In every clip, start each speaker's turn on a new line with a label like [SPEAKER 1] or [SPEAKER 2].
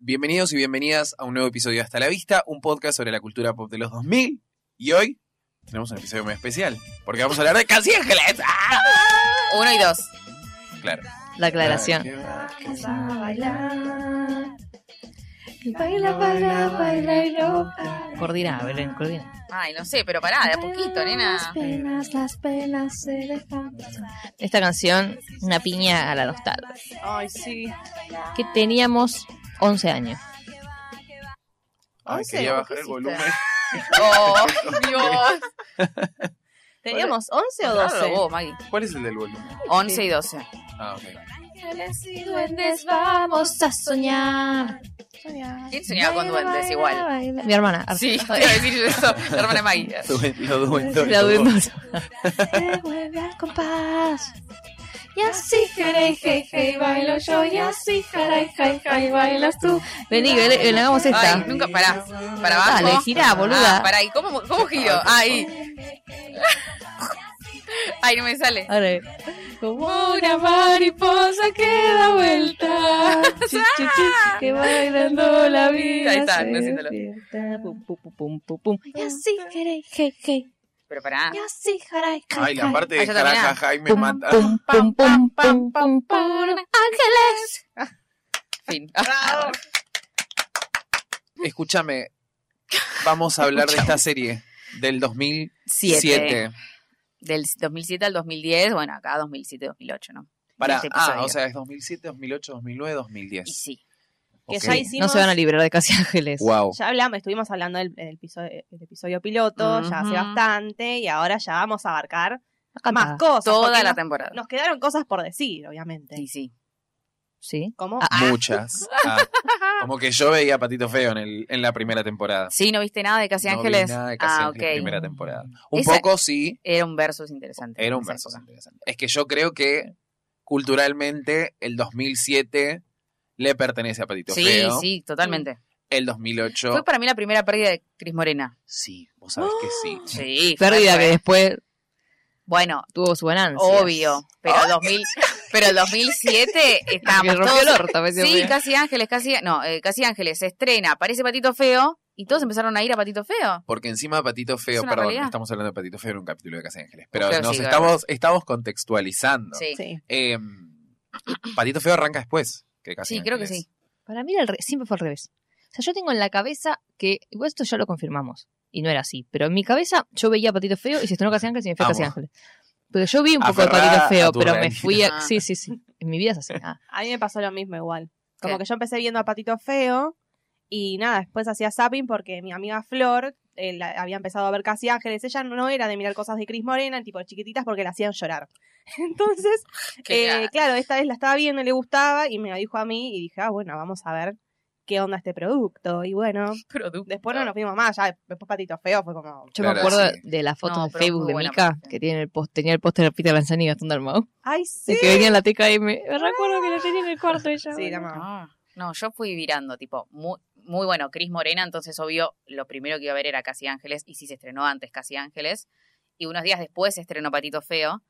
[SPEAKER 1] Bienvenidos y bienvenidas a un nuevo episodio de Hasta la Vista, un podcast sobre la cultura pop de los 2000. Y hoy tenemos un episodio muy especial, porque vamos a hablar de Casi Ángeles. ¡Ah!
[SPEAKER 2] Uno y dos.
[SPEAKER 1] Claro.
[SPEAKER 2] La aclaración.
[SPEAKER 3] Baila, baila, baila y no para.
[SPEAKER 4] Coordina, Belén, coordina.
[SPEAKER 2] Ay, no sé, pero pará, de a poquito,
[SPEAKER 3] Las
[SPEAKER 2] nena.
[SPEAKER 3] penas, las penas se dejan pasar.
[SPEAKER 4] Esta canción, una piña a la nostalgia.
[SPEAKER 2] Ay, sí.
[SPEAKER 4] Que teníamos 11 años.
[SPEAKER 1] Ay,
[SPEAKER 2] Once,
[SPEAKER 1] quería
[SPEAKER 2] ¿por
[SPEAKER 1] bajar
[SPEAKER 2] qué
[SPEAKER 1] el
[SPEAKER 2] hiciste?
[SPEAKER 1] volumen.
[SPEAKER 2] Oh, Dios.
[SPEAKER 4] ¿Teníamos 11 o
[SPEAKER 2] Claro,
[SPEAKER 4] 12?
[SPEAKER 2] vos, Maggie.
[SPEAKER 1] ¿Cuál es el del volumen?
[SPEAKER 2] 11 y 12.
[SPEAKER 1] Ah, ok.
[SPEAKER 3] Ángeles y duendes, vamos a soñar.
[SPEAKER 2] ¿Quién soñaba con
[SPEAKER 3] Baila,
[SPEAKER 2] duendes
[SPEAKER 3] baila,
[SPEAKER 2] igual?
[SPEAKER 3] baila.
[SPEAKER 4] Mi hermana.
[SPEAKER 2] Sí, te iba a decir yo eso, la hermana de Maggie.
[SPEAKER 1] Lo duendo.
[SPEAKER 4] La duendosa.
[SPEAKER 3] Se mueve al compás. Y así, jaray, hey, hey, bailo yo. Y así, jaray, hey, hey, bailas tú.
[SPEAKER 4] Vení, Belén, Belén, hagamos esta.
[SPEAKER 2] Ay, nunca pará. Para abajo.
[SPEAKER 4] Dale, girá, boluda. Ah,
[SPEAKER 2] Ah, pará, ¿y cómo, cómo giro? Ahí. Ay, no me sale.
[SPEAKER 4] Dale.
[SPEAKER 3] Como una mariposa que da vuelta. Chi, chi, chi, que bailando la vida.
[SPEAKER 2] Ahí está,
[SPEAKER 3] se
[SPEAKER 2] no siento lo-
[SPEAKER 3] despierta.
[SPEAKER 4] Pum, pum, pum, pum, pum, pum.
[SPEAKER 3] Y así, jaray, hey, hey.
[SPEAKER 2] Pero pará.
[SPEAKER 3] Y así, jaray, hey,
[SPEAKER 1] Ay, la
[SPEAKER 3] hey.
[SPEAKER 1] parte
[SPEAKER 2] Ay,
[SPEAKER 1] de
[SPEAKER 2] ya terminé.
[SPEAKER 1] caraja y me mata.
[SPEAKER 4] Pum, pum, pum, pum, pum, pum.
[SPEAKER 3] Ángeles.
[SPEAKER 2] Fin.
[SPEAKER 1] Escúchame, vamos a hablar de esta serie del 2007.
[SPEAKER 2] Siete. Del 2007 al 2010, bueno, acá 2007-2008, ¿no?
[SPEAKER 1] Para,
[SPEAKER 2] Este
[SPEAKER 1] ah,
[SPEAKER 2] episodio.
[SPEAKER 1] o sea, es 2007, 2008, 2009,
[SPEAKER 2] Y
[SPEAKER 1] 2010.
[SPEAKER 2] sí.
[SPEAKER 5] Que
[SPEAKER 1] Ok.
[SPEAKER 5] ya hicimos.
[SPEAKER 4] No se van a librar de Casi Ángeles.
[SPEAKER 1] Wow.
[SPEAKER 5] Ya hablamos, estuvimos hablando del, del episodio, el episodio piloto, ya hace
[SPEAKER 2] Ujú.
[SPEAKER 5] bastante, y ahora ya vamos a abarcar
[SPEAKER 4] Acá
[SPEAKER 5] más
[SPEAKER 4] está.
[SPEAKER 5] cosas.
[SPEAKER 2] Toda
[SPEAKER 5] porque
[SPEAKER 2] la
[SPEAKER 5] nos,
[SPEAKER 2] temporada.
[SPEAKER 5] nos quedaron cosas por decir, obviamente.
[SPEAKER 2] Y sí.
[SPEAKER 4] Sí.
[SPEAKER 5] ¿Cómo?
[SPEAKER 4] Ah,
[SPEAKER 1] Muchas. Ah, como que yo veía a Patito Feo en, el, en la primera temporada.
[SPEAKER 2] Sí, ¿no viste nada de Casi
[SPEAKER 1] No vi
[SPEAKER 2] Ángeles?
[SPEAKER 1] nada de Casi
[SPEAKER 2] ah,
[SPEAKER 1] Ángeles
[SPEAKER 2] ok.
[SPEAKER 1] primera temporada. Un
[SPEAKER 2] Esa-
[SPEAKER 1] poco sí,
[SPEAKER 2] Era un versus interesante.
[SPEAKER 1] era un
[SPEAKER 2] Esa
[SPEAKER 1] verso
[SPEAKER 2] época.
[SPEAKER 1] interesante. Es que yo creo que culturalmente el 2007 le pertenece a Patito
[SPEAKER 2] Sí,
[SPEAKER 1] Feo.
[SPEAKER 2] sí, totalmente.
[SPEAKER 1] El 2008,
[SPEAKER 2] Fue para mí la primera pérdida de Cris Morena.
[SPEAKER 1] sí, vos sabés que sí.
[SPEAKER 2] Oh. Sí.
[SPEAKER 4] Pérdida
[SPEAKER 2] fue-
[SPEAKER 4] que después
[SPEAKER 2] Bueno,
[SPEAKER 4] tuvo su ganancia.
[SPEAKER 2] obvio. Pero, el 2000, pero el 2007
[SPEAKER 4] Que
[SPEAKER 2] estábamos
[SPEAKER 4] rompió el
[SPEAKER 2] todos...
[SPEAKER 4] orto. parece
[SPEAKER 2] Sí,
[SPEAKER 4] que-
[SPEAKER 2] Casi Ángeles, Casi... No, eh, Casi Ángeles se estrena, aparece Patito Feo y todos empezaron a ir a Patito Feo.
[SPEAKER 1] Porque encima Patito Feo,
[SPEAKER 2] Es una
[SPEAKER 1] perdón,
[SPEAKER 2] realidad.
[SPEAKER 1] estamos hablando de Patito Feo en un capítulo de Casi Ángeles, pero
[SPEAKER 2] Claro,
[SPEAKER 1] nos
[SPEAKER 2] sí, claro.
[SPEAKER 1] estamos, estamos contextualizando.
[SPEAKER 2] Sí. Sí,
[SPEAKER 5] Sí.
[SPEAKER 1] Eh, Patito Feo arranca después que Casi
[SPEAKER 2] creo que
[SPEAKER 1] Ángeles.
[SPEAKER 2] sí.
[SPEAKER 4] Para mí era al re- siempre fue al revés. O sea, yo tengo en la cabeza que, igual esto ya lo confirmamos, y no era así, pero en mi cabeza yo veía a Patito Feo y se estrenó Casi Ángeles y me fui a
[SPEAKER 1] Vamos.
[SPEAKER 4] Casi Ángeles. Pero yo vi un poco de
[SPEAKER 1] Aferrada
[SPEAKER 4] Patito
[SPEAKER 1] Ah, a
[SPEAKER 4] Feo,
[SPEAKER 1] tu
[SPEAKER 4] pero me
[SPEAKER 1] realidad.
[SPEAKER 4] fui
[SPEAKER 2] Ah.
[SPEAKER 4] a... Sí, sí, sí. En mi vida es así. Ah,
[SPEAKER 5] A mí me pasó lo mismo igual. Como
[SPEAKER 2] ¿Qué?
[SPEAKER 5] que yo empecé viendo a Patito Feo y nada, después hacía zapping porque mi amiga Flor eh, la- había empezado a ver Casi Ángeles. Ella no era de mirar cosas de Cris Morena, tipo chiquititas, porque la hacían llorar. Entonces, eh,
[SPEAKER 2] Qué
[SPEAKER 5] claro, esta vez la estaba viendo, le gustaba y me la dijo a mí y dije, ah, bueno, vamos a ver qué onda este producto. Y bueno,
[SPEAKER 2] producto.
[SPEAKER 4] Ah.
[SPEAKER 5] después no nos fuimos más, ya después Patito Feo fue como,
[SPEAKER 4] yo
[SPEAKER 1] Claro,
[SPEAKER 4] me acuerdo
[SPEAKER 1] sí.
[SPEAKER 4] de las fotos
[SPEAKER 2] No,
[SPEAKER 4] de
[SPEAKER 2] pero
[SPEAKER 4] Facebook
[SPEAKER 2] muy
[SPEAKER 4] de
[SPEAKER 2] buena
[SPEAKER 4] Mica,
[SPEAKER 2] parte.
[SPEAKER 4] que tiene el post- tenía el póster de Peter Lanzani y Gastón Dalmau,
[SPEAKER 5] ay,
[SPEAKER 4] de
[SPEAKER 5] sí.
[SPEAKER 4] que venía en la TKM.
[SPEAKER 2] Ah.
[SPEAKER 4] Me recuerdo que lo tenía en el cuarto ella.
[SPEAKER 5] Sí, la amaba.
[SPEAKER 2] No, Ah, no, yo fui virando, tipo, muy, muy bueno, Cris Morena, entonces obvio, lo primero que iba a ver era Casi Ángeles, y sí se estrenó antes Casi Ángeles, y unos días después se estrenó Patito Feo,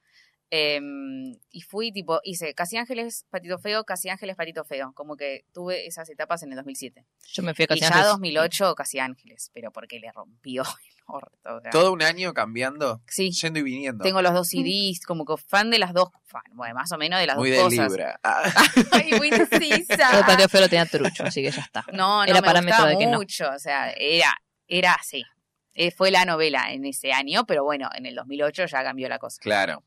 [SPEAKER 2] em, y fui tipo, hice Casi Ángeles, Patito Feo, Casi Ángeles, Patito Feo, como que tuve esas etapas en el 2007.
[SPEAKER 4] Yo me fui a
[SPEAKER 2] Y
[SPEAKER 4] Casi
[SPEAKER 2] ya
[SPEAKER 4] Ángeles.
[SPEAKER 2] 2008 Casi Ángeles, pero porque le rompió el orto. o sea,
[SPEAKER 1] Todo un año cambiando,
[SPEAKER 2] sí,
[SPEAKER 1] yendo y viniendo.
[SPEAKER 2] tengo los dos CDs, como que fan de las dos, fan, bueno, más o menos de las
[SPEAKER 1] Muy
[SPEAKER 2] dos
[SPEAKER 1] de
[SPEAKER 2] cosas.
[SPEAKER 1] Libra. Ah.
[SPEAKER 2] Ay, muy indecisa.
[SPEAKER 4] Yo Patito Feo lo tenía trucho, así que ya está.
[SPEAKER 2] No, no
[SPEAKER 4] Era
[SPEAKER 2] me
[SPEAKER 4] parámetro
[SPEAKER 2] gustaba
[SPEAKER 4] de que no.
[SPEAKER 2] mucho, o sea, era, era así. Eh, Fue la novela en ese año, pero bueno, en el 2008 ya cambió la cosa.
[SPEAKER 1] Claro,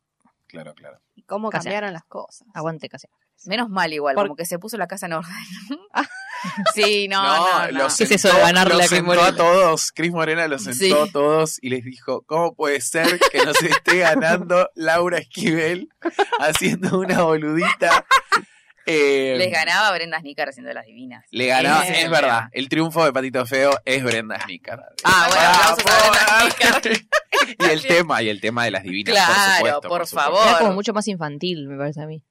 [SPEAKER 1] claro, claro.
[SPEAKER 5] Y cómo
[SPEAKER 4] Casi
[SPEAKER 5] cambiaron las cosas.
[SPEAKER 4] Aguante Casi Ángeles.
[SPEAKER 2] Menos mal igual,
[SPEAKER 5] Por-
[SPEAKER 2] como que se puso la casa en orden. sí, no, no, no.
[SPEAKER 1] los
[SPEAKER 4] ¿Qué es eso de
[SPEAKER 1] sentó-
[SPEAKER 4] ganarle
[SPEAKER 1] los
[SPEAKER 4] a Cris
[SPEAKER 1] sentó
[SPEAKER 4] Morena?
[SPEAKER 1] a todos. Cris Morena los sentó
[SPEAKER 2] Sí.
[SPEAKER 1] a todos y les dijo, ¿cómo puede ser que nos esté ganando Laura Esquivel haciendo una boludita? Eh,
[SPEAKER 2] Les ganaba Brenda Snicker haciendo las divinas.
[SPEAKER 1] Le ganaba,
[SPEAKER 2] Ese
[SPEAKER 1] es,
[SPEAKER 2] es el
[SPEAKER 1] verdad.
[SPEAKER 2] tema.
[SPEAKER 1] El triunfo de Patito Feo es Brenda Snicker.
[SPEAKER 2] Ah, bueno, ah, aplausos a Brenda Snicker.
[SPEAKER 1] y el tema, y el tema de las divinas, por
[SPEAKER 2] Claro,
[SPEAKER 1] supuesto.
[SPEAKER 2] por
[SPEAKER 1] supuesto.
[SPEAKER 2] favor.
[SPEAKER 4] Era como mucho más infantil, me parece a mí.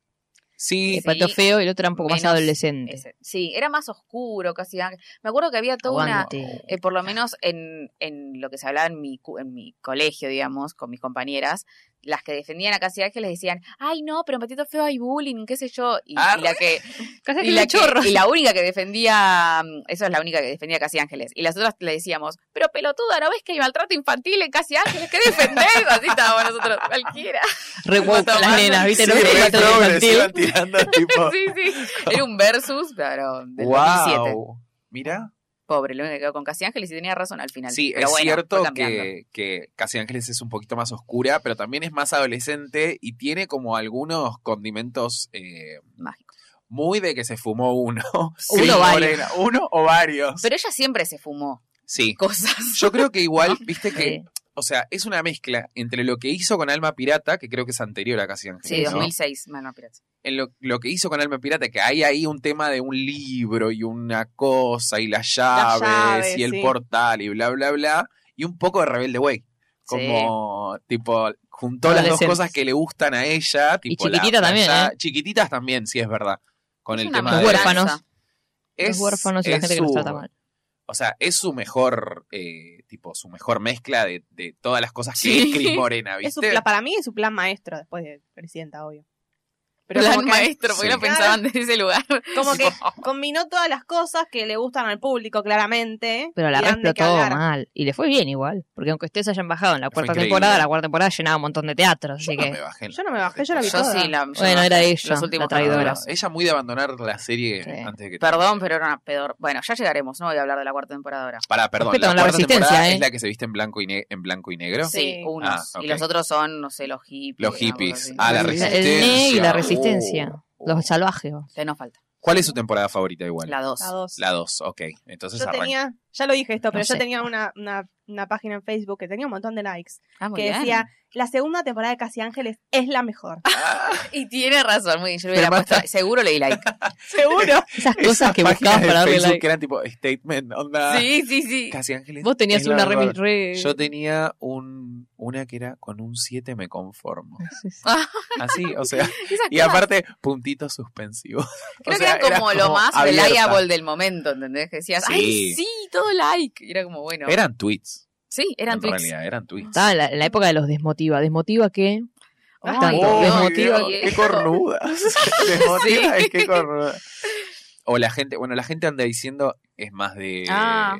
[SPEAKER 1] Sí,
[SPEAKER 4] El Patito Feo y el otro era un poco más
[SPEAKER 2] Menos
[SPEAKER 4] adolescente.
[SPEAKER 2] Ese- Sí, era más oscuro, casi. ángel. Me acuerdo que había toda una,
[SPEAKER 4] Aguante.
[SPEAKER 2] Eh, por lo menos en, en lo que se hablaba en mi, cu- en mi colegio, digamos, con mis compañeras, las que defendían a Casi Ángeles decían, ay no, pero en Patito Feo hay bullying, qué sé yo. Y,
[SPEAKER 1] Ah.
[SPEAKER 2] y la que,
[SPEAKER 4] Casi
[SPEAKER 2] y, la que- y la única que defendía, mm, esa es la única que defendía a Casi Ángeles. Y las otras le decíamos, pero pelotuda, ¿no ves que hay maltrato infantil en Casi Ángeles? ¿Qué defendés? Así estábamos nosotros, cualquiera.
[SPEAKER 4] Re woke
[SPEAKER 2] Está
[SPEAKER 4] las
[SPEAKER 2] mal.
[SPEAKER 4] nenas, ¿viste?
[SPEAKER 1] Sí,
[SPEAKER 4] No
[SPEAKER 1] re
[SPEAKER 4] Pato
[SPEAKER 1] progres,
[SPEAKER 4] infantil.
[SPEAKER 1] iban tirando tipo.
[SPEAKER 2] Sí, sí. Era un versus, pero del 2007.
[SPEAKER 1] wow. Mira.
[SPEAKER 2] Pobre, lo único que quedó con Casi Ángeles y tenía razón al final.
[SPEAKER 1] Sí,
[SPEAKER 2] Pero
[SPEAKER 1] es
[SPEAKER 2] bueno,
[SPEAKER 1] cierto
[SPEAKER 2] fue cambiando.
[SPEAKER 1] que, que Casi Ángeles es un poquito más oscura, pero también es más adolescente y tiene como algunos condimentos eh,
[SPEAKER 2] Mágico.
[SPEAKER 1] muy de que se fumó uno.
[SPEAKER 2] Uno
[SPEAKER 1] Sí,
[SPEAKER 2] o varios.
[SPEAKER 1] Morena, Uno o varios.
[SPEAKER 2] Pero ella siempre se fumó
[SPEAKER 1] Sí.
[SPEAKER 2] cosas.
[SPEAKER 1] Yo creo que igual, viste que,
[SPEAKER 4] Sí.
[SPEAKER 1] o sea, es una mezcla entre lo que hizo con Alma Pirata, que creo que es anterior a Casi Ángeles.
[SPEAKER 2] Sí,
[SPEAKER 1] ¿no?
[SPEAKER 2] 2006, Mano Pirata.
[SPEAKER 1] en lo, lo que hizo con Alma Pirata, que hay ahí un tema de un libro y una cosa y las llaves,
[SPEAKER 5] llaves,
[SPEAKER 1] y el
[SPEAKER 5] sí.
[SPEAKER 1] portal y bla, bla, bla, y un poco de Rebelde Way. Como, tipo, juntó las dos
[SPEAKER 4] Adolescentes.
[SPEAKER 1] cosas que le gustan a ella. Tipo, la
[SPEAKER 4] chiquitita también, ¿eh?
[SPEAKER 1] playa- Chiquititas también, sí, es verdad. Con
[SPEAKER 2] Es
[SPEAKER 1] el
[SPEAKER 2] una
[SPEAKER 1] tema
[SPEAKER 4] Los
[SPEAKER 1] de...
[SPEAKER 2] matanza.
[SPEAKER 4] huérfanos.
[SPEAKER 1] es-
[SPEAKER 4] los huérfanos y la
[SPEAKER 1] es
[SPEAKER 4] gente que los
[SPEAKER 1] su-
[SPEAKER 4] trata mal.
[SPEAKER 1] O sea, es su mejor, eh, tipo, su mejor mezcla de, de todas las cosas que
[SPEAKER 2] Sí.
[SPEAKER 1] es Cris Morena, ¿viste?
[SPEAKER 5] Es su pla- para mí es su plan maestro después de presidenta, obvio.
[SPEAKER 2] Pero
[SPEAKER 5] como
[SPEAKER 2] plan
[SPEAKER 5] que-
[SPEAKER 2] maestro, porque
[SPEAKER 1] Sí.
[SPEAKER 2] lo pensaban desde ese lugar.
[SPEAKER 5] Como que combinó todas las cosas que le gustan al público, claramente.
[SPEAKER 4] Pero la
[SPEAKER 5] y
[SPEAKER 4] red
[SPEAKER 5] dan de qué
[SPEAKER 4] explotó
[SPEAKER 5] hablar.
[SPEAKER 4] mal. Y le fue bien igual. Porque aunque ustedes hayan bajado en la cuarta
[SPEAKER 1] increíble.
[SPEAKER 4] temporada, la cuarta temporada llenaba un montón de teatros.
[SPEAKER 1] Yo
[SPEAKER 4] Así
[SPEAKER 1] no
[SPEAKER 4] que.
[SPEAKER 1] me bajé en la
[SPEAKER 5] Yo no me bajé, yo la vi
[SPEAKER 2] Yo
[SPEAKER 5] toda.
[SPEAKER 2] sí, la, yo
[SPEAKER 4] Bueno,
[SPEAKER 2] no-
[SPEAKER 4] era ella,
[SPEAKER 2] los últimos
[SPEAKER 4] la traidora.
[SPEAKER 2] capítulos.
[SPEAKER 1] Ah, Ella muy de abandonar la serie
[SPEAKER 4] Sí.
[SPEAKER 1] antes de que
[SPEAKER 2] Perdón, pero era una pedor. Bueno, ya llegaremos, no voy a hablar de la cuarta temporada ahora.
[SPEAKER 1] Para, perdón,
[SPEAKER 4] Respeto
[SPEAKER 1] la,
[SPEAKER 4] con la
[SPEAKER 1] cuarta
[SPEAKER 4] resistencia,
[SPEAKER 1] temporada
[SPEAKER 4] ¿eh?
[SPEAKER 1] es la que se viste en blanco y, ne- en blanco y negro.
[SPEAKER 5] Sí.
[SPEAKER 2] Sí, unos.
[SPEAKER 1] Ah, ok.
[SPEAKER 2] Y los otros son, no sé, los hippies.
[SPEAKER 1] Los
[SPEAKER 2] una cosa
[SPEAKER 1] hippies.
[SPEAKER 2] así.
[SPEAKER 1] Ah, la
[SPEAKER 4] El- el
[SPEAKER 1] resistencia.
[SPEAKER 4] Ney y la
[SPEAKER 1] Oh.
[SPEAKER 4] resistencia. Los salvajes.
[SPEAKER 2] Que nos falta.
[SPEAKER 1] ¿Cuál es su temporada favorita igual?
[SPEAKER 2] La dos.
[SPEAKER 5] La dos.
[SPEAKER 1] La 2, ok. Entonces
[SPEAKER 5] yo
[SPEAKER 1] arranca.
[SPEAKER 5] tenía, ya lo dije esto, pero
[SPEAKER 4] No
[SPEAKER 5] yo
[SPEAKER 4] sé.
[SPEAKER 5] tenía una, una, una página en Facebook que tenía un montón de likes.
[SPEAKER 2] Ah, muy
[SPEAKER 5] Que
[SPEAKER 2] bien.
[SPEAKER 5] decía, la segunda temporada de Casi Ángeles es la mejor.
[SPEAKER 2] Y tiene razón, muy bien. Yo le hubiera
[SPEAKER 1] Pero
[SPEAKER 2] puesto. Seguro le di like.
[SPEAKER 5] Seguro.
[SPEAKER 1] Esas
[SPEAKER 4] Esas cosas que
[SPEAKER 1] páginas
[SPEAKER 4] buscabas
[SPEAKER 1] de
[SPEAKER 4] para darle
[SPEAKER 1] Facebook
[SPEAKER 4] like.
[SPEAKER 1] que eran tipo statement, onda.
[SPEAKER 2] Sí, sí, sí.
[SPEAKER 1] Casi Ángeles.
[SPEAKER 4] Vos tenías
[SPEAKER 1] es la
[SPEAKER 4] una re.
[SPEAKER 1] verdad.
[SPEAKER 4] re-
[SPEAKER 1] Yo tenía un, una que era con un 7 me conformo.
[SPEAKER 4] Sí, sí.
[SPEAKER 1] Así, o sea.
[SPEAKER 2] Esas
[SPEAKER 1] Y
[SPEAKER 2] cosas-
[SPEAKER 1] aparte, puntitos suspensivos. O
[SPEAKER 2] Creo
[SPEAKER 1] sea,
[SPEAKER 2] que era como lo más
[SPEAKER 1] abierta.
[SPEAKER 2] reliable del momento, ¿entendés? Que decías,
[SPEAKER 1] Sí.
[SPEAKER 2] ay, sí, todo like. Y era como, bueno.
[SPEAKER 1] Eran tweets.
[SPEAKER 2] sí, eran
[SPEAKER 1] en
[SPEAKER 2] tweets.
[SPEAKER 1] realidad, eran tweets.
[SPEAKER 4] Estaba en la, en la época de los desmotiva. ¿Desmotiva eh, qué?
[SPEAKER 2] Ay,
[SPEAKER 4] Tanto,
[SPEAKER 2] Dios,
[SPEAKER 4] desmotiva.
[SPEAKER 2] Dios.
[SPEAKER 1] Oh, qué cornuda. Desmotiva es qué cornuda. O la gente, bueno, la gente anda diciendo es más de
[SPEAKER 2] Ah.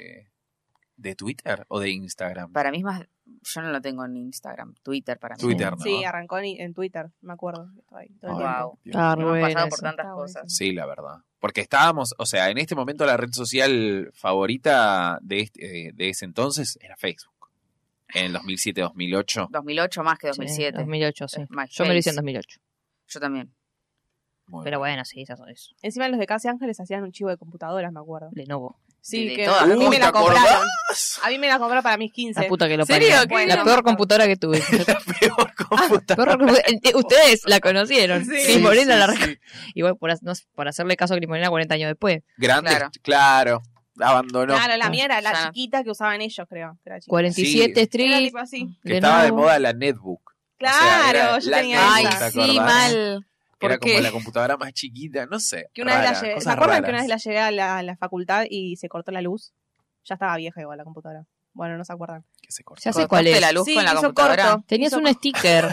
[SPEAKER 1] de Twitter o de Instagram.
[SPEAKER 2] Para mí es más. Yo no lo tengo en Instagram, Twitter para mí.
[SPEAKER 1] Twitter, ¿no?
[SPEAKER 5] Sí, arrancó en, en Twitter, me acuerdo. Estaba ahí todo el
[SPEAKER 1] Ay,
[SPEAKER 5] tiempo.
[SPEAKER 2] Wow.
[SPEAKER 1] Dios.
[SPEAKER 4] Ah, re
[SPEAKER 2] Hemos
[SPEAKER 4] buena
[SPEAKER 2] pasado por
[SPEAKER 4] esa.
[SPEAKER 2] tantas
[SPEAKER 5] Está
[SPEAKER 2] cosas.
[SPEAKER 5] buenísimo.
[SPEAKER 1] Sí, la verdad. Porque estábamos, o sea, en este momento la red social favorita de, este- eh, de ese entonces era Facebook. En el 2007-2008,
[SPEAKER 2] 2008 más que
[SPEAKER 4] Sí,
[SPEAKER 2] 2007.
[SPEAKER 4] 2008, sí.
[SPEAKER 2] MySpace.
[SPEAKER 4] Yo me lo hice en 2008.
[SPEAKER 2] Yo también.
[SPEAKER 1] muy
[SPEAKER 4] Pero
[SPEAKER 1] bueno.
[SPEAKER 4] bueno, sí, esas son eso.
[SPEAKER 5] Encima los de Casi Ángeles hacían un chivo de computadoras, me acuerdo.
[SPEAKER 4] Lenovo.
[SPEAKER 5] Sí,
[SPEAKER 2] de
[SPEAKER 5] que
[SPEAKER 2] todas.
[SPEAKER 5] a mí
[SPEAKER 1] Uy,
[SPEAKER 5] me
[SPEAKER 1] ¿te
[SPEAKER 5] la
[SPEAKER 1] acordás?
[SPEAKER 5] compraron. A mí me la compraron para mis 15.
[SPEAKER 4] La puta que lo
[SPEAKER 2] ¿Serio?
[SPEAKER 4] parió.
[SPEAKER 2] ¿Qué?
[SPEAKER 4] La peor computadora que tuve.
[SPEAKER 1] Peor computadora.
[SPEAKER 4] Peor computadora- Ent- Ustedes la conocieron.
[SPEAKER 5] Sí.
[SPEAKER 4] Sí,
[SPEAKER 1] Sí,
[SPEAKER 4] Morena
[SPEAKER 1] sí,
[SPEAKER 4] la
[SPEAKER 1] sí.
[SPEAKER 4] Igual por, ha- no sé, por hacerle caso a Cris Morena 40 años después.
[SPEAKER 1] Grandes,
[SPEAKER 2] Claro.
[SPEAKER 1] claro. Abandonó.
[SPEAKER 5] Claro, la mía era la
[SPEAKER 2] Ya.
[SPEAKER 5] chiquita que usaban ellos, creo. que era chiquita.
[SPEAKER 4] 47
[SPEAKER 1] Sí.
[SPEAKER 5] Era
[SPEAKER 4] Street.
[SPEAKER 5] tipo así.
[SPEAKER 1] Que
[SPEAKER 4] de
[SPEAKER 1] estaba de
[SPEAKER 4] nuevo.
[SPEAKER 1] moda la netbook. O sea,
[SPEAKER 5] Claro,
[SPEAKER 1] era
[SPEAKER 5] yo
[SPEAKER 1] la
[SPEAKER 5] tenía
[SPEAKER 2] Ay,
[SPEAKER 1] Netbook,
[SPEAKER 5] esa.
[SPEAKER 1] ¿te
[SPEAKER 2] sí,
[SPEAKER 1] acordás?
[SPEAKER 2] mal.
[SPEAKER 1] Que
[SPEAKER 2] ¿Por
[SPEAKER 1] era como
[SPEAKER 2] qué?
[SPEAKER 1] la computadora más chiquita, no sé.
[SPEAKER 5] Que una vez
[SPEAKER 1] rara,
[SPEAKER 5] la llevé, ¿Se
[SPEAKER 1] cosas
[SPEAKER 5] acuerdan que una
[SPEAKER 1] raras.
[SPEAKER 5] vez la llevé a la, a la facultad y se cortó la luz? Ya estaba vieja igual la computadora. Bueno, no se acuerdan.
[SPEAKER 1] Que se cortó.
[SPEAKER 4] Ya
[SPEAKER 2] Cortaste
[SPEAKER 4] sé cuál es.
[SPEAKER 2] la luz
[SPEAKER 5] Sí,
[SPEAKER 2] con la
[SPEAKER 5] hizo
[SPEAKER 2] computadora.
[SPEAKER 5] corto.
[SPEAKER 4] Tenías
[SPEAKER 5] Hizo
[SPEAKER 4] un sticker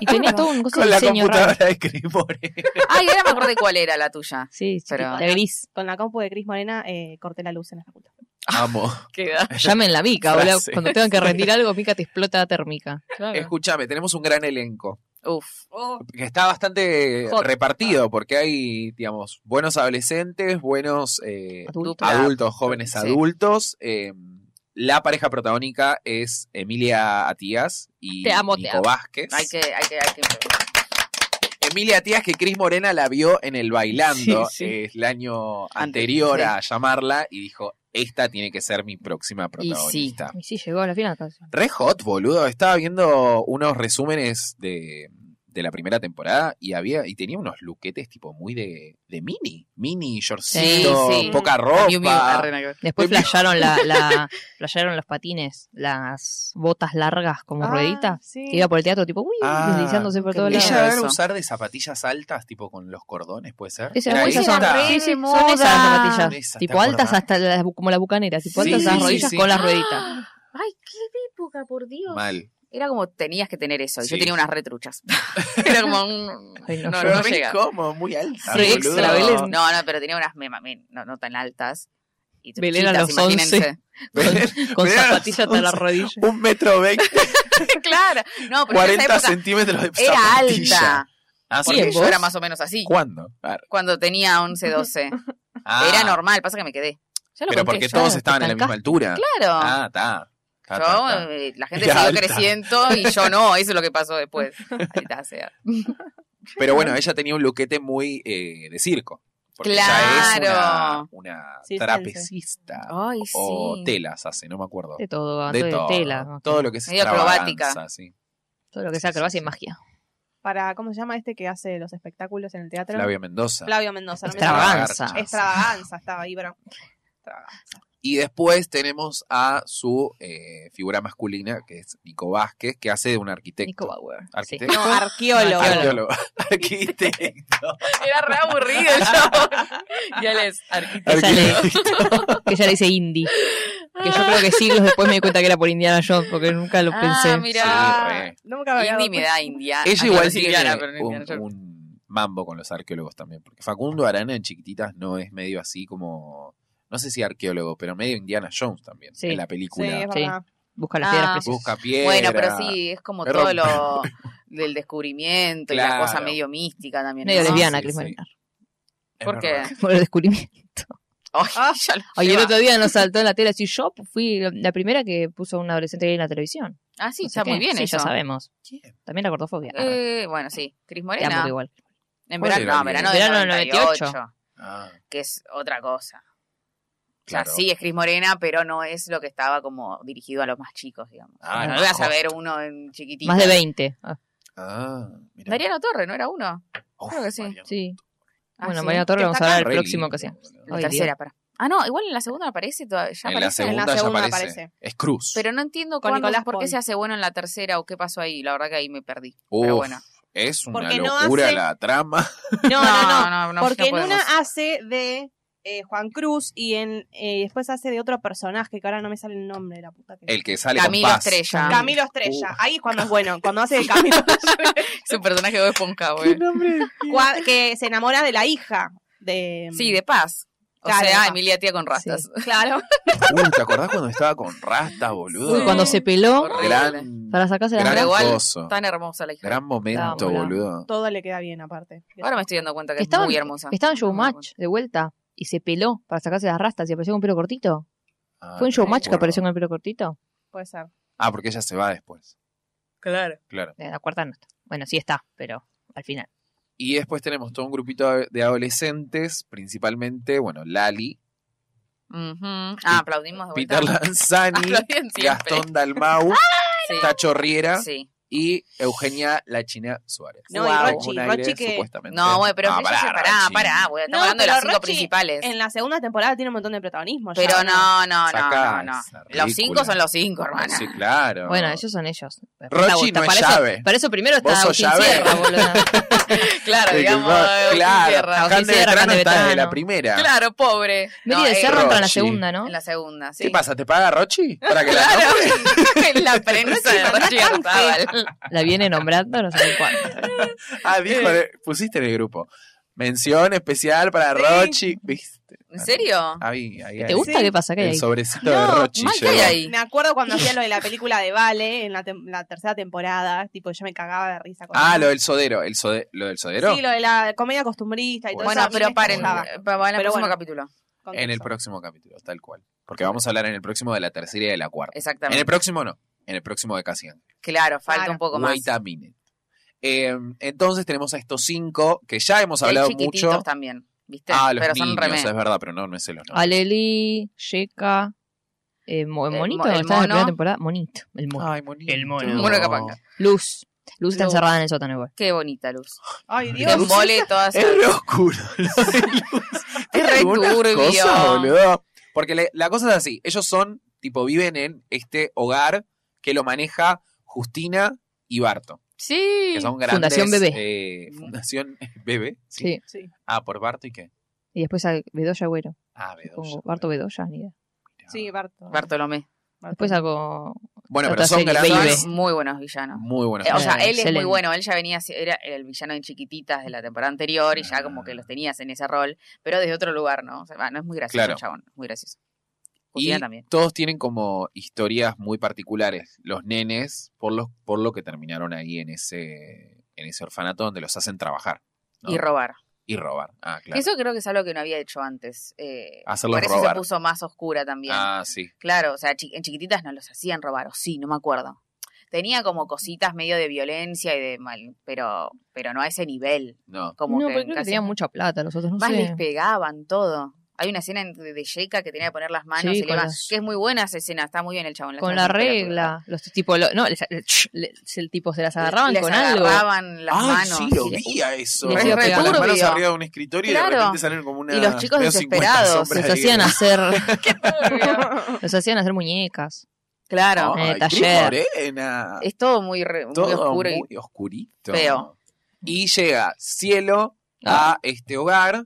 [SPEAKER 4] y tenías todo un coso
[SPEAKER 1] Con
[SPEAKER 4] de
[SPEAKER 1] la
[SPEAKER 4] diseño raro.
[SPEAKER 1] computadora de Cris Morena.
[SPEAKER 2] Ay, ahora me acordé cuál era la tuya.
[SPEAKER 4] Sí, sí,
[SPEAKER 2] Pero-
[SPEAKER 4] la gris.
[SPEAKER 5] Con la compu de Cris Morena eh, corté la luz en la facultad.
[SPEAKER 1] Amo.
[SPEAKER 2] Queda.
[SPEAKER 4] Llamen la mica, boludo.
[SPEAKER 1] Frase.
[SPEAKER 4] Cuando tengan que rendir algo, mica te explota térmica.
[SPEAKER 1] Escúchame, tenemos un gran elenco.
[SPEAKER 2] Uf.
[SPEAKER 4] Oh.
[SPEAKER 1] Que está bastante
[SPEAKER 2] Hot.
[SPEAKER 1] repartido, porque hay, digamos, buenos adolescentes, buenos eh,
[SPEAKER 4] Adulto.
[SPEAKER 2] Claro.
[SPEAKER 1] adultos, jóvenes
[SPEAKER 2] Sí.
[SPEAKER 1] adultos. eh, la pareja protagónica es Emilia Atías y
[SPEAKER 4] Te amo, te
[SPEAKER 1] Nico
[SPEAKER 4] amo.
[SPEAKER 1] Vázquez.
[SPEAKER 2] Hay que, hay que, hay que.
[SPEAKER 1] Emilia Tías, que Cris Morena la vio en el bailando
[SPEAKER 4] Sí, sí.
[SPEAKER 1] eh, el año
[SPEAKER 2] Antes,
[SPEAKER 1] anterior
[SPEAKER 2] sí.
[SPEAKER 1] a llamarla y dijo, esta tiene que ser mi próxima protagonista.
[SPEAKER 4] Y sí, llegó a la final casi.
[SPEAKER 1] Re hot, boludo. Estaba viendo unos resúmenes de, de la primera temporada y había y tenía unos luquetes tipo muy de, de mini. Mini, shortcito,
[SPEAKER 2] Sí, sí.
[SPEAKER 1] poca
[SPEAKER 2] Miu, miu,
[SPEAKER 1] ropa.
[SPEAKER 2] arre, nada que ver.
[SPEAKER 4] Después
[SPEAKER 1] Muy bien.
[SPEAKER 4] flasharon, la, la, flasharon los patines, las botas largas como
[SPEAKER 5] Ah,
[SPEAKER 4] rueditas.
[SPEAKER 5] sí.
[SPEAKER 4] Que iba por el teatro, tipo, uy,
[SPEAKER 1] Ah,
[SPEAKER 4] deslizándose por
[SPEAKER 2] qué
[SPEAKER 4] todos
[SPEAKER 2] lindo.
[SPEAKER 4] lados.
[SPEAKER 1] Ella
[SPEAKER 2] Claro,
[SPEAKER 1] debe
[SPEAKER 2] eso.
[SPEAKER 1] usar de zapatillas altas, tipo con los cordones, ¿puede ser?
[SPEAKER 4] Esas
[SPEAKER 1] Era
[SPEAKER 2] Uy,
[SPEAKER 4] esas
[SPEAKER 1] esta.
[SPEAKER 4] son,
[SPEAKER 2] eran re
[SPEAKER 4] sí, sí,
[SPEAKER 2] de
[SPEAKER 4] son esas
[SPEAKER 2] moda.
[SPEAKER 4] zapatillas.
[SPEAKER 1] Esas, ¿te
[SPEAKER 4] tipo altas
[SPEAKER 1] acordás?
[SPEAKER 4] hasta las bu- como la bucanera, tipo
[SPEAKER 1] Sí,
[SPEAKER 4] altas hasta las
[SPEAKER 1] sí,
[SPEAKER 4] rodillas
[SPEAKER 1] sí.
[SPEAKER 4] con las rueditas.
[SPEAKER 2] Ay, qué época, por Dios.
[SPEAKER 1] Mal.
[SPEAKER 2] Era como tenías que tener eso. Y yo
[SPEAKER 1] Sí.
[SPEAKER 2] tenía unas retruchas. Era como un.
[SPEAKER 4] Ay, no,
[SPEAKER 2] no, no,
[SPEAKER 4] yo
[SPEAKER 1] Pero
[SPEAKER 2] no
[SPEAKER 1] re
[SPEAKER 2] llega.
[SPEAKER 1] como, muy alta. Ah,
[SPEAKER 4] Sí,
[SPEAKER 1] boludo.
[SPEAKER 4] extra, Belén.
[SPEAKER 2] No, no, pero tenía unas mema- men- no, no tan altas. Y
[SPEAKER 4] Belén a
[SPEAKER 2] truchitas,
[SPEAKER 4] los 11.
[SPEAKER 2] imagínense.
[SPEAKER 4] Con
[SPEAKER 1] Mirá,
[SPEAKER 4] zapatillas hasta la
[SPEAKER 1] son-
[SPEAKER 4] rodilla.
[SPEAKER 1] Un metro veinte,
[SPEAKER 2] claro. No, pero en
[SPEAKER 1] 40
[SPEAKER 2] esa época
[SPEAKER 1] centímetros de
[SPEAKER 2] era
[SPEAKER 1] zapatilla.
[SPEAKER 2] alta.
[SPEAKER 1] Ah, sí.
[SPEAKER 2] Porque
[SPEAKER 4] ¿Quién,
[SPEAKER 2] yo
[SPEAKER 4] vos?
[SPEAKER 2] era más o menos así.
[SPEAKER 1] ¿Cuándo? Ah,
[SPEAKER 2] Cuando tenía 11, 12. Era normal, pasa que me quedé.
[SPEAKER 4] Ya lo
[SPEAKER 1] Pero
[SPEAKER 4] conté
[SPEAKER 1] porque
[SPEAKER 4] yo.
[SPEAKER 1] todos
[SPEAKER 4] Te
[SPEAKER 1] estaban en la misma
[SPEAKER 4] estancás.
[SPEAKER 1] altura.
[SPEAKER 2] Claro.
[SPEAKER 1] Ah, está. Ta, ta,
[SPEAKER 2] Yo,
[SPEAKER 1] ta.
[SPEAKER 2] eh, la gente
[SPEAKER 1] Era
[SPEAKER 2] siguió
[SPEAKER 1] alta.
[SPEAKER 2] creciendo y yo no, eso es lo que pasó después. Maldita sea.
[SPEAKER 1] Pero bueno, ella tenía un loquete muy eh, de circo. Porque
[SPEAKER 2] Claro.
[SPEAKER 1] ella es una, una
[SPEAKER 5] Sí,
[SPEAKER 1] trapecista.
[SPEAKER 2] Ay,
[SPEAKER 1] O
[SPEAKER 2] Oh, sí.
[SPEAKER 1] telas hace, no me acuerdo.
[SPEAKER 4] De todo, va,
[SPEAKER 1] De
[SPEAKER 4] todo,
[SPEAKER 1] todo.
[SPEAKER 4] de tela. ¿no?
[SPEAKER 1] Todo lo que es
[SPEAKER 2] Medio acrobática.
[SPEAKER 1] extravaganza, sí.
[SPEAKER 4] Todo lo que sea acrobacia y magia.
[SPEAKER 5] Para, ¿cómo se llama este que hace los espectáculos en el teatro?
[SPEAKER 1] Flavia Mendoza.
[SPEAKER 5] Flavio Mendoza. no me
[SPEAKER 1] Extravaganza.
[SPEAKER 4] Extravaganza.
[SPEAKER 5] sale. Extravaganza estaba ahí, pero... extravaganza.
[SPEAKER 1] Y después tenemos a su eh, figura masculina, que es Nico Vázquez, que hace de un arquitecto.
[SPEAKER 4] Nico Bauer. Sí.
[SPEAKER 1] Arquitecto.
[SPEAKER 5] No, arqueólogo.
[SPEAKER 1] Arqueólogo. Arquitecto.
[SPEAKER 2] Era re aburrido yo. y él es
[SPEAKER 4] Que
[SPEAKER 2] arquitecto.
[SPEAKER 4] ella, le, que ella le dice indie. Que yo creo que siglos después me di cuenta que era por Indiana Jones, porque nunca lo
[SPEAKER 2] Ah,
[SPEAKER 4] pensé.
[SPEAKER 2] Mirá.
[SPEAKER 1] Sí, re.
[SPEAKER 5] Nunca me había dado
[SPEAKER 2] Indy me da india.
[SPEAKER 1] Ella
[SPEAKER 2] Ah,
[SPEAKER 1] igual
[SPEAKER 2] claro,
[SPEAKER 1] tiene
[SPEAKER 2] Silviana, pero no Indiana
[SPEAKER 1] un,
[SPEAKER 2] Jones.
[SPEAKER 1] un mambo con los arqueólogos también, porque Facundo Arana en Chiquititas no es medio así como, no sé si arqueólogo, pero medio Indiana Jones también,
[SPEAKER 4] Sí.
[SPEAKER 1] en la
[SPEAKER 5] Sí,
[SPEAKER 1] película.
[SPEAKER 5] es
[SPEAKER 4] Sí.
[SPEAKER 5] verdad.
[SPEAKER 4] Busca las
[SPEAKER 2] Ah.
[SPEAKER 4] piedras preciosas.
[SPEAKER 1] Busca piedra.
[SPEAKER 2] Bueno, pero sí, es como
[SPEAKER 1] Me
[SPEAKER 2] todo
[SPEAKER 1] rompe.
[SPEAKER 2] lo del descubrimiento y la
[SPEAKER 1] Claro.
[SPEAKER 2] cosa medio mística también.
[SPEAKER 4] Medio
[SPEAKER 2] ¿no?
[SPEAKER 4] lesbiana,
[SPEAKER 1] Sí,
[SPEAKER 4] Cris
[SPEAKER 1] sí.
[SPEAKER 4] Molinar.
[SPEAKER 1] es
[SPEAKER 2] ¿Por qué?
[SPEAKER 1] verdad.
[SPEAKER 4] Por el descubrimiento.
[SPEAKER 2] Ay, ya lo
[SPEAKER 4] Ay, el
[SPEAKER 2] lleva.
[SPEAKER 4] otro día nos saltó en la tele. Si yo fui la primera que puso a un adolescente gay en la televisión.
[SPEAKER 2] Ah, sí,
[SPEAKER 4] No sé
[SPEAKER 2] está
[SPEAKER 4] qué.
[SPEAKER 2] muy bien
[SPEAKER 4] Sí,
[SPEAKER 2] eso.
[SPEAKER 4] ya sabemos.
[SPEAKER 1] ¿Quién?
[SPEAKER 4] También la gordofobia.
[SPEAKER 2] Eh, bueno, sí, Cris
[SPEAKER 4] Te amo
[SPEAKER 2] Morena.
[SPEAKER 4] igual.
[SPEAKER 2] En
[SPEAKER 1] ¿Cuál
[SPEAKER 2] verano,
[SPEAKER 1] era
[SPEAKER 2] no,
[SPEAKER 1] el
[SPEAKER 2] verano
[SPEAKER 4] video?
[SPEAKER 2] del
[SPEAKER 4] Verano del
[SPEAKER 2] 98,
[SPEAKER 4] 98.
[SPEAKER 1] Ah,
[SPEAKER 2] que es otra cosa.
[SPEAKER 1] claro.
[SPEAKER 2] O sea, sí es Cris Morena, pero no es lo que estaba como dirigido a los más chicos, digamos.
[SPEAKER 1] Ah,
[SPEAKER 2] no
[SPEAKER 1] no.
[SPEAKER 2] lo vas a ver uno en chiquitito.
[SPEAKER 4] Más de 20. Ah,
[SPEAKER 1] Ah, mirá.
[SPEAKER 2] Mariano Torre, ¿no era uno?
[SPEAKER 1] Uf,
[SPEAKER 2] creo que sí.
[SPEAKER 1] Mariano.
[SPEAKER 4] sí.
[SPEAKER 2] Ah,
[SPEAKER 4] bueno,
[SPEAKER 2] sí.
[SPEAKER 4] Mariano Torre
[SPEAKER 5] Que
[SPEAKER 4] lo vamos a
[SPEAKER 5] está
[SPEAKER 4] hablar
[SPEAKER 1] Re
[SPEAKER 4] el próximo
[SPEAKER 1] lindo,
[SPEAKER 4] que sea.
[SPEAKER 1] boludo.
[SPEAKER 2] La
[SPEAKER 4] Ay,
[SPEAKER 2] tercera, para. Ah, no, igual en la segunda aparece todavía. Ya
[SPEAKER 1] En la
[SPEAKER 2] aparece.
[SPEAKER 1] segunda, ya
[SPEAKER 5] segunda
[SPEAKER 1] aparece.
[SPEAKER 5] aparece.
[SPEAKER 1] Es Cruz.
[SPEAKER 2] Pero no entiendo
[SPEAKER 5] Con
[SPEAKER 2] cuándo-
[SPEAKER 5] Nicolás
[SPEAKER 2] por qué
[SPEAKER 5] Paul.
[SPEAKER 2] se hace bueno en la tercera o qué pasó ahí. La verdad que ahí me perdí.
[SPEAKER 1] Uf,
[SPEAKER 2] Pero bueno.
[SPEAKER 1] Es una
[SPEAKER 5] Porque no
[SPEAKER 1] locura
[SPEAKER 5] hace-
[SPEAKER 1] la trama.
[SPEAKER 5] No, no, no. Porque en
[SPEAKER 2] podemos.
[SPEAKER 5] una hace de eh, Juan Cruz y en eh, después hace de otro personaje que ahora no me sale el nombre de la puta que.
[SPEAKER 1] El que sale
[SPEAKER 2] Camilo
[SPEAKER 1] con paz.
[SPEAKER 2] Estrella.
[SPEAKER 5] Camilo Estrella.
[SPEAKER 1] Uh.
[SPEAKER 5] Ahí es cuando es bueno, cuando hace de Camilo Estrella.
[SPEAKER 2] Es un personaje de Bob Esponja, güey.
[SPEAKER 5] Cua- que se enamora de la hija de. mm,
[SPEAKER 2] Sí, de paz. O
[SPEAKER 5] Claro, de
[SPEAKER 2] sea,
[SPEAKER 5] paz.
[SPEAKER 2] Emilia Tía con rastas.
[SPEAKER 5] Claro.
[SPEAKER 1] Uh, ¿Te acordás cuando estaba con Rasta, boludo?
[SPEAKER 4] Uy, cuando se peló
[SPEAKER 2] Horrible.
[SPEAKER 1] Gran,
[SPEAKER 4] para sacarse la
[SPEAKER 1] gran
[SPEAKER 2] Pero
[SPEAKER 4] mierda.
[SPEAKER 2] igual,
[SPEAKER 1] coso.
[SPEAKER 2] Tan hermosa la hija.
[SPEAKER 1] Gran momento,
[SPEAKER 4] Dámosla.
[SPEAKER 1] boludo.
[SPEAKER 5] Todo le queda bien aparte.
[SPEAKER 2] Ahora me estoy dando cuenta que
[SPEAKER 4] Estaban-
[SPEAKER 2] es muy hermosa.
[SPEAKER 4] Estaba en
[SPEAKER 2] No me doy
[SPEAKER 4] Showmatch de vuelta y se peló para sacarse las rastas y apareció con pelo cortito.
[SPEAKER 1] Ah,
[SPEAKER 4] ¿Fue en
[SPEAKER 1] no
[SPEAKER 4] Showmatch que
[SPEAKER 1] me
[SPEAKER 4] apareció
[SPEAKER 1] acuerdo.
[SPEAKER 4] con el pelo cortito?
[SPEAKER 5] Puede ser.
[SPEAKER 1] Ah, porque ella se va después.
[SPEAKER 2] Claro.
[SPEAKER 1] Claro.
[SPEAKER 4] Eh, La cuarta no está. Bueno, sí está, pero al final.
[SPEAKER 1] Y después tenemos todo un grupito de adolescentes, principalmente, bueno, Lali,
[SPEAKER 2] Ah, aplaudimos de vuelta.
[SPEAKER 1] Peter Lanzani,
[SPEAKER 2] Aplaudían siempre.
[SPEAKER 1] Gastón Dalmau,
[SPEAKER 2] Sí.
[SPEAKER 1] Tacho Riera
[SPEAKER 2] Sí.
[SPEAKER 1] y Eugenia La China Suárez.
[SPEAKER 5] No,
[SPEAKER 2] y
[SPEAKER 1] Con
[SPEAKER 5] Rochi,
[SPEAKER 1] un aire,
[SPEAKER 5] Rochi que-
[SPEAKER 1] supuestamente.
[SPEAKER 2] No, güey, pero
[SPEAKER 1] Ah,
[SPEAKER 2] ella- pará, pará,
[SPEAKER 1] Rochi.
[SPEAKER 2] güey.
[SPEAKER 5] No,
[SPEAKER 2] Estamos hablando de las
[SPEAKER 5] pero
[SPEAKER 2] cinco
[SPEAKER 5] Rochi,
[SPEAKER 2] principales.
[SPEAKER 5] En la segunda temporada tiene un montón de protagonismo. ya,
[SPEAKER 2] Pero
[SPEAKER 5] ¿no?
[SPEAKER 2] no, no, no, no,
[SPEAKER 1] Sacá
[SPEAKER 2] no.
[SPEAKER 1] esa
[SPEAKER 2] Los
[SPEAKER 1] ridícula.
[SPEAKER 2] cinco son los cinco, hermana.
[SPEAKER 1] Sí, claro.
[SPEAKER 4] Bueno, ellos son ellos.
[SPEAKER 1] Rochi
[SPEAKER 4] Está-
[SPEAKER 1] no es
[SPEAKER 4] para eso-
[SPEAKER 1] llave.
[SPEAKER 4] Para eso primero
[SPEAKER 1] Vos
[SPEAKER 4] está
[SPEAKER 1] sos
[SPEAKER 4] Agustín
[SPEAKER 1] llave.
[SPEAKER 4] Sierra, boludo.
[SPEAKER 2] Claro, digamos.
[SPEAKER 1] Claro,
[SPEAKER 2] Sierra.
[SPEAKER 1] claro. Cande
[SPEAKER 4] Agustín Sierra,
[SPEAKER 1] Beltrán no
[SPEAKER 4] Cande
[SPEAKER 1] está desde
[SPEAKER 4] Beltrán,
[SPEAKER 1] la
[SPEAKER 4] no.
[SPEAKER 1] primera.
[SPEAKER 2] Claro, pobre.
[SPEAKER 4] Meli
[SPEAKER 2] No,
[SPEAKER 4] de
[SPEAKER 2] eh,
[SPEAKER 4] Serra entra en la
[SPEAKER 1] Rochi.
[SPEAKER 4] segunda, ¿no?
[SPEAKER 2] En la segunda, sí.
[SPEAKER 1] ¿Qué pasa? ¿Te paga Rochi? Para que la
[SPEAKER 2] Claro.
[SPEAKER 1] nombre?
[SPEAKER 2] en la prensa de Rochi Arzábal.
[SPEAKER 4] La viene nombrando no sé ni cuándo.
[SPEAKER 1] Ah, dijo, eh, pusiste en el grupo. Mención especial para Rochi. ¿Viste?
[SPEAKER 2] ¿En serio?
[SPEAKER 1] Ahí, ahí,
[SPEAKER 4] ¿Te
[SPEAKER 1] ahí.
[SPEAKER 4] gusta?
[SPEAKER 5] Sí.
[SPEAKER 4] ¿Qué pasa? ¿Qué hay
[SPEAKER 1] El
[SPEAKER 4] ahí?
[SPEAKER 1] sobrecito de
[SPEAKER 5] No,
[SPEAKER 1] Rochi.
[SPEAKER 2] mal que
[SPEAKER 1] llegó.
[SPEAKER 2] hay ahí.
[SPEAKER 5] Me acuerdo cuando hacía lo de la película de Vale en la, tem- la tercera temporada, tipo yo me cagaba de risa con
[SPEAKER 1] Ah,
[SPEAKER 5] eso.
[SPEAKER 1] lo del sodero. El sode- ¿Lo del sodero?
[SPEAKER 5] Sí, lo de la comedia costumbrista y todo
[SPEAKER 2] Bueno,
[SPEAKER 5] eso. a mí
[SPEAKER 2] pero
[SPEAKER 5] me
[SPEAKER 2] paren.
[SPEAKER 5] encantaba.
[SPEAKER 2] eh, Para en el
[SPEAKER 5] Pero
[SPEAKER 2] próximo
[SPEAKER 5] bueno.
[SPEAKER 2] capítulo.
[SPEAKER 5] Con
[SPEAKER 1] en el
[SPEAKER 5] eso.
[SPEAKER 1] próximo capítulo, tal cual. Porque vamos a hablar en el próximo de la tercera y de la cuarta. En el
[SPEAKER 2] Exactamente.
[SPEAKER 1] próximo no. En el próximo de Cassian.
[SPEAKER 2] Claro, falta
[SPEAKER 5] Claro.
[SPEAKER 2] un poco más.
[SPEAKER 1] Wait a minute. Eh, entonces tenemos a estos cinco que ya hemos
[SPEAKER 2] Y hay
[SPEAKER 1] hablado
[SPEAKER 2] chiquititos
[SPEAKER 1] mucho.
[SPEAKER 2] también, ¿viste?
[SPEAKER 1] Ah, los
[SPEAKER 2] pero son
[SPEAKER 1] niños,
[SPEAKER 2] remés.
[SPEAKER 1] es verdad, pero no, no sé los nombres.
[SPEAKER 4] Aleli, Yeka, eh, Mo-
[SPEAKER 2] El mo-
[SPEAKER 4] Monito,
[SPEAKER 2] el
[SPEAKER 4] está en la
[SPEAKER 2] mono.
[SPEAKER 4] primera temporada. Monito, el mono.
[SPEAKER 1] Ay, monito.
[SPEAKER 4] El mono.
[SPEAKER 2] Mono de Capanga.
[SPEAKER 4] Luz. Luz está
[SPEAKER 2] Luz.
[SPEAKER 4] encerrada en el sótano igual.
[SPEAKER 2] Qué bonita luz.
[SPEAKER 5] Ay,
[SPEAKER 2] Te
[SPEAKER 5] Dios.
[SPEAKER 2] embole todas.
[SPEAKER 1] Es re oscuro.
[SPEAKER 2] Es re
[SPEAKER 1] Algunas
[SPEAKER 2] turbio.
[SPEAKER 1] cosas, boludo. Porque le- la cosa es así. Ellos son, tipo, viven en este hogar que lo maneja Justina y Barto.
[SPEAKER 2] Sí.
[SPEAKER 1] Que son grandes.
[SPEAKER 4] Fundación Bebé.
[SPEAKER 1] eh, Fundación Bebé. Sí.
[SPEAKER 4] Sí.
[SPEAKER 5] Sí.
[SPEAKER 1] Ah, por Barto y qué.
[SPEAKER 4] Y después a Bedoya Güero.
[SPEAKER 1] Ah, Bedoya.
[SPEAKER 4] Pongo Barto Bedoya, ni idea.
[SPEAKER 5] Sí, Barto.
[SPEAKER 2] Bartolomé.
[SPEAKER 5] Barto.
[SPEAKER 4] Después algo
[SPEAKER 1] Bueno, pero
[SPEAKER 4] Otra
[SPEAKER 1] son
[SPEAKER 4] serie,
[SPEAKER 1] grandes.
[SPEAKER 4] Baby.
[SPEAKER 2] Muy buenos villanos.
[SPEAKER 1] Muy buenos.
[SPEAKER 2] Eh, o sea,
[SPEAKER 4] Ah,
[SPEAKER 2] él es muy
[SPEAKER 4] excelente.
[SPEAKER 2] bueno, él ya venía, era el villano en chiquititas de la temporada anterior y ya
[SPEAKER 1] Ah.
[SPEAKER 2] como que los tenías en ese rol, pero desde otro lugar, ¿no? O sea, bueno, es muy gracioso
[SPEAKER 1] Claro.
[SPEAKER 2] el chabón, muy gracioso.
[SPEAKER 1] y
[SPEAKER 2] Cocina también.
[SPEAKER 1] todos tienen como historias muy particulares. Los nenes, por, los, por lo que terminaron ahí en ese, en ese orfanato donde los hacen trabajar. ¿no?
[SPEAKER 2] Y robar.
[SPEAKER 1] Y robar. Ah, claro.
[SPEAKER 2] Eso creo que es algo que no había hecho antes. eh,
[SPEAKER 1] Hacerlos
[SPEAKER 2] por eso
[SPEAKER 1] robar.
[SPEAKER 2] se puso más oscura también.
[SPEAKER 1] Ah, sí.
[SPEAKER 2] Claro, o sea, chi- en chiquititas no los hacían robar, o sí, no me acuerdo. Tenía como cositas medio de violencia y de mal, pero, pero no a ese nivel.
[SPEAKER 1] No.
[SPEAKER 2] Como
[SPEAKER 4] no,
[SPEAKER 2] que
[SPEAKER 4] pero
[SPEAKER 2] en
[SPEAKER 4] creo que
[SPEAKER 2] casi-
[SPEAKER 4] tenían mucha plata los otros, no
[SPEAKER 2] Más les
[SPEAKER 4] sé.
[SPEAKER 2] pegaban todo. Hay una escena en- de Sheikah que tenía que poner las manos
[SPEAKER 4] Sí,
[SPEAKER 2] y le
[SPEAKER 4] con
[SPEAKER 2] va-
[SPEAKER 4] las-
[SPEAKER 2] que es muy buena esa escena, está muy bien el chabón.
[SPEAKER 4] Con
[SPEAKER 2] está
[SPEAKER 4] la
[SPEAKER 2] muy bien,
[SPEAKER 4] regla, los tipo, lo- no, les, les- les- el tipo se las
[SPEAKER 2] pero-
[SPEAKER 4] agarraban
[SPEAKER 2] les
[SPEAKER 4] con algo.
[SPEAKER 2] agarraban las
[SPEAKER 1] Ay,
[SPEAKER 2] manos.
[SPEAKER 1] Ah, sí, lo
[SPEAKER 2] y, le-
[SPEAKER 1] vi a eso.
[SPEAKER 4] les iba a
[SPEAKER 1] Con las
[SPEAKER 4] pegar.
[SPEAKER 1] manos
[SPEAKER 2] Turbio.
[SPEAKER 1] arriba de un escritorio y de
[SPEAKER 2] Claro.
[SPEAKER 1] repente salen como una.
[SPEAKER 2] Y los chicos
[SPEAKER 1] veo 50
[SPEAKER 2] desesperados,
[SPEAKER 1] sombras
[SPEAKER 4] Los
[SPEAKER 1] de
[SPEAKER 4] hacían
[SPEAKER 1] Grey.
[SPEAKER 4] hacer, los hacían hacer muñecas.
[SPEAKER 2] Claro.
[SPEAKER 4] Eh,
[SPEAKER 1] Ay, Cris
[SPEAKER 4] taller.
[SPEAKER 1] Morena.
[SPEAKER 2] Es todo muy, re- muy
[SPEAKER 1] Ah. Todo
[SPEAKER 2] oscuro. y-
[SPEAKER 1] muy oscurito.
[SPEAKER 2] feo. Ah.
[SPEAKER 1] Y llega Cielo a este hogar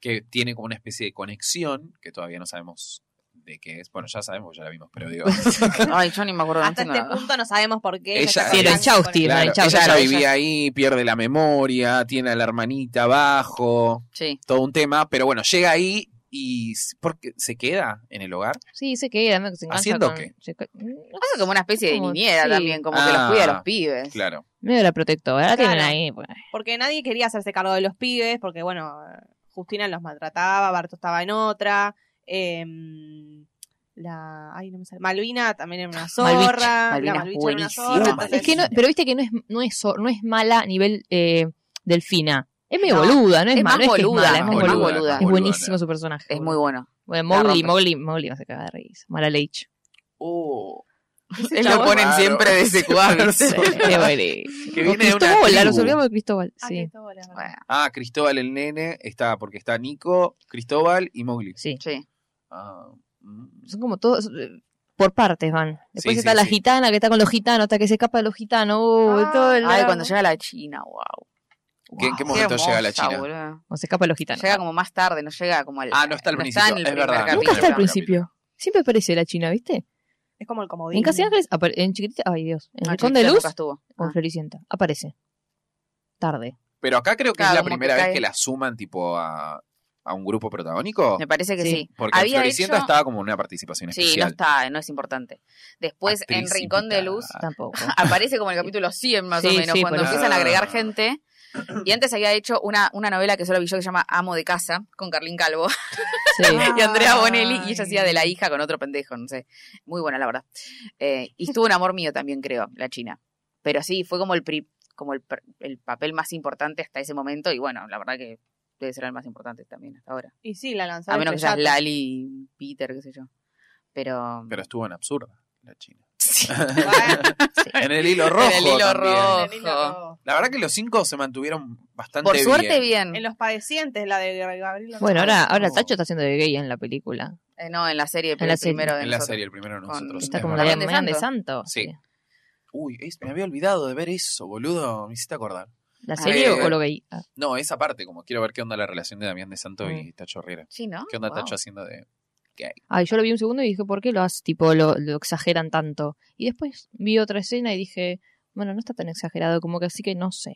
[SPEAKER 1] que tiene como una especie de conexión que todavía no sabemos de qué es. Bueno, ya sabemos, ya la vimos, pero digo.
[SPEAKER 2] Ay, yo ni me acuerdo. no
[SPEAKER 5] Hasta
[SPEAKER 2] entiendo
[SPEAKER 5] este
[SPEAKER 2] nada.
[SPEAKER 5] punto no sabemos por qué.
[SPEAKER 1] Ella-
[SPEAKER 5] está
[SPEAKER 1] Sí, lo
[SPEAKER 5] con
[SPEAKER 4] enchaustir,
[SPEAKER 5] el-
[SPEAKER 1] Claro,
[SPEAKER 4] chau,
[SPEAKER 1] ella
[SPEAKER 4] chau,
[SPEAKER 1] ya
[SPEAKER 4] chau.
[SPEAKER 1] vivía ahí, pierde la memoria, tiene a la hermanita abajo,
[SPEAKER 2] Sí.
[SPEAKER 1] todo un tema, pero bueno, llega ahí y s- porque se queda en el hogar.
[SPEAKER 4] Sí, se queda, medio que se engancha
[SPEAKER 1] ¿Haciendo
[SPEAKER 4] con-
[SPEAKER 1] qué?
[SPEAKER 4] se ca- no
[SPEAKER 2] Pasa
[SPEAKER 4] sé,
[SPEAKER 2] como una especie de
[SPEAKER 4] como-
[SPEAKER 2] niñera
[SPEAKER 4] sí.
[SPEAKER 2] también, como que
[SPEAKER 1] Ah,
[SPEAKER 2] los cuida a los pibes.
[SPEAKER 1] Claro.
[SPEAKER 4] Medio la protectora, la tienen
[SPEAKER 5] Claro.
[SPEAKER 4] ahí. pues.
[SPEAKER 5] Porque nadie quería hacerse cargo de los pibes, porque bueno, Justina los maltrataba, Barto estaba en otra, em, la ay no me sale, Malvina también era una zorra,
[SPEAKER 4] Malvich.
[SPEAKER 5] la
[SPEAKER 2] Malvina es
[SPEAKER 5] Malvich era una
[SPEAKER 2] buenísima.
[SPEAKER 5] zorra,
[SPEAKER 1] No,
[SPEAKER 5] entonces-
[SPEAKER 4] Es que no, pero viste que no es, no es, so- no es mala a nivel eh, delfina. Es medio boluda, no es,
[SPEAKER 2] es
[SPEAKER 4] mala,
[SPEAKER 2] más
[SPEAKER 4] no es que es
[SPEAKER 2] boluda,
[SPEAKER 4] mala, es más
[SPEAKER 2] es más
[SPEAKER 4] boluda.
[SPEAKER 2] boluda.
[SPEAKER 4] Es buenísimo su personaje.
[SPEAKER 2] Es muy
[SPEAKER 4] boludo.
[SPEAKER 2] bueno.
[SPEAKER 4] Bueno,
[SPEAKER 2] La
[SPEAKER 4] Mowgli,
[SPEAKER 2] rompe.
[SPEAKER 4] Mowgli, Mowgli no se caga de reír. Mala leche.
[SPEAKER 1] Oh,
[SPEAKER 5] Ese
[SPEAKER 2] Él lo
[SPEAKER 5] chabón-
[SPEAKER 2] ponen
[SPEAKER 1] Claro.
[SPEAKER 2] siempre de ese cuadro.
[SPEAKER 4] Sí, es buenísimo.
[SPEAKER 1] Que
[SPEAKER 4] O
[SPEAKER 1] viene de una
[SPEAKER 4] Cristóbal, la
[SPEAKER 1] tribu.
[SPEAKER 4] resolvemos de Cristóbal.
[SPEAKER 5] Ah,
[SPEAKER 4] Sí,
[SPEAKER 5] Cristóbal, es verdad.
[SPEAKER 2] Bueno,
[SPEAKER 1] Ah, Cristóbal el nene está porque está Nico, Cristóbal y Mowgli.
[SPEAKER 4] sí.
[SPEAKER 2] sí.
[SPEAKER 1] Ah, mm.
[SPEAKER 4] Son como todos. eh, Por partes van. Después
[SPEAKER 1] Sí,
[SPEAKER 4] está
[SPEAKER 1] sí,
[SPEAKER 4] la
[SPEAKER 1] sí.
[SPEAKER 4] gitana que está con los gitanos, hasta que se escapa de los gitanos. Uh,
[SPEAKER 5] Ah,
[SPEAKER 4] todo el-
[SPEAKER 2] Ay, cuando llega la China, wow.
[SPEAKER 1] ¿Qué- en qué momento llega la China?
[SPEAKER 4] Cuando se escapa de los gitanos.
[SPEAKER 2] Llega como más tarde, no llega como al.
[SPEAKER 1] Ah, no está al principio,
[SPEAKER 2] en el
[SPEAKER 1] es
[SPEAKER 2] primer
[SPEAKER 1] verdad.
[SPEAKER 4] Nunca
[SPEAKER 2] capítulo.
[SPEAKER 4] está al
[SPEAKER 1] Capítulo.
[SPEAKER 4] principio. Siempre aparece la China, ¿viste?
[SPEAKER 5] Es como el comodín.
[SPEAKER 4] En Casi Ángeles, apare- en chiquitita, ay Dios, en
[SPEAKER 2] Ah,
[SPEAKER 4] el Conde
[SPEAKER 2] China
[SPEAKER 4] Luz
[SPEAKER 2] nunca estuvo.
[SPEAKER 4] o
[SPEAKER 2] Ah.
[SPEAKER 4] en Floricienta, aparece. Tarde.
[SPEAKER 1] Pero acá creo que
[SPEAKER 2] Claro,
[SPEAKER 1] es la
[SPEAKER 2] como que
[SPEAKER 1] primera vez
[SPEAKER 2] cae.
[SPEAKER 1] que la suman tipo a, a un grupo protagónico.
[SPEAKER 2] Me parece que
[SPEAKER 4] Sí.
[SPEAKER 2] sí.
[SPEAKER 1] Porque
[SPEAKER 2] Había
[SPEAKER 1] en Floricienta
[SPEAKER 2] hecho-
[SPEAKER 1] estaba como una participación
[SPEAKER 2] Sí, no
[SPEAKER 1] especial.
[SPEAKER 2] está, no es importante. Después
[SPEAKER 1] Actriz
[SPEAKER 2] en Rincón de
[SPEAKER 1] invitada.
[SPEAKER 2] Luz
[SPEAKER 4] Tampoco.
[SPEAKER 2] aparece como en el capítulo 100 más o
[SPEAKER 4] Sí,
[SPEAKER 2] menos,
[SPEAKER 4] sí,
[SPEAKER 2] cuando
[SPEAKER 4] por
[SPEAKER 1] eso.
[SPEAKER 2] empiezan a agregar
[SPEAKER 1] Ah.
[SPEAKER 2] gente. Y antes había hecho una, una novela que solo vi yo que se llama Amo de Casa, con Carlín Calvo
[SPEAKER 4] Sí.
[SPEAKER 2] y
[SPEAKER 4] Ah.
[SPEAKER 2] Andrea Bonelli, y
[SPEAKER 5] Ay.
[SPEAKER 2] ella hacía de la hija con otro pendejo, no sé. Muy buena, la verdad. Eh, y estuvo un amor mío también, creo, la China. Pero sí, fue como el pri- como el, per- el papel más importante hasta ese momento, y bueno, la verdad que debe ser el más importante también hasta ahora.
[SPEAKER 5] Y sí, la lanzó.
[SPEAKER 2] A menos que seas
[SPEAKER 5] la...
[SPEAKER 2] Lali, Peter, qué sé yo. Pero.
[SPEAKER 1] Pero estuvo en absurda la China.
[SPEAKER 2] Sí.
[SPEAKER 1] En el hilo rojo.
[SPEAKER 2] En el hilo
[SPEAKER 1] también.
[SPEAKER 2] rojo.
[SPEAKER 1] La verdad que los cinco se mantuvieron bastante
[SPEAKER 2] Por suerte,
[SPEAKER 1] bien.
[SPEAKER 2] bien.
[SPEAKER 5] En los padecientes, la de Gabriel.
[SPEAKER 4] Bueno, ahora, ahora
[SPEAKER 1] No.
[SPEAKER 4] Tacho está haciendo de gay en la película.
[SPEAKER 2] Eh, no, en la serie,
[SPEAKER 4] En la
[SPEAKER 2] el primero de
[SPEAKER 1] En la
[SPEAKER 2] nosotros.
[SPEAKER 1] serie, el primero de
[SPEAKER 2] Con-
[SPEAKER 1] nosotros.
[SPEAKER 4] Está
[SPEAKER 1] es
[SPEAKER 4] como la
[SPEAKER 1] verdad.
[SPEAKER 4] de
[SPEAKER 2] Marian de
[SPEAKER 4] Marian de Santo.
[SPEAKER 1] Sí. Uy, es- me había olvidado de ver eso, boludo. Me hiciste acordar.
[SPEAKER 4] ¿La
[SPEAKER 2] Ah.
[SPEAKER 4] serie o-
[SPEAKER 1] Eh,
[SPEAKER 4] o lo gay? Ah,
[SPEAKER 1] No, esa parte, como quiero ver qué onda la relación de Damián de Santo
[SPEAKER 2] Mm.
[SPEAKER 1] y Tacho Herrera.
[SPEAKER 2] Sí, ¿no?
[SPEAKER 1] ¿Qué onda
[SPEAKER 2] Wow.
[SPEAKER 1] Tacho haciendo de.?
[SPEAKER 4] Ay, yo lo vi un segundo y dije, ¿por qué lo hace? Tipo, lo, lo exageran tanto. Y después vi otra escena y dije, bueno, no está tan exagerado, como que así que no sé.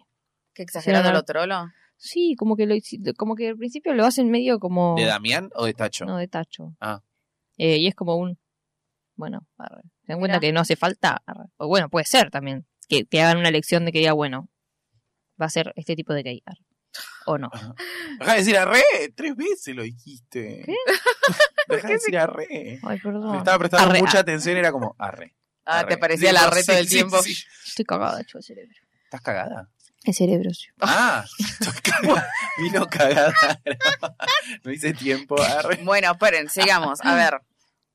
[SPEAKER 2] Qué exagerado
[SPEAKER 4] Sí, no.
[SPEAKER 2] lo trolo.
[SPEAKER 4] Sí, como que lo hici- como que al principio lo hacen medio
[SPEAKER 2] Oh.
[SPEAKER 4] como
[SPEAKER 1] ¿De Damián o de Tacho?
[SPEAKER 4] no de Tacho.
[SPEAKER 1] Ah.
[SPEAKER 4] Eh, y es como un bueno, arre. se dan cuenta
[SPEAKER 2] Mirá.
[SPEAKER 4] que no hace falta, arre. o bueno, puede ser también que te hagan una elección de que diga, bueno, va a ser este tipo de gay, arre. o no.
[SPEAKER 1] Dejá de decir arre, tres veces lo dijiste.
[SPEAKER 4] ¿Qué?
[SPEAKER 1] Dejá de decir arre.
[SPEAKER 4] Ay, perdón.
[SPEAKER 1] Me estaba prestando
[SPEAKER 4] Arre,
[SPEAKER 1] mucha
[SPEAKER 4] arre.
[SPEAKER 1] atención, era como arre.
[SPEAKER 2] Ah,
[SPEAKER 1] arre.
[SPEAKER 2] te parecía la
[SPEAKER 1] Digo,
[SPEAKER 2] reta
[SPEAKER 1] sí,
[SPEAKER 2] del
[SPEAKER 1] sí,
[SPEAKER 2] tiempo.
[SPEAKER 1] sí.
[SPEAKER 4] Estoy cagada, yo, el cerebro.
[SPEAKER 1] ¿Estás cagada?
[SPEAKER 4] El cerebro, sí.
[SPEAKER 1] Ah, estoy cagada. vino cagada. No hice tiempo, arre.
[SPEAKER 2] Bueno, esperen, sigamos. A ver.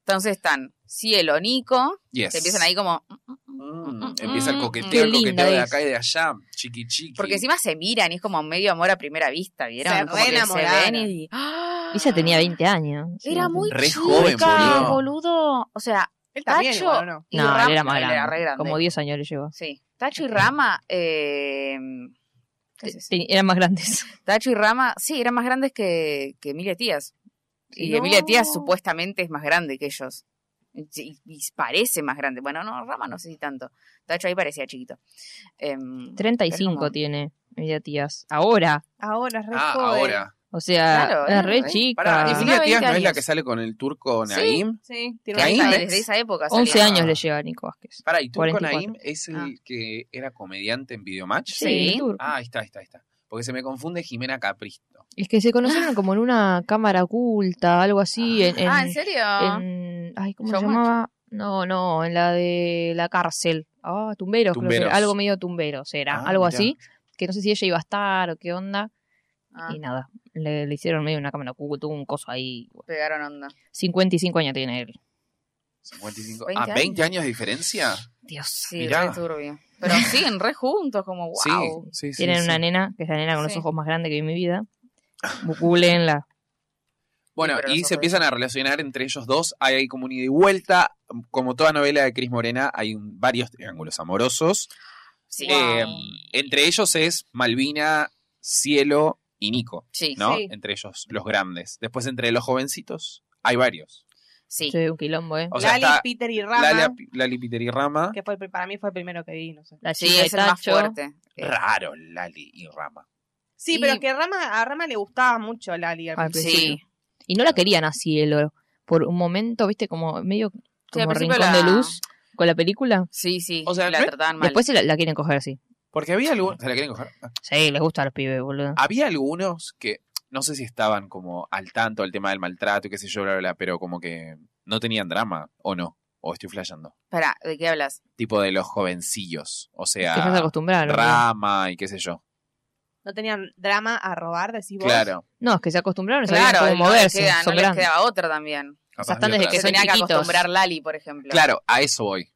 [SPEAKER 2] Entonces están Cielo, Nico,
[SPEAKER 1] Yes.
[SPEAKER 2] que empiezan ahí como.
[SPEAKER 1] Mm, empieza el
[SPEAKER 2] Mm,
[SPEAKER 4] qué
[SPEAKER 1] coqueteo, el
[SPEAKER 4] linda
[SPEAKER 1] coqueteo de
[SPEAKER 4] es.
[SPEAKER 1] acá y de allá. Chiqui chiqui.
[SPEAKER 2] Porque encima se miran y es como medio amor a primera vista, ¿vieron?
[SPEAKER 5] Se
[SPEAKER 2] Como que
[SPEAKER 5] reenamoraron.
[SPEAKER 2] ven y. ¡Ah!
[SPEAKER 4] Ella tenía 20 años. Sí,
[SPEAKER 2] Era
[SPEAKER 4] no
[SPEAKER 2] muy
[SPEAKER 1] Re
[SPEAKER 2] chica,
[SPEAKER 1] joven, boludo.
[SPEAKER 2] boludo. O sea,
[SPEAKER 5] Él también,
[SPEAKER 2] Tacho.
[SPEAKER 5] igual, ¿o no?
[SPEAKER 4] sé.
[SPEAKER 2] y
[SPEAKER 4] No, él
[SPEAKER 2] Rama-
[SPEAKER 4] era más
[SPEAKER 2] él
[SPEAKER 4] grande.
[SPEAKER 2] era re grande.
[SPEAKER 4] Como 10 años le llevó.
[SPEAKER 2] Sí. Tacho y Rama. eh, ¿qué es eso?
[SPEAKER 4] Ten- Eran más grandes.
[SPEAKER 2] Tacho y Rama, sí, eran más grandes que, que Emilia Tías. Y
[SPEAKER 4] No.
[SPEAKER 2] Emilia Tías supuestamente es más grande que ellos. Y, y parece más grande. Bueno, no, Rama no sé si tanto. Tacho ahí parecía chiquito. Em,
[SPEAKER 4] 35
[SPEAKER 2] Es como-
[SPEAKER 4] tiene ella tías. Ahora.
[SPEAKER 5] Ahora es re
[SPEAKER 1] Ah,
[SPEAKER 5] joven.
[SPEAKER 1] ahora.
[SPEAKER 4] O sea,
[SPEAKER 2] Claro,
[SPEAKER 4] es
[SPEAKER 2] era
[SPEAKER 4] re
[SPEAKER 2] re-
[SPEAKER 4] chica.
[SPEAKER 1] Pará, ¿y Silvia
[SPEAKER 2] 19,
[SPEAKER 1] Tías no es
[SPEAKER 2] 20
[SPEAKER 1] la
[SPEAKER 2] años.
[SPEAKER 1] que sale con el turco
[SPEAKER 2] Sí.
[SPEAKER 1] Naim?
[SPEAKER 5] Sí, tiene
[SPEAKER 1] Que
[SPEAKER 5] una
[SPEAKER 1] ahí
[SPEAKER 5] hija
[SPEAKER 2] Esa-
[SPEAKER 1] me-
[SPEAKER 5] de-
[SPEAKER 2] desde esa época.
[SPEAKER 4] 11
[SPEAKER 2] salía.
[SPEAKER 4] años le lleva a Nico Vázquez.
[SPEAKER 1] Pará, ¿y turco
[SPEAKER 4] 44.
[SPEAKER 1] Naim es el
[SPEAKER 2] Ah.
[SPEAKER 1] que era comediante en Videomatch?
[SPEAKER 2] Sí.
[SPEAKER 4] el turco.
[SPEAKER 1] Ah, ahí está, ahí está, ahí está. Porque se me confunde Jimena Capristo.
[SPEAKER 4] Es que se conocieron como en una cámara oculta, algo así. En, en-
[SPEAKER 2] Ah, ¿en serio? Ah.
[SPEAKER 4] en- ay, ¿cómo se
[SPEAKER 2] Showmatch.
[SPEAKER 4] llamaba? No, no, en la de la cárcel. Ah, tumberos, creo que era.
[SPEAKER 1] Tumberos.
[SPEAKER 4] Algo medio tumberos era,
[SPEAKER 1] Ah,
[SPEAKER 4] algo
[SPEAKER 1] mirá.
[SPEAKER 4] así. Que no sé si ella iba a estar o qué onda.
[SPEAKER 2] Ah,
[SPEAKER 4] Y nada, le, le hicieron medio una cámara oculta, un coso ahí.
[SPEAKER 2] pegaron onda.
[SPEAKER 4] 55 años tiene él.
[SPEAKER 1] 55.
[SPEAKER 2] 20
[SPEAKER 1] ah, 20 años de diferencia.
[SPEAKER 4] Dios.
[SPEAKER 2] Sí,
[SPEAKER 1] Mirá.
[SPEAKER 2] re turbio. Pero siguen re juntos, como wow.
[SPEAKER 1] Sí, sí, sí.
[SPEAKER 4] Tienen
[SPEAKER 1] sí.
[SPEAKER 4] una nena, que es la nena con
[SPEAKER 2] Sí.
[SPEAKER 4] los ojos más grandes que vi en mi vida. Googleenla.
[SPEAKER 1] Bueno,
[SPEAKER 2] Sí, pero
[SPEAKER 1] y
[SPEAKER 2] los
[SPEAKER 1] se
[SPEAKER 2] ojos.
[SPEAKER 1] empiezan a relacionar entre ellos dos. Hay, hay como un ida y vuelta. Como toda novela de Cris Morena, hay un- varios triángulos amorosos.
[SPEAKER 2] Sí.
[SPEAKER 1] Eh, entre ellos es Malvina, Cielo y Nico,
[SPEAKER 2] sí,
[SPEAKER 1] ¿no?
[SPEAKER 5] Sí.
[SPEAKER 1] Entre ellos, los grandes. Después, entre los jovencitos, hay varios.
[SPEAKER 2] sí.
[SPEAKER 4] Soy un quilombo, ¿eh?
[SPEAKER 1] O sea,
[SPEAKER 5] Lali,
[SPEAKER 1] está
[SPEAKER 5] Peter y Rama,
[SPEAKER 1] Lali, Lali Peter y Rama.
[SPEAKER 5] que fue el pri- para mí fue el primero que vi, no sé.
[SPEAKER 4] La
[SPEAKER 2] Sí,
[SPEAKER 4] chica de
[SPEAKER 2] es el más
[SPEAKER 4] Tacho.
[SPEAKER 2] fuerte. Eh,
[SPEAKER 1] Raro, Lali y Rama.
[SPEAKER 5] Sí,
[SPEAKER 2] Y-
[SPEAKER 5] pero es que Rama, a Rama le gustaba mucho Lali. al
[SPEAKER 4] Al
[SPEAKER 5] principio.
[SPEAKER 2] sí.
[SPEAKER 4] principio. Y no la querían a cielo. Por un momento, viste, como medio
[SPEAKER 2] al
[SPEAKER 4] como
[SPEAKER 2] principio
[SPEAKER 4] rincón
[SPEAKER 2] la-
[SPEAKER 4] de luz con la película.
[SPEAKER 2] Sí, sí.
[SPEAKER 1] O sea,
[SPEAKER 2] la
[SPEAKER 1] ¿no?
[SPEAKER 2] trataban mal.
[SPEAKER 4] Después se la, la quieren coger así.
[SPEAKER 1] Porque había algunos. ¿Se la quieren coger?
[SPEAKER 4] Sí, les gusta a los pibes,
[SPEAKER 2] Ah,
[SPEAKER 4] boludo.
[SPEAKER 1] Había algunos que no sé si estaban como al tanto del tema del maltrato y qué sé yo, bla, bla, bla, pero como que no tenían drama, o no. O estoy flasheando.
[SPEAKER 2] Pará, ¿de qué hablas?
[SPEAKER 1] Tipo de los jovencillos. O
[SPEAKER 4] Que ya se
[SPEAKER 1] sea,
[SPEAKER 4] acostumbraron. boludo.
[SPEAKER 1] Rama y qué sé yo.
[SPEAKER 5] No tenían drama a robar, decís vos.
[SPEAKER 1] Claro.
[SPEAKER 4] No, es que se acostumbraron,
[SPEAKER 2] Claro,
[SPEAKER 4] sabían cómo
[SPEAKER 2] no les
[SPEAKER 4] moverse.
[SPEAKER 2] queda- no
[SPEAKER 4] son
[SPEAKER 2] les
[SPEAKER 4] grandes.
[SPEAKER 2] quedaba otra también.
[SPEAKER 1] Capaz
[SPEAKER 4] Bastante
[SPEAKER 1] había
[SPEAKER 4] desde
[SPEAKER 1] otra
[SPEAKER 2] Que
[SPEAKER 4] son
[SPEAKER 1] vez.
[SPEAKER 2] tenía que
[SPEAKER 4] chiquitos.
[SPEAKER 2] acostumbrar Lali, por ejemplo.
[SPEAKER 1] Claro, a eso voy.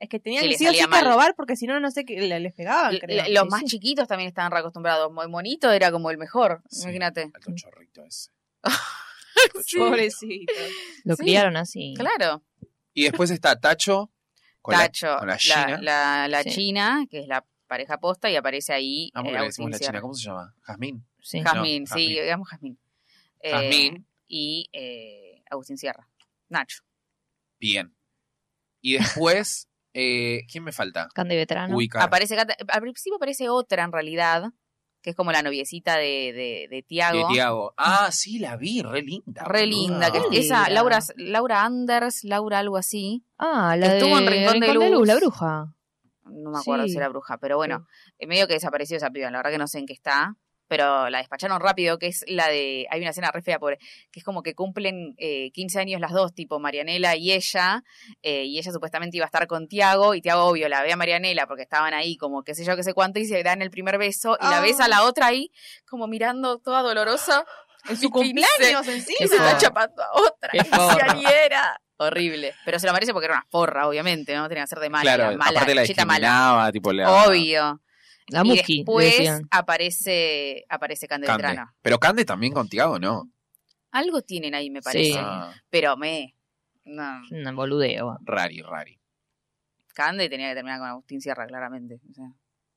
[SPEAKER 5] Es que tenían
[SPEAKER 2] Que
[SPEAKER 5] que
[SPEAKER 2] le
[SPEAKER 5] sí o
[SPEAKER 2] salía
[SPEAKER 5] sí que
[SPEAKER 2] mal.
[SPEAKER 5] robar porque si no, no sé qué le- les pegaban.
[SPEAKER 2] L-
[SPEAKER 5] Ah, creo.
[SPEAKER 2] l- Los
[SPEAKER 5] Sí,
[SPEAKER 2] más
[SPEAKER 5] sí.
[SPEAKER 2] chiquitos también estaban reacostumbrados. Muy monito era como el mejor.
[SPEAKER 1] Sí.
[SPEAKER 2] Imagínate.
[SPEAKER 1] Alto chorrito ese.
[SPEAKER 2] Sí.
[SPEAKER 5] Pobrecito.
[SPEAKER 4] Lo
[SPEAKER 2] Sí.
[SPEAKER 4] criaron así.
[SPEAKER 2] Claro.
[SPEAKER 1] Y después está Tacho. Con la-
[SPEAKER 2] Tacho,
[SPEAKER 1] con la
[SPEAKER 2] la,
[SPEAKER 1] China.
[SPEAKER 2] la- la
[SPEAKER 4] Sí.
[SPEAKER 2] china, que es la pareja posta, y aparece ahí
[SPEAKER 1] Ah, porque
[SPEAKER 2] eh,
[SPEAKER 1] le decimos
[SPEAKER 2] Agustín
[SPEAKER 1] la
[SPEAKER 2] Sierra.
[SPEAKER 1] china. ¿Cómo se llama? Jazmín.
[SPEAKER 4] Sí.
[SPEAKER 1] Ja.
[SPEAKER 2] Jazmín,
[SPEAKER 1] No,
[SPEAKER 2] sí,
[SPEAKER 1] Jazmín.
[SPEAKER 2] digamos Jazmín. Eh,
[SPEAKER 1] Jazmín.
[SPEAKER 2] y eh, Agustín Sierra. Nacho.
[SPEAKER 1] Bien. Y después, eh, ¿quién me falta?
[SPEAKER 4] Candy Vetrano.
[SPEAKER 1] Ubicar.
[SPEAKER 2] Ah, Aparece, Cata- al principio aparece otra en realidad, que es como la noviecita de, de, de Tiago.
[SPEAKER 1] De Tiago. Ah, sí, la vi, re linda.
[SPEAKER 2] Re
[SPEAKER 1] boluda.
[SPEAKER 2] linda, que es-
[SPEAKER 4] Qué
[SPEAKER 2] esa
[SPEAKER 4] linda.
[SPEAKER 2] Laura, Laura Anders, Laura algo así,
[SPEAKER 4] Ah, la
[SPEAKER 2] Estuvo
[SPEAKER 4] de
[SPEAKER 2] en Rincón de Luz.
[SPEAKER 4] la bruja.
[SPEAKER 2] no me acuerdo
[SPEAKER 4] Sí.
[SPEAKER 2] si era bruja, pero bueno, eh, medio que desapareció esa piba, la verdad que no sé en qué está, pero la despacharon rápido, que es la de, hay una escena re fea, pobre, que es como que cumplen eh, 15 años las dos, tipo Marianela y ella, eh, y ella supuestamente iba a estar con Tiago, y Tiago obvio la ve a Marianela porque estaban ahí como qué sé yo, qué sé cuánto, y se dan el primer beso, y la
[SPEAKER 5] Ah.
[SPEAKER 2] besa a la otra ahí, como mirando toda dolorosa.
[SPEAKER 5] En su
[SPEAKER 2] Y
[SPEAKER 5] cumpleaños
[SPEAKER 2] Y se
[SPEAKER 5] encima.
[SPEAKER 2] está chapando a otra.
[SPEAKER 4] Qué forra.
[SPEAKER 2] quinceañera. Horrible. Pero se lo merece porque era una forra, obviamente, ¿no? Tenía que ser de mala.
[SPEAKER 1] Claro,
[SPEAKER 2] la mala,
[SPEAKER 1] aparte la
[SPEAKER 2] cheta mala.
[SPEAKER 1] discriminaba, tipo la...
[SPEAKER 2] Obvio.
[SPEAKER 4] La
[SPEAKER 2] y
[SPEAKER 4] Muki, le
[SPEAKER 2] después
[SPEAKER 4] decían.
[SPEAKER 2] aparece, aparece
[SPEAKER 1] Cande.
[SPEAKER 2] Candeltrano.
[SPEAKER 1] Pero Cande también con Tiago, ¿no?
[SPEAKER 2] Algo tienen ahí, me parece.
[SPEAKER 4] Sí.
[SPEAKER 1] Ah,
[SPEAKER 2] Pero me. No.
[SPEAKER 4] Un boludeo.
[SPEAKER 1] rari, rari.
[SPEAKER 2] Cande tenía que terminar con Agustín Sierra, claramente. o sea.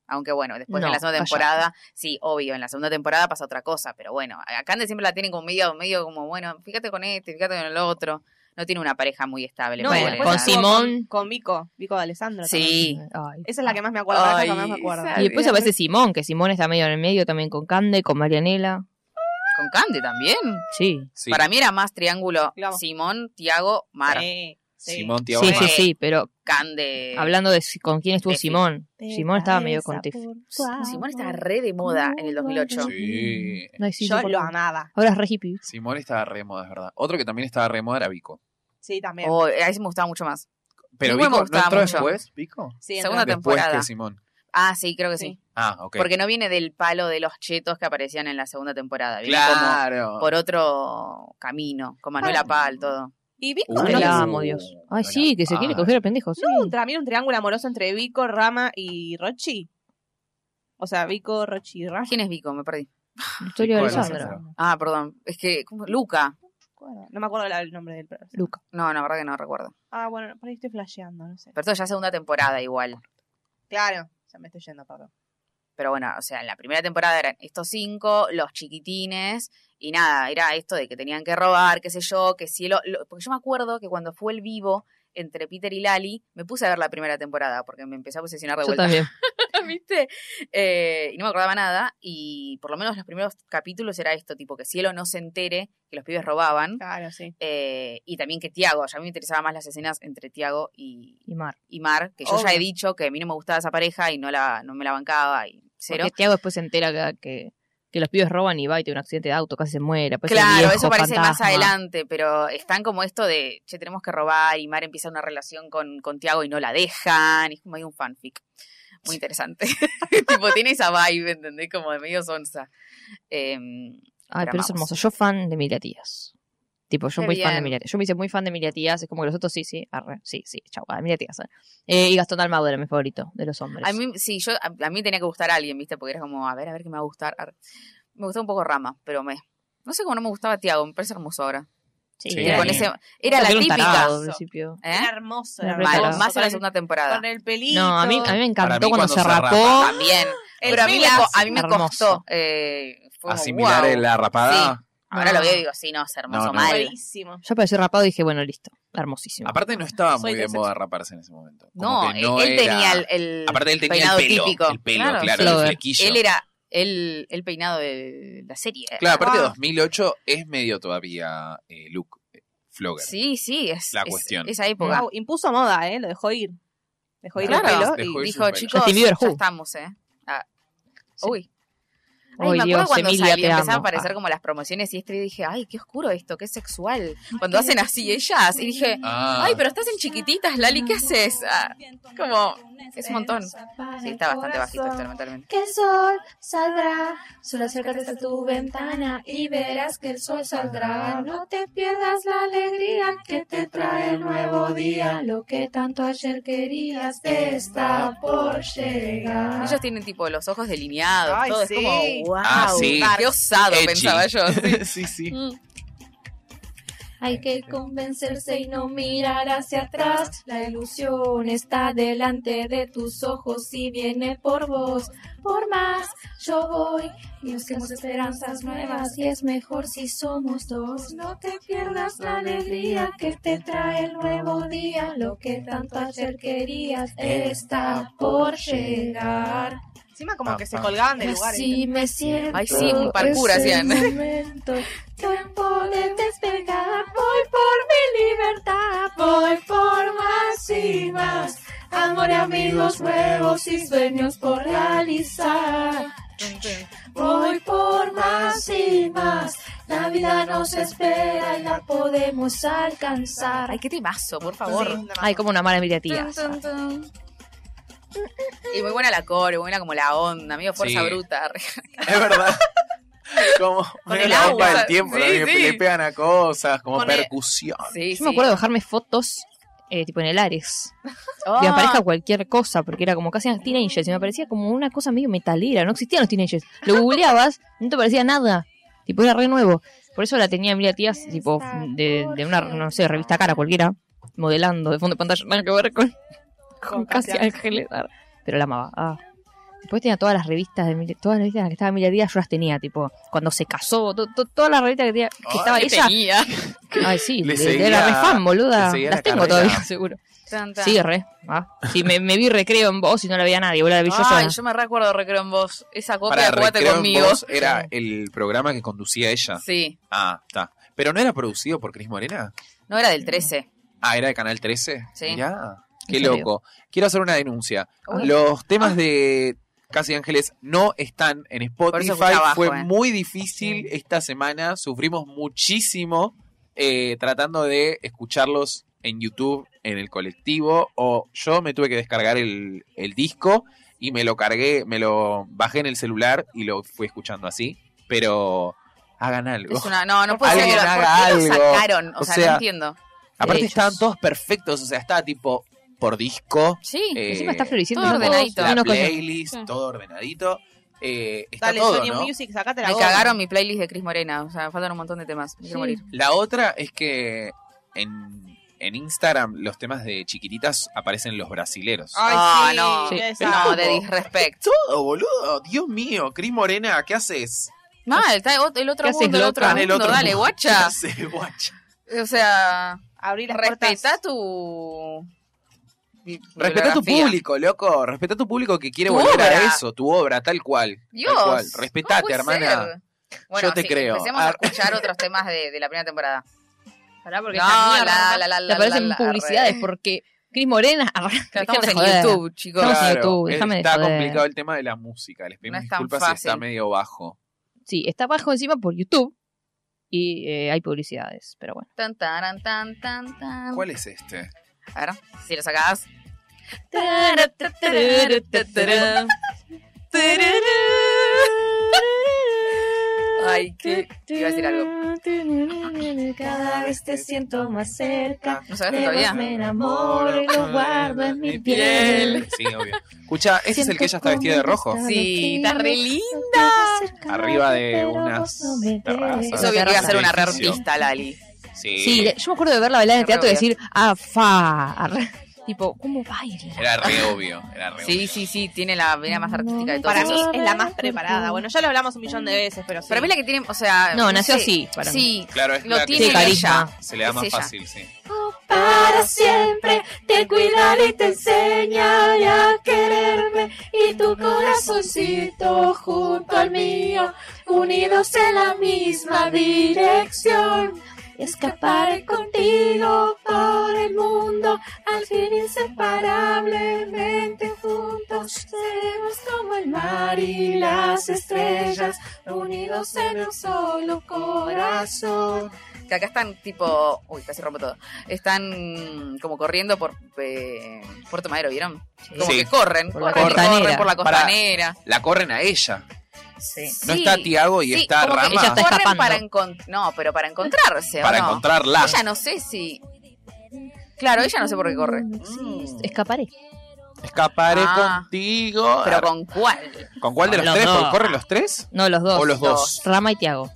[SPEAKER 2] Aunque bueno, después
[SPEAKER 4] No,
[SPEAKER 2] en la segunda
[SPEAKER 4] callate.
[SPEAKER 2] temporada, sí, obvio, en la segunda temporada pasa otra cosa, pero bueno, a Cande siempre la tienen como medio, medio como, bueno, fíjate con este, fíjate con el otro. No tiene una pareja muy estable.
[SPEAKER 5] No,
[SPEAKER 4] Bueno,
[SPEAKER 2] pobre,
[SPEAKER 5] después
[SPEAKER 4] con
[SPEAKER 2] nada.
[SPEAKER 5] estuvo
[SPEAKER 4] Simón.
[SPEAKER 5] Con, Vico, Vico de Alessandro. también.
[SPEAKER 2] Sí,
[SPEAKER 4] Ay.
[SPEAKER 5] Esa es la que más me acuerdo, la que
[SPEAKER 2] Ay,
[SPEAKER 5] más me acuerdo.
[SPEAKER 2] esa-
[SPEAKER 4] Y después aparece Simón, que Simón está medio en el medio también con Cande, con Marianela.
[SPEAKER 2] con Cande también.
[SPEAKER 4] Sí.
[SPEAKER 1] Sí.
[SPEAKER 2] Para mí era más triángulo
[SPEAKER 5] Claro.
[SPEAKER 2] Simón, Tiago, Mar.
[SPEAKER 5] Sí, sí.
[SPEAKER 1] Simón, Tiago,
[SPEAKER 4] sí,
[SPEAKER 1] Mar.
[SPEAKER 4] sí, sí, pero
[SPEAKER 2] Cande.
[SPEAKER 4] hablando de si- con quién estuvo
[SPEAKER 2] Tefi.
[SPEAKER 4] Simón.
[SPEAKER 5] De
[SPEAKER 4] Simón estaba medio
[SPEAKER 5] cabeza
[SPEAKER 4] con Tiff.
[SPEAKER 5] por tu amor.
[SPEAKER 2] Simón está re de moda en el 2008.
[SPEAKER 1] Sí.
[SPEAKER 4] No, sí,
[SPEAKER 5] Yo
[SPEAKER 4] sí,
[SPEAKER 5] lo
[SPEAKER 4] por-
[SPEAKER 5] amaba.
[SPEAKER 4] Ahora es re hippie.
[SPEAKER 1] Simón estaba re de moda, es verdad. Otro que también estaba re de moda era Vico.
[SPEAKER 5] Sí, también.
[SPEAKER 2] Oh, a ese me gustaba mucho más.
[SPEAKER 1] Pero
[SPEAKER 2] Vico me
[SPEAKER 1] Vico, ¿no
[SPEAKER 2] gustaba
[SPEAKER 1] entró
[SPEAKER 2] mucho.
[SPEAKER 1] después? ¿Vico?
[SPEAKER 5] Sí,
[SPEAKER 2] segunda
[SPEAKER 5] entonces-
[SPEAKER 1] Después
[SPEAKER 2] temporada.
[SPEAKER 1] que Simón.
[SPEAKER 2] Ah, sí, creo que sí.
[SPEAKER 1] Ah, ok.
[SPEAKER 2] Porque no viene del palo de los chetos que aparecían en la segunda temporada. Viene
[SPEAKER 1] claro.
[SPEAKER 2] como por otro camino, con Manuela
[SPEAKER 1] Ah.
[SPEAKER 2] Pal, todo.
[SPEAKER 5] Y Vico
[SPEAKER 1] Uh,
[SPEAKER 5] no,
[SPEAKER 4] Yo
[SPEAKER 1] la-
[SPEAKER 4] la amo, Dios.
[SPEAKER 1] Hola.
[SPEAKER 4] Ay, sí, que se quiere
[SPEAKER 1] Ah.
[SPEAKER 4] coger a pendejos. Sí.
[SPEAKER 5] ¿no hubo un- también un triángulo amoroso entre Vico, Rama y Rochi. O sea, Vico, Rochi y Rama.
[SPEAKER 2] ¿Quién es Vico? Me perdí.
[SPEAKER 4] Historia de
[SPEAKER 1] Bueno,
[SPEAKER 4] Alessandra.
[SPEAKER 1] Alessandra.
[SPEAKER 2] Ah, perdón. Es que, ¿cómo? Luca.
[SPEAKER 5] No me acuerdo la- el nombre del personaje.
[SPEAKER 4] Luca.
[SPEAKER 2] No, la verdad que no recuerdo.
[SPEAKER 5] Ah, bueno, por ahí estoy flasheando, no sé.
[SPEAKER 2] Pero todo ya segunda temporada igual.
[SPEAKER 5] Claro, o sea, me estoy yendo, perdón.
[SPEAKER 2] Pero bueno, o sea, en la primera temporada eran estos cinco, los chiquitines Y nada, era esto de que tenían que robar, qué sé yo, que cielo. lo- porque yo me acuerdo que cuando fue el vivo entre Peter y Lali, me puse a ver la primera temporada porque me empecé a obsesionar de
[SPEAKER 4] Yo
[SPEAKER 2] vuelta.
[SPEAKER 4] también.
[SPEAKER 2] ¿viste? Eh, y no me acordaba nada. Y por lo menos los primeros capítulos era esto, tipo que Cielo no se entere que los pibes robaban.
[SPEAKER 5] Claro, sí.
[SPEAKER 2] eh, y también que Tiago, ya me interesaban más las escenas entre Tiago y,
[SPEAKER 4] Y Mar.
[SPEAKER 2] y Mar, que yo ya he
[SPEAKER 5] Obvio.
[SPEAKER 2] dicho que a mí no me gustaba esa pareja y no, la, no me la bancaba y cero.
[SPEAKER 4] Porque Tiago después se entera que, que, que los pibes roban y va y tiene un accidente de auto, casi se muere. aparece Pues el
[SPEAKER 2] Claro,
[SPEAKER 4] viejo
[SPEAKER 2] eso parece más
[SPEAKER 4] fantasma.
[SPEAKER 2] adelante, pero están como esto de, che, tenemos que robar y Mar empieza una relación con, con Tiago y no la dejan, y es como hay un fanfic. Muy interesante. tipo, tiene esa vibe, ¿entendés? Como de medio sonza. Em,
[SPEAKER 4] Ay,
[SPEAKER 2] Pero
[SPEAKER 4] pero es
[SPEAKER 2] vamos.
[SPEAKER 4] hermoso. Yo fan de Emilia Tías. Tipo, yo
[SPEAKER 2] Qué
[SPEAKER 4] muy fan de
[SPEAKER 2] bien.
[SPEAKER 4] Emilia Tías. Yo me hice muy fan de Emilia Tías. Es como que los otros sí, sí, arre, sí, sí, chau, a Emilia Tías. eh. Eh, y Gastón Dalmau era mi favorito de los hombres.
[SPEAKER 2] a mí, sí, yo, a, a mí tenía que gustar a alguien, ¿viste? Porque era como, a ver, a ver qué me va a gustar. Ar- Me gustaba un poco Rama, pero me... No sé cómo no me gustaba Tiago, me parece hermoso ahora.
[SPEAKER 4] sí,
[SPEAKER 1] Sí,
[SPEAKER 2] Era,
[SPEAKER 1] Bien.
[SPEAKER 2] con ese- era la
[SPEAKER 4] Era un
[SPEAKER 2] típica.
[SPEAKER 4] tarado al principio.
[SPEAKER 2] ¿eh?
[SPEAKER 5] hermoso,
[SPEAKER 4] era
[SPEAKER 2] Mal,
[SPEAKER 4] tarado.
[SPEAKER 2] más en la
[SPEAKER 5] con,
[SPEAKER 2] segunda temporada.
[SPEAKER 5] con el pelito.
[SPEAKER 4] No, a mí, a mí me
[SPEAKER 1] Para
[SPEAKER 4] encantó
[SPEAKER 1] mí
[SPEAKER 4] cuando, se rapó.
[SPEAKER 2] También.
[SPEAKER 5] El
[SPEAKER 2] Pero a mí, me,
[SPEAKER 5] pelo
[SPEAKER 2] co-
[SPEAKER 5] así.
[SPEAKER 2] a mí me
[SPEAKER 4] hermoso.
[SPEAKER 2] costó. eh, fue como,
[SPEAKER 1] Asimilar
[SPEAKER 2] wow.
[SPEAKER 1] el- la rapada.
[SPEAKER 2] Ahora lo veo y
[SPEAKER 4] Ah.
[SPEAKER 2] digo, sí, no, es hermoso,
[SPEAKER 1] No, no.
[SPEAKER 2] mal.
[SPEAKER 5] Buenísimo.
[SPEAKER 4] Yo apareció rapado y dije, bueno, listo, hermosísimo.
[SPEAKER 1] Aparte no estaba
[SPEAKER 5] Soy
[SPEAKER 1] muy de
[SPEAKER 5] desex-
[SPEAKER 1] moda raparse en ese momento. Como
[SPEAKER 2] No,
[SPEAKER 1] que
[SPEAKER 2] él
[SPEAKER 1] era-
[SPEAKER 2] tenía el, el
[SPEAKER 1] Aparte él tenía
[SPEAKER 2] peinado
[SPEAKER 1] el pelo,
[SPEAKER 2] típico.
[SPEAKER 1] el pelo, claro,
[SPEAKER 4] Flogger.
[SPEAKER 1] el flequillo.
[SPEAKER 2] Él era el, el peinado de la serie.
[SPEAKER 1] Claro, aparte
[SPEAKER 5] Ah.
[SPEAKER 1] 2008 es medio todavía eh, Luke eh, Flogger.
[SPEAKER 2] Sí, sí, es
[SPEAKER 1] La
[SPEAKER 2] es-
[SPEAKER 1] cuestión.
[SPEAKER 2] esa época.
[SPEAKER 5] Wow, impuso moda, ¿eh? Lo dejó ir. Dejó ir
[SPEAKER 2] Claro.
[SPEAKER 5] el pelo.
[SPEAKER 1] Dejó
[SPEAKER 5] y-
[SPEAKER 1] ir.
[SPEAKER 2] Dijo,
[SPEAKER 1] Super.
[SPEAKER 2] chicos,
[SPEAKER 4] Justin Bieber,
[SPEAKER 2] ya
[SPEAKER 4] who?
[SPEAKER 2] estamos, ¿eh? Ah.
[SPEAKER 4] Sí.
[SPEAKER 2] Uy. Ay,
[SPEAKER 4] Ay,
[SPEAKER 2] me acuerdo
[SPEAKER 4] Dios,
[SPEAKER 2] cuando
[SPEAKER 4] Emilia,
[SPEAKER 2] salió,
[SPEAKER 4] te
[SPEAKER 2] empezaban a
[SPEAKER 4] amo.
[SPEAKER 2] aparecer
[SPEAKER 4] Ah.
[SPEAKER 2] como las promociones y este y dije, ay, qué oscuro esto, qué sexual. Cuando hacen así ellas, y dije,
[SPEAKER 1] Ah,
[SPEAKER 2] ay, pero estás en chiquititas, Lali, ¿qué haces? Ah, como, es un montón. Sí, está bastante bajito esto, lamentablemente.
[SPEAKER 3] Que el sol saldrá, solo acércate hasta tu ventana y verás que el sol saldrá. No te pierdas la alegría que te trae el nuevo día. Lo que tanto ayer querías está por llegar.
[SPEAKER 2] Ellos tienen tipo los ojos delineados,
[SPEAKER 5] Ay,
[SPEAKER 2] todo
[SPEAKER 5] sí.
[SPEAKER 2] es como, wow,
[SPEAKER 1] Ah, sí.
[SPEAKER 2] qué osado
[SPEAKER 1] Edgy.
[SPEAKER 2] pensaba yo. sí. Mm.
[SPEAKER 1] sí, sí.
[SPEAKER 3] Hay que convencerse y no mirar hacia atrás. La ilusión está delante de tus ojos y viene por vos. Por más, yo voy. Y busquemos esperanzas nuevas y es mejor si somos dos. No te pierdas la alegría que te trae el nuevo día. Lo que tanto ayer querías está por llegar.
[SPEAKER 5] Encima como
[SPEAKER 1] Ah,
[SPEAKER 5] que se
[SPEAKER 1] ah.
[SPEAKER 5] colgaban de lugares.
[SPEAKER 3] Así me siento.
[SPEAKER 2] Ay, sí, un parkour
[SPEAKER 3] es
[SPEAKER 2] hacían.
[SPEAKER 3] el momento. Tiempo de despegar. Voy por mi libertad. Voy por más y más. Amor y amigos nuevos y sueños por realizar. Voy por más y más. La vida nos espera y la podemos alcanzar.
[SPEAKER 2] Ay, qué temazo, por favor.
[SPEAKER 5] Sí, nada más.
[SPEAKER 4] Ay, como una mala Emilia
[SPEAKER 2] Tun,
[SPEAKER 4] Tías.
[SPEAKER 2] tun, tun. Y muy buena la core, muy buena como la onda, medio fuerza
[SPEAKER 1] Sí.
[SPEAKER 2] bruta.
[SPEAKER 1] Es verdad. Como medio
[SPEAKER 2] el
[SPEAKER 1] la bomba
[SPEAKER 2] agua.
[SPEAKER 1] del tiempo,
[SPEAKER 2] Sí,
[SPEAKER 1] también
[SPEAKER 2] sí.
[SPEAKER 1] le pegan a cosas, como
[SPEAKER 5] Con el-
[SPEAKER 1] percusión.
[SPEAKER 2] Sí,
[SPEAKER 4] Yo me acuerdo de bajarme fotos, eh, tipo en el Ares.
[SPEAKER 2] Oh,
[SPEAKER 5] Ah.
[SPEAKER 4] Y aparezca cualquier cosa, porque era como casi unos teenagers. Y me parecía como una cosa medio metalera. No existían los teenagers. Lo googleabas, no te parecía nada. Tipo, era re nuevo. Por eso la tenía Emilia Tías, tipo, de, de una, no sé, revista cara cualquiera. Modelando de fondo de pantalla. Nada que ver con, con
[SPEAKER 5] Con
[SPEAKER 4] casi
[SPEAKER 5] Casi
[SPEAKER 4] ángeles. Ah, Pero la amaba. ah. Después tenía todas las revistas de Emilia- todas las revistas en las que estaba Emilia Díaz, yo las tenía, tipo, cuando se casó, to- to- todas las revistas que, tenía- que
[SPEAKER 1] Ay,
[SPEAKER 4] estaba
[SPEAKER 2] ¿qué
[SPEAKER 4] ella.
[SPEAKER 2] tenía?
[SPEAKER 4] Ay, sí,
[SPEAKER 1] Ah, Le
[SPEAKER 4] de-
[SPEAKER 1] seguía-
[SPEAKER 4] era re fan, boluda.
[SPEAKER 1] le seguía
[SPEAKER 4] Las
[SPEAKER 1] la
[SPEAKER 4] tengo
[SPEAKER 1] carrera.
[SPEAKER 4] todavía, seguro.
[SPEAKER 2] Tan, tan.
[SPEAKER 4] Sí, re. Ah, sí, me, me vi recreo en vos y no la veía nadie, boludo, la vi yo
[SPEAKER 2] Ay,
[SPEAKER 4] sola.
[SPEAKER 2] yo me recuerdo Recreo en Vos. Esa copia,
[SPEAKER 1] Para
[SPEAKER 2] jugate
[SPEAKER 1] recreo en
[SPEAKER 2] conmigo.
[SPEAKER 1] Voz era el programa que conducía ella.
[SPEAKER 2] Sí,
[SPEAKER 1] Ah, está. Pero no era producido por Cris Morena.
[SPEAKER 2] no era del 13.
[SPEAKER 1] Ah, era de Canal 13.
[SPEAKER 2] Sí.
[SPEAKER 1] Mirá, qué
[SPEAKER 4] serio?
[SPEAKER 1] loco. Quiero hacer una denuncia.
[SPEAKER 2] Uy.
[SPEAKER 1] Los
[SPEAKER 2] Ah.
[SPEAKER 1] temas de Casi Ángeles no están en Spotify.
[SPEAKER 2] escucha abajo,
[SPEAKER 1] Fue
[SPEAKER 2] eh.
[SPEAKER 1] muy difícil esta semana. Sufrimos muchísimo eh, tratando de escucharlos en YouTube, en el colectivo. O yo me tuve que descargar el, el disco y me lo cargué, me lo bajé en el celular y lo fui escuchando así. Pero hagan algo.
[SPEAKER 2] Es una, no, no puede ser que
[SPEAKER 1] Alguien
[SPEAKER 2] lo, ¿por
[SPEAKER 1] haga
[SPEAKER 2] qué lo
[SPEAKER 1] algo.
[SPEAKER 2] sacaron. O,
[SPEAKER 1] O
[SPEAKER 2] sea,
[SPEAKER 1] sea,
[SPEAKER 2] no entiendo.
[SPEAKER 1] Aparte
[SPEAKER 4] Ellos.
[SPEAKER 1] estaban todos perfectos, o sea, estaba tipo por disco,
[SPEAKER 2] Sí.
[SPEAKER 1] eh,
[SPEAKER 4] Encima está floreciendo.
[SPEAKER 2] todo
[SPEAKER 4] no puedo-
[SPEAKER 2] ordenadito.
[SPEAKER 4] no,
[SPEAKER 1] la
[SPEAKER 4] no, coño.
[SPEAKER 1] playlist,
[SPEAKER 2] Sí.
[SPEAKER 1] todo ordenadito. Eh, está
[SPEAKER 5] Dale,
[SPEAKER 1] todo,
[SPEAKER 5] Sony
[SPEAKER 1] ¿no?
[SPEAKER 5] Music, sacate la
[SPEAKER 2] me
[SPEAKER 5] goma.
[SPEAKER 2] cagaron mi playlist de Cris Morena. O sea, faltan un montón de temas. Me quiero
[SPEAKER 4] Sí.
[SPEAKER 2] morir.
[SPEAKER 1] La otra es que en, en Instagram los temas de chiquititas aparecen los brasileros.
[SPEAKER 5] Ay,
[SPEAKER 2] Ah,
[SPEAKER 5] sí,
[SPEAKER 2] no.
[SPEAKER 5] qué
[SPEAKER 1] Sí.
[SPEAKER 5] desastre.
[SPEAKER 2] No, de disrespect.
[SPEAKER 1] Todo, boludo. Dios mío. Cris Morena, ¿qué haces?
[SPEAKER 2] Mal, está el otro
[SPEAKER 4] ¿Qué haces,
[SPEAKER 2] mundo, el otro
[SPEAKER 1] loca?
[SPEAKER 2] mundo,
[SPEAKER 1] El otro
[SPEAKER 2] dale,
[SPEAKER 1] mundo.
[SPEAKER 2] guacha.
[SPEAKER 1] Sí, guacha.
[SPEAKER 2] O sea,
[SPEAKER 5] Abrí las
[SPEAKER 2] respeta
[SPEAKER 5] puertas.
[SPEAKER 2] tu...
[SPEAKER 1] Respeta tu
[SPEAKER 2] bibliografía.
[SPEAKER 1] público, loco. Respeta tu público que quiere
[SPEAKER 2] Tu
[SPEAKER 1] volver a
[SPEAKER 2] obra.
[SPEAKER 1] eso, tu obra, tal cual.
[SPEAKER 2] Dios,
[SPEAKER 1] tal cual.
[SPEAKER 2] ¿cómo
[SPEAKER 1] Respetate,
[SPEAKER 2] puede
[SPEAKER 1] hermana.
[SPEAKER 2] ser? Bueno,
[SPEAKER 1] Yo te
[SPEAKER 2] sí,
[SPEAKER 1] creo.
[SPEAKER 2] Empecemos
[SPEAKER 1] Ar-
[SPEAKER 2] a escuchar otros temas de, de la primera temporada.
[SPEAKER 4] Pará, porque
[SPEAKER 2] No,
[SPEAKER 4] esta mierda
[SPEAKER 2] la,
[SPEAKER 4] acá
[SPEAKER 2] la, la,
[SPEAKER 4] te
[SPEAKER 2] la,
[SPEAKER 4] aparecen
[SPEAKER 2] la, la,
[SPEAKER 4] publicidades
[SPEAKER 2] re.
[SPEAKER 4] porque Cris Morena arranca.
[SPEAKER 2] Estamos en
[SPEAKER 4] Joder.
[SPEAKER 2] YouTube, chicos.
[SPEAKER 4] Estamos en YouTube, déjame de
[SPEAKER 1] eh, está
[SPEAKER 4] joder.
[SPEAKER 1] complicado el tema de la música. Les pedimos
[SPEAKER 2] No es tan
[SPEAKER 1] disculpas si
[SPEAKER 2] fácil.
[SPEAKER 1] está medio bajo.
[SPEAKER 4] Sí, está bajo encima por YouTube y eh, hay publicidades, pero bueno.
[SPEAKER 2] Tan, taran, tan, tan, tan.
[SPEAKER 1] ¿Cuál es este?
[SPEAKER 2] A ver, si lo sacás. Ay, qué. Iba a decir algo.
[SPEAKER 3] Cada vez te siento más cerca.
[SPEAKER 2] ¿No sabes
[SPEAKER 3] De
[SPEAKER 2] todavía?
[SPEAKER 3] vos me enamoro y lo guardo en mi piel.
[SPEAKER 1] Sí, obvio. Escucha, ¿este es el
[SPEAKER 3] Siento
[SPEAKER 1] que ella está vestida de
[SPEAKER 3] cómo
[SPEAKER 1] rojo?
[SPEAKER 3] te
[SPEAKER 2] Sí, está re linda.
[SPEAKER 1] Arriba de unas terrazas.
[SPEAKER 2] Es
[SPEAKER 1] Eso
[SPEAKER 2] obvio que iba a ser una re
[SPEAKER 1] Edificio.
[SPEAKER 2] artista, Lali.
[SPEAKER 1] Sí.
[SPEAKER 4] Sí, le- yo me acuerdo de verla bailar en el teatro y
[SPEAKER 2] Re
[SPEAKER 4] decir, ah, fa. arre". Tipo, ¿cómo baila?
[SPEAKER 1] Era re obvio. Era re obvio.
[SPEAKER 2] Sí, sí, sí, tiene la vena más artística de todos.
[SPEAKER 5] Para mí
[SPEAKER 2] esos.
[SPEAKER 5] es la más preparada. Bueno, ya lo hablamos un millón de veces, pero sí.
[SPEAKER 2] Para mí la que tiene, o sea.
[SPEAKER 4] No, nació
[SPEAKER 2] Ah, sé.
[SPEAKER 4] así, para
[SPEAKER 2] Sí,
[SPEAKER 1] Claro, es
[SPEAKER 2] lo
[SPEAKER 1] la que
[SPEAKER 2] tiene
[SPEAKER 4] Sí, carisma.
[SPEAKER 2] ella.
[SPEAKER 1] se le da
[SPEAKER 2] es
[SPEAKER 1] más
[SPEAKER 2] ella.
[SPEAKER 1] fácil, sí.
[SPEAKER 3] Para siempre te cuidaré y te enseñaré a quererme y tu corazoncito junto al mío, unidos en la misma dirección. Escaparé contigo por el mundo, al fin inseparablemente juntos. Seremos como el mar y las estrellas, unidos en un solo corazón.
[SPEAKER 2] Que acá están tipo. Uy, casi rompo todo. Están como corriendo por eh, Puerto Madero, ¿vieron? Como
[SPEAKER 1] Sí.
[SPEAKER 2] que corren,
[SPEAKER 4] Por la
[SPEAKER 2] corren, y
[SPEAKER 1] costanera.
[SPEAKER 2] corren por la
[SPEAKER 1] Para-
[SPEAKER 2] costanera.
[SPEAKER 1] La corren a ella.
[SPEAKER 4] Sí.
[SPEAKER 1] No está Tiago y
[SPEAKER 2] Sí,
[SPEAKER 1] está
[SPEAKER 2] como que
[SPEAKER 1] Rama
[SPEAKER 4] ella está
[SPEAKER 2] corren
[SPEAKER 4] escapando.
[SPEAKER 2] para encon- No, pero para encontrarse. ¿o
[SPEAKER 1] para
[SPEAKER 2] no?
[SPEAKER 1] encontrarla.
[SPEAKER 2] Ella no sé si. Claro, ella no sé por qué corre.
[SPEAKER 4] Escaparé.
[SPEAKER 1] Escaparé
[SPEAKER 2] Ah.
[SPEAKER 1] contigo.
[SPEAKER 2] Pero con cuál.
[SPEAKER 1] ¿Con cuál de los
[SPEAKER 4] Los
[SPEAKER 1] tres?
[SPEAKER 4] dos.
[SPEAKER 1] ¿Porque corren los tres?
[SPEAKER 4] No, los dos.
[SPEAKER 1] ¿O los dos?
[SPEAKER 4] Rama y Tiago.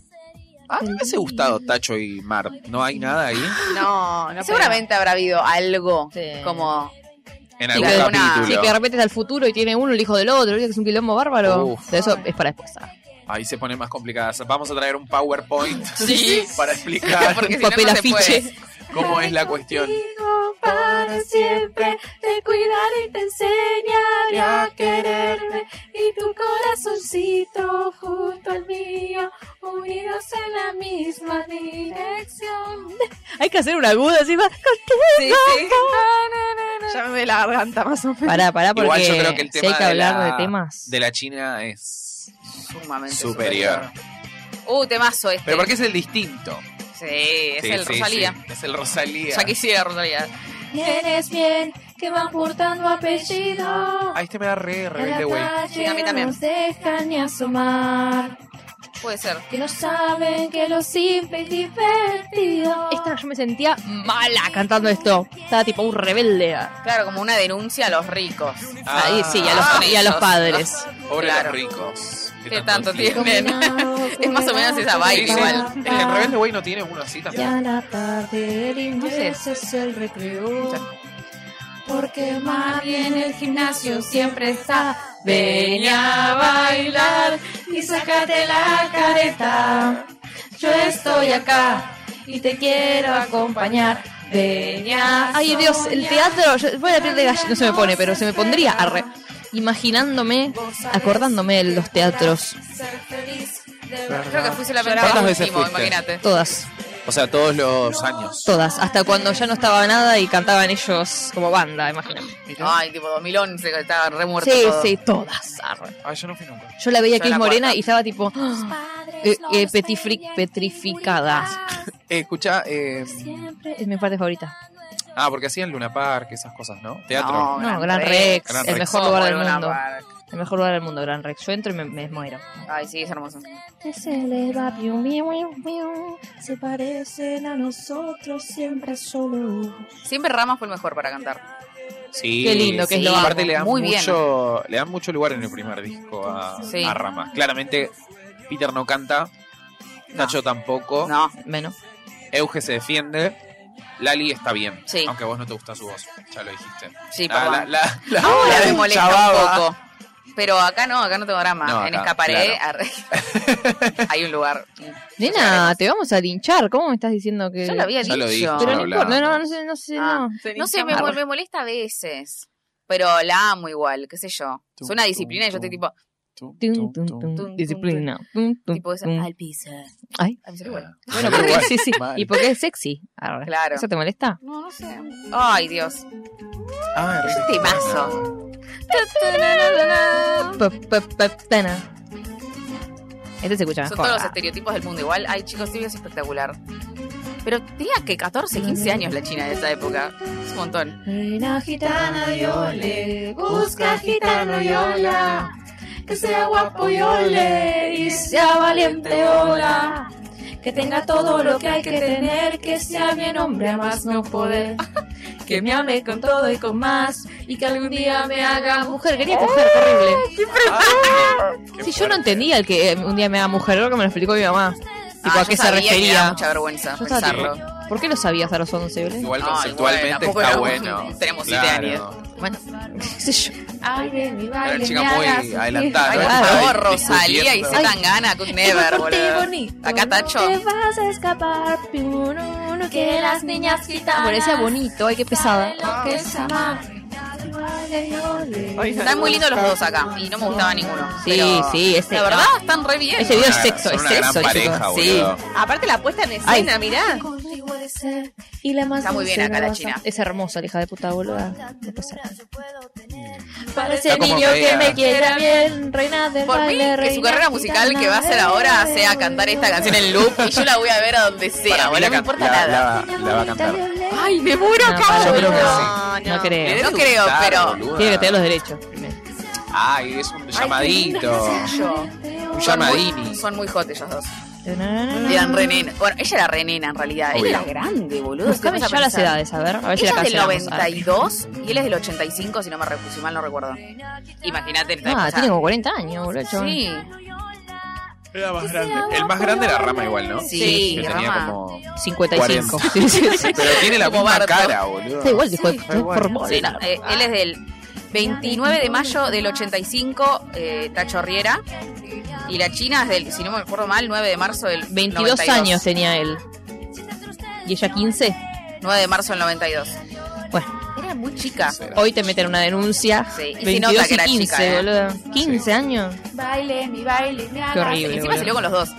[SPEAKER 1] Ah, me hubiese gustado Tacho y Mar. ¿No hay nada ahí?
[SPEAKER 5] No, no
[SPEAKER 2] Seguramente habrá habido algo
[SPEAKER 4] Sí.
[SPEAKER 2] como.
[SPEAKER 1] En
[SPEAKER 4] Sí,
[SPEAKER 1] algún
[SPEAKER 4] que,
[SPEAKER 2] alguna-
[SPEAKER 1] capítulo.
[SPEAKER 4] sí, que de repente está el futuro y tiene uno el hijo del otro, ¿viste? que es un quilombo bárbaro.
[SPEAKER 1] Uf.
[SPEAKER 4] Pero Eso es para después. ah.
[SPEAKER 1] Ahí se pone más complicada. Vamos a traer un PowerPoint
[SPEAKER 2] Sí.
[SPEAKER 1] para explicar
[SPEAKER 2] Porque si no,
[SPEAKER 4] papel
[SPEAKER 2] no se
[SPEAKER 4] afiche.
[SPEAKER 2] puede.
[SPEAKER 1] cómo es la cuestión.
[SPEAKER 3] Contigo Para siempre te cuidaré y te enseñaré a quererme y tu corazoncito junto al mío, unidos en la misma dirección.
[SPEAKER 4] Hay que hacer una aguda encima.
[SPEAKER 2] Sí, sí.
[SPEAKER 5] Ya me ve la garganta más o menos.
[SPEAKER 4] Pará, pará, porque
[SPEAKER 1] Igual yo creo que el
[SPEAKER 4] si
[SPEAKER 1] tema
[SPEAKER 4] hay que
[SPEAKER 1] de
[SPEAKER 4] hablar
[SPEAKER 1] la-
[SPEAKER 4] de temas.
[SPEAKER 1] De la China es
[SPEAKER 2] Sumamente
[SPEAKER 1] superior.
[SPEAKER 2] Uh, temazo este.
[SPEAKER 1] Pero porque es el distinto.
[SPEAKER 2] Sí, es
[SPEAKER 1] Sí,
[SPEAKER 2] el
[SPEAKER 1] sí,
[SPEAKER 2] Rosalía.
[SPEAKER 1] sí. Es el Rosalía.
[SPEAKER 2] Ya quisiera Rosalía.
[SPEAKER 3] Vienes bien, que van portando apellido.
[SPEAKER 1] Ahí este me da re
[SPEAKER 3] En
[SPEAKER 1] rebelde,
[SPEAKER 3] la
[SPEAKER 1] güey.
[SPEAKER 2] Sí, a mí
[SPEAKER 3] calle no
[SPEAKER 2] también.
[SPEAKER 3] nos dejan ni asomar.
[SPEAKER 2] Puede ser.
[SPEAKER 3] Que no saben que lo simple es divertido.
[SPEAKER 4] Esta yo me sentía mala cantando esto. Estaba tipo un rebelde. ah.
[SPEAKER 2] Claro, como una denuncia a los ricos.
[SPEAKER 4] Ahí sí, y a los,
[SPEAKER 2] Ah.
[SPEAKER 4] y a los padres.
[SPEAKER 1] Pobre
[SPEAKER 2] Claro.
[SPEAKER 1] los Ah, ricos.
[SPEAKER 2] Qué tanto
[SPEAKER 1] conflicto.
[SPEAKER 2] tienen. Es más o menos esa
[SPEAKER 1] Sí,
[SPEAKER 2] vibe
[SPEAKER 1] sí.
[SPEAKER 2] igual.
[SPEAKER 1] Es que el rebelde, güey, no tiene uno así tampoco.
[SPEAKER 3] Ya la tarde el inglés es el recreo. Porque mami en el gimnasio siempre está. Ven a bailar y sácate la careta. Yo estoy acá y te quiero acompañar. Ven a
[SPEAKER 4] Ay Dios, el
[SPEAKER 3] soñar.
[SPEAKER 4] teatro. Yo, voy a la piel de gallo. No se me pone, pero se me pondría. Arre, imaginándome, acordándome de los teatros.
[SPEAKER 3] Ser feliz de
[SPEAKER 2] Creo que fui solamente
[SPEAKER 1] ¿Cuántas
[SPEAKER 2] el
[SPEAKER 1] veces
[SPEAKER 2] último,
[SPEAKER 1] fuiste?
[SPEAKER 2] imagínate.
[SPEAKER 4] Todas,
[SPEAKER 1] O sea, todos los años.
[SPEAKER 4] todas. Hasta cuando ya no estaba nada y cantaban ellos como banda, imagínate.
[SPEAKER 2] Ay, tipo 2011, que estaba re muerto.
[SPEAKER 4] Sí,
[SPEAKER 2] todo.
[SPEAKER 4] sí, todas. arre.
[SPEAKER 1] Ay, Ah, yo no fui nunca.
[SPEAKER 4] Yo la veía
[SPEAKER 2] Yo
[SPEAKER 4] que es
[SPEAKER 2] la
[SPEAKER 4] morena
[SPEAKER 2] cuarta.
[SPEAKER 4] y estaba tipo. ¡ah! Eh, eh, petifri- petrificada.
[SPEAKER 1] Eh, escucha, eh,
[SPEAKER 4] Es mi parte favorita.
[SPEAKER 1] ah, porque hacían Luna Park, esas cosas, ¿no? Teatro.
[SPEAKER 2] No,
[SPEAKER 4] No, Gran Rex,
[SPEAKER 1] Gran
[SPEAKER 4] el
[SPEAKER 1] Rex.
[SPEAKER 4] mejor lugar del
[SPEAKER 2] Como Luna
[SPEAKER 4] mundo.
[SPEAKER 2] Park.
[SPEAKER 4] El mejor lugar del mundo, Gran Rex. Yo entro y me, me muero.
[SPEAKER 2] Ay, sí, es hermoso.
[SPEAKER 3] Se eleva, piu, miu, miu, miu. Se parecen a nosotros siempre solo.
[SPEAKER 2] Siempre Ramos fue el mejor para cantar.
[SPEAKER 1] Sí.
[SPEAKER 4] Qué lindo que es lo
[SPEAKER 1] Aparte
[SPEAKER 4] amo.
[SPEAKER 1] le dan,
[SPEAKER 2] Muy bien.
[SPEAKER 1] mucho, le dan mucho lugar en el primer disco a,
[SPEAKER 2] Sí.
[SPEAKER 1] a Rama. Claramente, Peter no canta, Nacho tampoco,
[SPEAKER 2] No,
[SPEAKER 4] Menos.
[SPEAKER 1] Euge se defiende, Lali está bien.
[SPEAKER 2] Sí.
[SPEAKER 1] Aunque a vos no te gusta su voz, ya lo dijiste.
[SPEAKER 2] sí,
[SPEAKER 1] La-
[SPEAKER 2] perdón.
[SPEAKER 1] Ah, la- la- la-
[SPEAKER 2] Ahora
[SPEAKER 1] la
[SPEAKER 2] me molesta
[SPEAKER 1] chababa.
[SPEAKER 2] un poco. Pero acá no, acá no tengo drama.
[SPEAKER 1] No,
[SPEAKER 2] en
[SPEAKER 1] acá,
[SPEAKER 2] escaparé.
[SPEAKER 1] claro.
[SPEAKER 2] arre. Hay un lugar.
[SPEAKER 4] Nena, te vamos a linchar. ¿Cómo me estás diciendo que.?
[SPEAKER 2] Yo lo había
[SPEAKER 1] Ya
[SPEAKER 2] dicho.
[SPEAKER 1] lo dije, ya
[SPEAKER 4] Pero
[SPEAKER 1] lo
[SPEAKER 4] no
[SPEAKER 1] hablaba.
[SPEAKER 4] importa, no, no, no sé, no sé,
[SPEAKER 2] Ah.
[SPEAKER 4] no.
[SPEAKER 2] No sé, me, me molesta a veces. Pero la amo igual, qué sé yo. Es
[SPEAKER 1] Tum,
[SPEAKER 2] una disciplina y yo
[SPEAKER 1] tum,
[SPEAKER 2] estoy tipo,
[SPEAKER 1] Tum,
[SPEAKER 4] Tum,
[SPEAKER 1] tum,
[SPEAKER 4] tum, tum,
[SPEAKER 2] tum,
[SPEAKER 4] disciplina. Tum, tum,
[SPEAKER 2] tipo esa,
[SPEAKER 4] tum.
[SPEAKER 2] al piso.
[SPEAKER 4] Ay.
[SPEAKER 2] Al piso, bueno.
[SPEAKER 1] Ah.
[SPEAKER 4] Bueno, porque
[SPEAKER 1] Igual,
[SPEAKER 4] sí, sí.
[SPEAKER 1] mal.
[SPEAKER 4] Y porque es sexy. Arre.
[SPEAKER 2] Claro.
[SPEAKER 4] ¿Eso te molesta?
[SPEAKER 2] No, no sé. Ay, Dios.
[SPEAKER 1] Ah,
[SPEAKER 2] Es un
[SPEAKER 1] re-
[SPEAKER 2] temazo.
[SPEAKER 4] Pa, pa, pa, tana. Este se escucha
[SPEAKER 2] Son
[SPEAKER 4] mejor.
[SPEAKER 2] todos los estereotipos del mundo igual. Ay, chicos, sí, es espectacular. Pero tenía que 14, 15 años la China de esa época. Es un montón.
[SPEAKER 3] Nena gitana y ole, busca gitano y hola, que sea guapo y ole, y sea valiente hola, que tenga todo lo que hay que tener, que sea bien hombre a más no poder, que me ame con todo y con más, y que algún día me haga
[SPEAKER 4] Mujer, quería coger, horrible.
[SPEAKER 1] Ah,
[SPEAKER 4] Sí, yo no entendía el que eh, un día me haga mujer, creo que me lo explicó mi mamá. Tipo,
[SPEAKER 2] Ah,
[SPEAKER 4] ¿a
[SPEAKER 2] yo
[SPEAKER 4] qué se
[SPEAKER 2] sabía que me daba
[SPEAKER 4] refería?
[SPEAKER 2] mucha vergüenza
[SPEAKER 4] Yo sabía.
[SPEAKER 2] pensarlo.
[SPEAKER 4] ¿Por qué lo sabías a los 11, Belén?
[SPEAKER 1] Igual
[SPEAKER 2] Ay,
[SPEAKER 1] conceptualmente
[SPEAKER 2] bueno,
[SPEAKER 1] está
[SPEAKER 2] tampoco éramos-
[SPEAKER 1] bueno.
[SPEAKER 2] tenemos siete años.
[SPEAKER 4] Bueno, qué sé yo.
[SPEAKER 3] Ay, de mi
[SPEAKER 1] Era
[SPEAKER 3] baile,
[SPEAKER 1] una chica
[SPEAKER 3] me
[SPEAKER 1] muy
[SPEAKER 3] haga sentir-
[SPEAKER 1] adelantada.
[SPEAKER 2] Ay,
[SPEAKER 1] ¿no?
[SPEAKER 2] por
[SPEAKER 1] Estaba
[SPEAKER 2] favor,
[SPEAKER 1] ahí
[SPEAKER 2] Rosalía y
[SPEAKER 1] discutiendo.
[SPEAKER 2] se tan gana con Never,
[SPEAKER 3] Yo por ti,
[SPEAKER 2] boludo.
[SPEAKER 3] bonito,
[SPEAKER 2] Acá
[SPEAKER 3] no
[SPEAKER 2] Tacho.
[SPEAKER 3] Te vas a escapar, piu, no, no, que las niñas gitanas.
[SPEAKER 4] Como le decía bonito, ay, qué pesada.
[SPEAKER 3] saben lo que es amar. Ole, ole.
[SPEAKER 2] Están muy lindos los dos acá y no me gustaba ninguno.
[SPEAKER 4] Sí,
[SPEAKER 2] pero
[SPEAKER 4] sí, ese-
[SPEAKER 2] La verdad, están re bien.
[SPEAKER 4] Ese video es
[SPEAKER 1] Una-
[SPEAKER 4] sexo,
[SPEAKER 1] son
[SPEAKER 4] es
[SPEAKER 1] una gran
[SPEAKER 4] sexo.
[SPEAKER 1] pareja,
[SPEAKER 4] chicos. Sí.
[SPEAKER 1] boludo.
[SPEAKER 5] Aparte la puesta en
[SPEAKER 4] Ay.
[SPEAKER 5] escena, mirá.
[SPEAKER 3] Contigo he de ser, y la más
[SPEAKER 2] Está muy bien
[SPEAKER 3] dulce
[SPEAKER 2] acá la
[SPEAKER 3] rosa.
[SPEAKER 2] China.
[SPEAKER 4] Es hermosa, la hija de puta boluda. No pasa nada.
[SPEAKER 3] Para ese
[SPEAKER 1] Está como
[SPEAKER 3] niño
[SPEAKER 1] media-
[SPEAKER 3] que me quiera bien, reina del
[SPEAKER 2] Por mí,
[SPEAKER 3] baile,
[SPEAKER 2] que su
[SPEAKER 3] reina
[SPEAKER 2] carrera musical que va a hacer
[SPEAKER 3] gitana,
[SPEAKER 2] ahora
[SPEAKER 3] eh,
[SPEAKER 2] sea cantar esta canción en loop y yo la voy a ver a donde sea,
[SPEAKER 1] Para mí
[SPEAKER 2] boludo, no me
[SPEAKER 1] la
[SPEAKER 2] importa
[SPEAKER 1] can-
[SPEAKER 2] nada.
[SPEAKER 1] la- la- la va a cantar.
[SPEAKER 2] Ay, me muero,
[SPEAKER 4] No,
[SPEAKER 2] cabrón.
[SPEAKER 4] yo creo que
[SPEAKER 5] No,
[SPEAKER 4] sí. No
[SPEAKER 5] no.
[SPEAKER 1] Le
[SPEAKER 4] creo.
[SPEAKER 1] debe
[SPEAKER 2] Eh, No creo,
[SPEAKER 1] gustar,
[SPEAKER 2] pero-
[SPEAKER 1] boluda.
[SPEAKER 4] Tiene que tener los derechos. primero.
[SPEAKER 1] Ay, es un llamadito.
[SPEAKER 2] Yo.
[SPEAKER 1] Un
[SPEAKER 2] Son muy-
[SPEAKER 1] llamadini.
[SPEAKER 2] Son muy hot ellos dos.
[SPEAKER 5] Mm.
[SPEAKER 2] Eran re nena. Bueno, ella era re nena en realidad. Él
[SPEAKER 1] Obvio.
[SPEAKER 2] era grande, boludo. si te
[SPEAKER 4] Buscame
[SPEAKER 2] pones a
[SPEAKER 4] ya las
[SPEAKER 2] pensar.
[SPEAKER 4] edades, a ver. A ver si la
[SPEAKER 2] Ella es del
[SPEAKER 4] cancelamos. Ah.
[SPEAKER 2] 92 y él es del 85, si no me recuso, si mal no recuerdo. Imagínate. esta
[SPEAKER 4] Ah,
[SPEAKER 2] cosa.
[SPEAKER 4] tiene como 40 años, boludo. chabón.
[SPEAKER 2] Sí,
[SPEAKER 1] Era más grande. El más grande era Rama igual, ¿no?
[SPEAKER 2] Sí,
[SPEAKER 1] que
[SPEAKER 2] Rama.
[SPEAKER 1] tenía como...
[SPEAKER 4] 55. Sí, sí, sí.
[SPEAKER 1] Pero tiene la
[SPEAKER 2] Como
[SPEAKER 1] misma
[SPEAKER 2] Barto.
[SPEAKER 1] cara, boludo.
[SPEAKER 4] Está igual, dijo de
[SPEAKER 1] Está igual.
[SPEAKER 4] formosa.
[SPEAKER 2] sí. Eh, él es del 29 de mayo del 85, eh, Tacho Riera. Y la China es del, si no me acuerdo mal, 9 de marzo del
[SPEAKER 4] 22
[SPEAKER 2] 92.
[SPEAKER 4] años eh. tenía él. Y ella 15.
[SPEAKER 2] 9 de marzo del 92.
[SPEAKER 4] Bueno.
[SPEAKER 2] Era muy chica.
[SPEAKER 4] Hoy te meten una denuncia.
[SPEAKER 2] Sí, y se
[SPEAKER 4] 22
[SPEAKER 2] nota que
[SPEAKER 4] y
[SPEAKER 2] era
[SPEAKER 4] 15,
[SPEAKER 2] chica, ¿eh?
[SPEAKER 4] boludo. 15 años.
[SPEAKER 3] Baile, mi baile, me haga
[SPEAKER 4] Qué horrible,
[SPEAKER 2] Encima salió con los dos,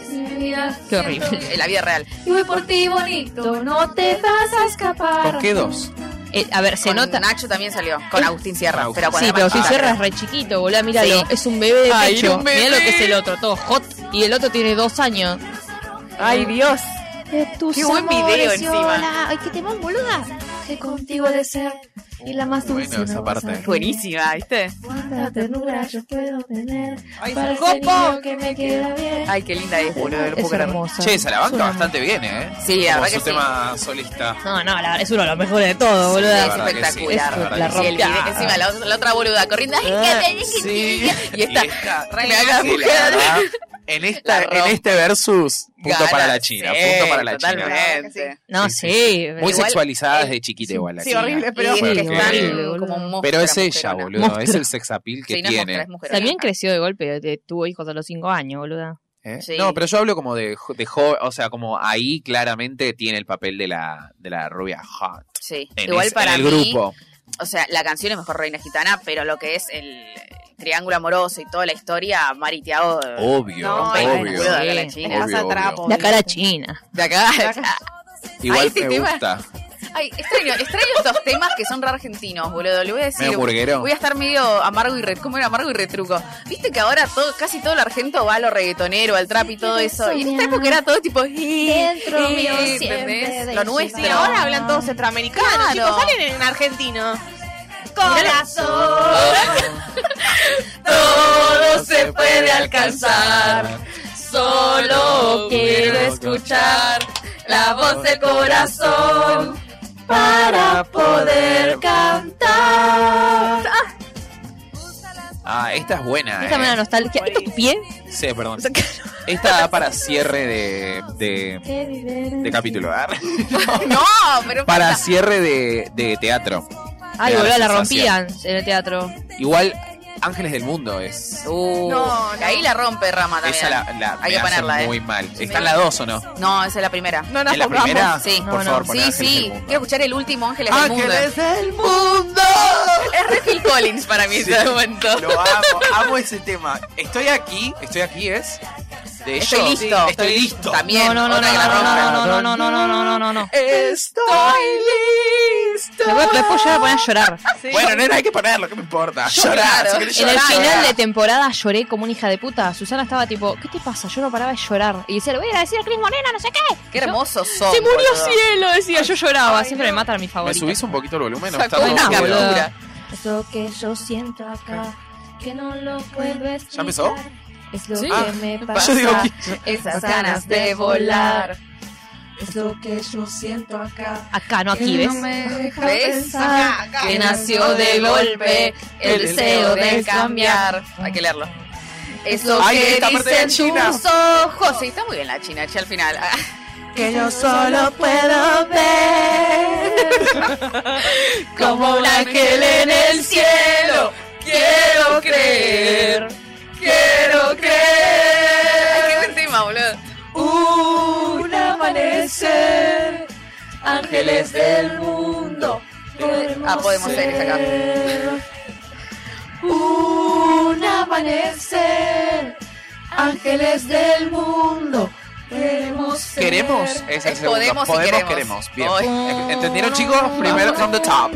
[SPEAKER 4] Qué horrible.
[SPEAKER 2] en la vida real.
[SPEAKER 3] Y voy por ti bonito, no te vas a escapar.
[SPEAKER 1] ¿Con qué dos?
[SPEAKER 4] Eh, a ver, se
[SPEAKER 2] Con
[SPEAKER 4] nota.
[SPEAKER 2] Nacho también salió, con Agustín Sierra.
[SPEAKER 1] Agustín.
[SPEAKER 2] Pero cuando era
[SPEAKER 4] Sí, pero
[SPEAKER 2] más
[SPEAKER 4] si
[SPEAKER 2] chica.
[SPEAKER 4] Sierra es re chiquito, boludo. Míralo.
[SPEAKER 2] Sí.
[SPEAKER 4] Es un bebé de
[SPEAKER 1] Ay,
[SPEAKER 4] pecho.
[SPEAKER 1] un bebé.
[SPEAKER 4] Mirá lo que es el otro, todo hot. Y el otro tiene dos años.
[SPEAKER 5] Ay, Dios.
[SPEAKER 3] De tus
[SPEAKER 2] Qué buen video
[SPEAKER 3] amores,
[SPEAKER 2] encima.
[SPEAKER 3] Yola. Ay, qué temón, boluda. Que contigo he de ser y la más dulce.
[SPEAKER 1] Bueno, esa
[SPEAKER 3] no vas a
[SPEAKER 1] parte.
[SPEAKER 2] Buenísima, ¿viste?
[SPEAKER 3] Cuánta ternura yo puedo tener. Para el
[SPEAKER 5] copo.
[SPEAKER 3] niño que me queda bien.
[SPEAKER 2] Ay, qué linda es, boludo. no puedo
[SPEAKER 4] Es
[SPEAKER 2] creer.
[SPEAKER 4] hermosa.
[SPEAKER 1] Che, se la
[SPEAKER 4] Es
[SPEAKER 1] banca
[SPEAKER 4] una-
[SPEAKER 1] bastante bien, ¿eh?
[SPEAKER 2] Sí,
[SPEAKER 1] Como
[SPEAKER 2] la verdad
[SPEAKER 1] su
[SPEAKER 2] que sí.
[SPEAKER 1] tema solista.
[SPEAKER 4] No, no, la, es uno de los mejores de todo, boludo.
[SPEAKER 1] la
[SPEAKER 2] Es
[SPEAKER 1] verdad que sí,
[SPEAKER 2] espectacular.
[SPEAKER 1] la verdad
[SPEAKER 4] La
[SPEAKER 1] que
[SPEAKER 2] Sí, el
[SPEAKER 4] rompió.
[SPEAKER 2] video- encima la, la otra boluda corriendo. Ay, qué tenés que
[SPEAKER 1] Sí.
[SPEAKER 2] Y esta, re la
[SPEAKER 1] sí, la
[SPEAKER 2] mujer.
[SPEAKER 1] verdad, en, esta,
[SPEAKER 2] La rompe.
[SPEAKER 1] en este versus, punto
[SPEAKER 2] Gana.
[SPEAKER 1] para la China.
[SPEAKER 2] Sí,
[SPEAKER 1] punto para la China.
[SPEAKER 2] Totalmente.
[SPEAKER 4] No,
[SPEAKER 1] Sí,
[SPEAKER 4] sí.
[SPEAKER 1] sí, Muy
[SPEAKER 2] Igual-
[SPEAKER 1] sexualizada desde chiquita igual la
[SPEAKER 5] Sí,
[SPEAKER 1] China.
[SPEAKER 5] horrible,
[SPEAKER 2] Pero,
[SPEAKER 5] pero...
[SPEAKER 2] y
[SPEAKER 1] Bueno,
[SPEAKER 2] es que están
[SPEAKER 4] horrible,
[SPEAKER 2] como
[SPEAKER 4] boludo.
[SPEAKER 2] un monstruo,
[SPEAKER 1] Pero es
[SPEAKER 2] la
[SPEAKER 1] ella,
[SPEAKER 2] mujerona.
[SPEAKER 1] boludo.
[SPEAKER 4] Monstruo.
[SPEAKER 1] Es el sex appeal que
[SPEAKER 2] Sí, no es
[SPEAKER 1] tiene.
[SPEAKER 2] monstrua, es mujerona.
[SPEAKER 4] También creció de golpe, eh, tuvo hijos a los 5 años, boluda.
[SPEAKER 1] ¿Eh?
[SPEAKER 2] Sí.
[SPEAKER 1] No, pero yo hablo como de, jo- de joven, o sea, como ahí claramente tiene el papel de la, de la rubia hot.
[SPEAKER 2] Sí.
[SPEAKER 1] En
[SPEAKER 2] Igual
[SPEAKER 1] ese-
[SPEAKER 2] para
[SPEAKER 1] en el
[SPEAKER 2] mí,
[SPEAKER 1] grupo.
[SPEAKER 2] o sea, la canción es mejor Reina Gitana, pero lo que es el triángulo amoroso y toda la historia, Mari Tiago
[SPEAKER 1] Obvio,
[SPEAKER 5] No,
[SPEAKER 2] rompe la
[SPEAKER 1] Oh, obvio.
[SPEAKER 2] boluda acá
[SPEAKER 4] Sí.
[SPEAKER 2] la
[SPEAKER 5] Me
[SPEAKER 2] China.
[SPEAKER 1] Obvio,
[SPEAKER 5] pasa
[SPEAKER 1] obvio.
[SPEAKER 5] trapo.
[SPEAKER 4] La cara china.
[SPEAKER 2] De acá.
[SPEAKER 1] Igual
[SPEAKER 2] Ahí sí
[SPEAKER 1] me
[SPEAKER 2] te va.
[SPEAKER 1] gusta.
[SPEAKER 2] Ay, extraño, extraño estos temas que son re argentinos, boludo. Le voy a decir.
[SPEAKER 1] Me hamburguero.
[SPEAKER 2] Voy a estar medio amargo y retruco. ¿Cómo era amargo y retruco? Viste que ahora todo, casi todo el argento va a lo reggaetonero, al trap y todo eso. Y en esta época era todo tipo.
[SPEAKER 3] Dentro mío
[SPEAKER 2] ¿entendés?
[SPEAKER 3] siempre
[SPEAKER 2] Lo
[SPEAKER 3] de
[SPEAKER 2] nuestro.
[SPEAKER 5] Sí, ahora hablan todos centroamericanos,
[SPEAKER 2] Claro.
[SPEAKER 5] chicos, salen en argentino.
[SPEAKER 3] Corazón.
[SPEAKER 2] todo se puede alcanzar. Solo
[SPEAKER 1] quiero escuchar la voz del corazón
[SPEAKER 3] para poder cantar.
[SPEAKER 1] Ah, esta es buena.
[SPEAKER 4] Esta
[SPEAKER 1] eh.
[SPEAKER 4] me da nostalgia. ¿Estos pies?
[SPEAKER 1] Sí, perdón. Esta da para cierre de, de, de capítulo. ah.
[SPEAKER 2] No, pero.
[SPEAKER 1] Para cierre de, de teatro.
[SPEAKER 4] Ay,
[SPEAKER 1] Me da
[SPEAKER 4] boludo, la
[SPEAKER 1] sensación.
[SPEAKER 4] rompían en el teatro.
[SPEAKER 1] Igual Ángeles del Mundo es.
[SPEAKER 2] Uh,
[SPEAKER 5] No, no.
[SPEAKER 2] Ahí la rompe Rama también.
[SPEAKER 1] Esa la, la
[SPEAKER 2] Hay
[SPEAKER 1] me
[SPEAKER 2] que
[SPEAKER 1] hace
[SPEAKER 2] ponerla, eh.
[SPEAKER 1] muy mal. ¿Está en la 2 o no?
[SPEAKER 2] No, esa es la primera.
[SPEAKER 5] No nos
[SPEAKER 1] ¿En la
[SPEAKER 5] pongamos.
[SPEAKER 1] primera?
[SPEAKER 2] Sí.
[SPEAKER 1] Ah, Por
[SPEAKER 4] No, no.
[SPEAKER 1] favor, pon
[SPEAKER 2] sí,
[SPEAKER 1] Ángeles
[SPEAKER 2] sí.
[SPEAKER 1] del Mundo. Ah,
[SPEAKER 2] Quiero escuchar el último Ángeles del Mundo.
[SPEAKER 1] ¡Ángeles del Mundo!
[SPEAKER 2] Es re Phil Collins para mí
[SPEAKER 1] Sí.
[SPEAKER 2] este momento.
[SPEAKER 1] Lo amo, amo ese tema. Estoy aquí, estoy aquí es. De
[SPEAKER 2] Estoy
[SPEAKER 1] ellos.
[SPEAKER 2] listo.
[SPEAKER 1] Estoy, listo.
[SPEAKER 2] También.
[SPEAKER 4] no, no, no, no,
[SPEAKER 2] otra que la
[SPEAKER 4] no,
[SPEAKER 2] rompe.
[SPEAKER 4] no, no, no, no, no, no, no, no, no.
[SPEAKER 1] Estoy listo.
[SPEAKER 4] Después, después yo voy a poner a llorar.
[SPEAKER 5] Sí.
[SPEAKER 1] Bueno, nena, hay que ponerlo, ¿qué me importa? Llorar.
[SPEAKER 2] Llorar.
[SPEAKER 1] si querés
[SPEAKER 4] En el
[SPEAKER 1] llorar,
[SPEAKER 4] final
[SPEAKER 1] llorar.
[SPEAKER 4] de temporada lloré como una hija de puta. Susana estaba tipo, ¿qué te pasa? Yo no paraba de llorar. Y decía, le voy a ir a decir a Cris Morena, no sé qué.
[SPEAKER 2] Qué hermoso son.
[SPEAKER 4] Se murió
[SPEAKER 2] boludo.
[SPEAKER 4] cielo, decía. Yo lloraba.
[SPEAKER 5] ay,
[SPEAKER 4] Siempre
[SPEAKER 5] no.
[SPEAKER 4] me matan a mi
[SPEAKER 1] ¿Me
[SPEAKER 4] favorito.
[SPEAKER 1] subís un poquito el volumen? No,
[SPEAKER 2] Sacó
[SPEAKER 1] está
[SPEAKER 4] una
[SPEAKER 1] todo
[SPEAKER 4] boludo.
[SPEAKER 1] subido.
[SPEAKER 2] captura.
[SPEAKER 3] Es lo que yo siento acá, que no lo puedo explicar.
[SPEAKER 1] ¿Ya empezó?
[SPEAKER 3] Es lo
[SPEAKER 4] Sí.
[SPEAKER 3] que me pasa.
[SPEAKER 1] Yo digo que-
[SPEAKER 3] Esas ganas de volar. Es lo que yo siento acá.
[SPEAKER 4] Acá, no aquí, ¿ves?
[SPEAKER 3] me deja
[SPEAKER 2] ¿Ves?
[SPEAKER 3] pensar
[SPEAKER 2] Que nació de golpe el deseo de
[SPEAKER 3] de
[SPEAKER 2] cambiar. Hay que leerlo. Eso
[SPEAKER 1] Ay,
[SPEAKER 2] que
[SPEAKER 1] esta parte de
[SPEAKER 2] dicen
[SPEAKER 1] China.
[SPEAKER 2] tus ojos. Sí, está muy bien la China, che, al final.
[SPEAKER 3] que yo solo puedo ver.
[SPEAKER 2] Como un ángel en el cielo, quiero creer, quiero creer. Qué buen tema, boludo.
[SPEAKER 3] Un amanecer, ángeles del mundo.
[SPEAKER 2] Ah, podemos ser esta acá.
[SPEAKER 3] Un amanecer, ángeles del mundo. Queremos ser.
[SPEAKER 1] ¿Queremos? Es el
[SPEAKER 2] Es
[SPEAKER 1] segundo.
[SPEAKER 2] podemos y queremos.
[SPEAKER 1] Bien.
[SPEAKER 2] Hoy.
[SPEAKER 1] ¿Entendieron, chicos? Primero from the top.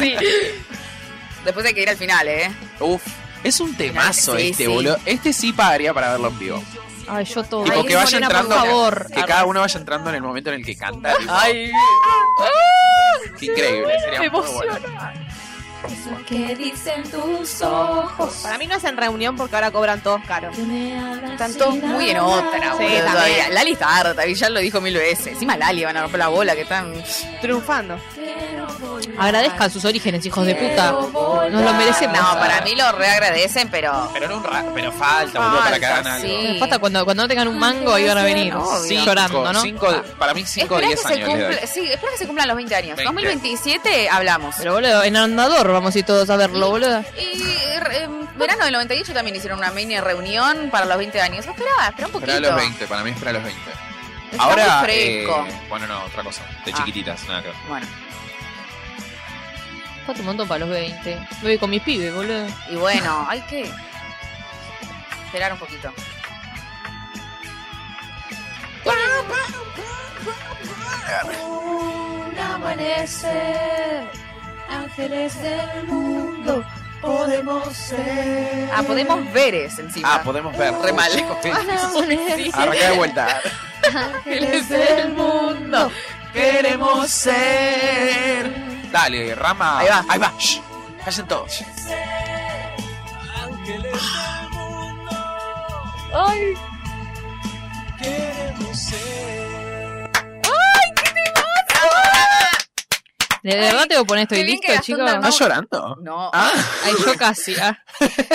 [SPEAKER 2] Sí. Después hay que ir al final, ¿eh?
[SPEAKER 1] Uf. Es un temazo
[SPEAKER 2] Sí,
[SPEAKER 1] este,
[SPEAKER 2] sí.
[SPEAKER 1] boludo. Este sí pagaría para verlo en vivo.
[SPEAKER 4] Ay, yo todo.
[SPEAKER 1] Tipo,
[SPEAKER 4] Ay,
[SPEAKER 1] que vaya
[SPEAKER 4] Morena,
[SPEAKER 1] entrando.
[SPEAKER 4] Por favor.
[SPEAKER 1] Que cada uno vaya entrando en el momento en el que canta. tipo,
[SPEAKER 2] Ay.
[SPEAKER 1] qué increíble. Sería
[SPEAKER 4] me
[SPEAKER 1] muy bueno.
[SPEAKER 3] Eso que dicen tus ojos.
[SPEAKER 5] Para mí no hacen reunión porque ahora cobran todos caros.
[SPEAKER 3] que me hablan
[SPEAKER 2] Están todos
[SPEAKER 3] sin
[SPEAKER 2] muy en
[SPEAKER 3] hablar.
[SPEAKER 2] otra,
[SPEAKER 5] Sí,
[SPEAKER 2] boludo.
[SPEAKER 5] también.
[SPEAKER 2] todavía. Lali está harta, ya lo dijo mil veces. Encima Lali van a romper la bola, que están...
[SPEAKER 5] Triunfando.
[SPEAKER 3] Quiero volar.
[SPEAKER 4] Agradezcan sus orígenes, hijos de puta.
[SPEAKER 3] Quiero volar.
[SPEAKER 4] Nos lo merecemos.
[SPEAKER 2] No, para mí lo reagradecen, pero...
[SPEAKER 1] Pero, era un ra- pero falta, boludo, para que hagan
[SPEAKER 2] Falta,
[SPEAKER 1] algo.
[SPEAKER 2] sí.
[SPEAKER 4] Me falta cuando, cuando no tengan un mango y van a venir
[SPEAKER 2] Obvio.
[SPEAKER 4] llorando, ¿no?
[SPEAKER 1] Cinco, para mí 5 o
[SPEAKER 2] Esperá
[SPEAKER 1] 10
[SPEAKER 2] que se
[SPEAKER 1] años. le doy.
[SPEAKER 2] cumpla, sí, espera que se cumplan los 20 años.
[SPEAKER 1] 20.
[SPEAKER 2] 2027 hablamos.
[SPEAKER 4] Pero boludo, en andador vamos a ir todos a verlo, boludo.
[SPEAKER 2] Y eh, en verano del 98 también hicieron una mini reunión para los 20 años. Esperaba, espera un poquito.
[SPEAKER 1] Espera los 20, para mí espera los 20.
[SPEAKER 2] Está
[SPEAKER 1] Ahora,
[SPEAKER 2] muy fresco.
[SPEAKER 1] eh, bueno, no, otra cosa. De
[SPEAKER 2] Ah.
[SPEAKER 1] chiquititas, nada que ver.
[SPEAKER 2] Bueno,
[SPEAKER 4] Falta un montón para los 20. Me voy con mis pibes, boludo.
[SPEAKER 2] y bueno, hay que esperar un poquito.
[SPEAKER 3] Un amanecer, ángeles del mundo, podemos ser.
[SPEAKER 2] Ah, podemos ver eso encima.
[SPEAKER 1] Ah, podemos ver.
[SPEAKER 2] Re mal.
[SPEAKER 1] Chicos, qué
[SPEAKER 3] Un
[SPEAKER 1] difícil.
[SPEAKER 3] amanecer,
[SPEAKER 1] Arranca de vuelta.
[SPEAKER 3] ángeles del mundo,
[SPEAKER 1] Queremos ser. Dale, rama.
[SPEAKER 2] Ahí va.
[SPEAKER 1] Ahí va. Shh. Callen todos.
[SPEAKER 4] ¡Ay! ¿De verdad te voy a poner estoy
[SPEAKER 2] Qué bien
[SPEAKER 4] listo,
[SPEAKER 2] que Gastón
[SPEAKER 4] chicos?
[SPEAKER 2] Dalmau-
[SPEAKER 1] ¿Estás llorando?
[SPEAKER 2] no,
[SPEAKER 1] Ah.
[SPEAKER 4] Ay, yo casi. ah.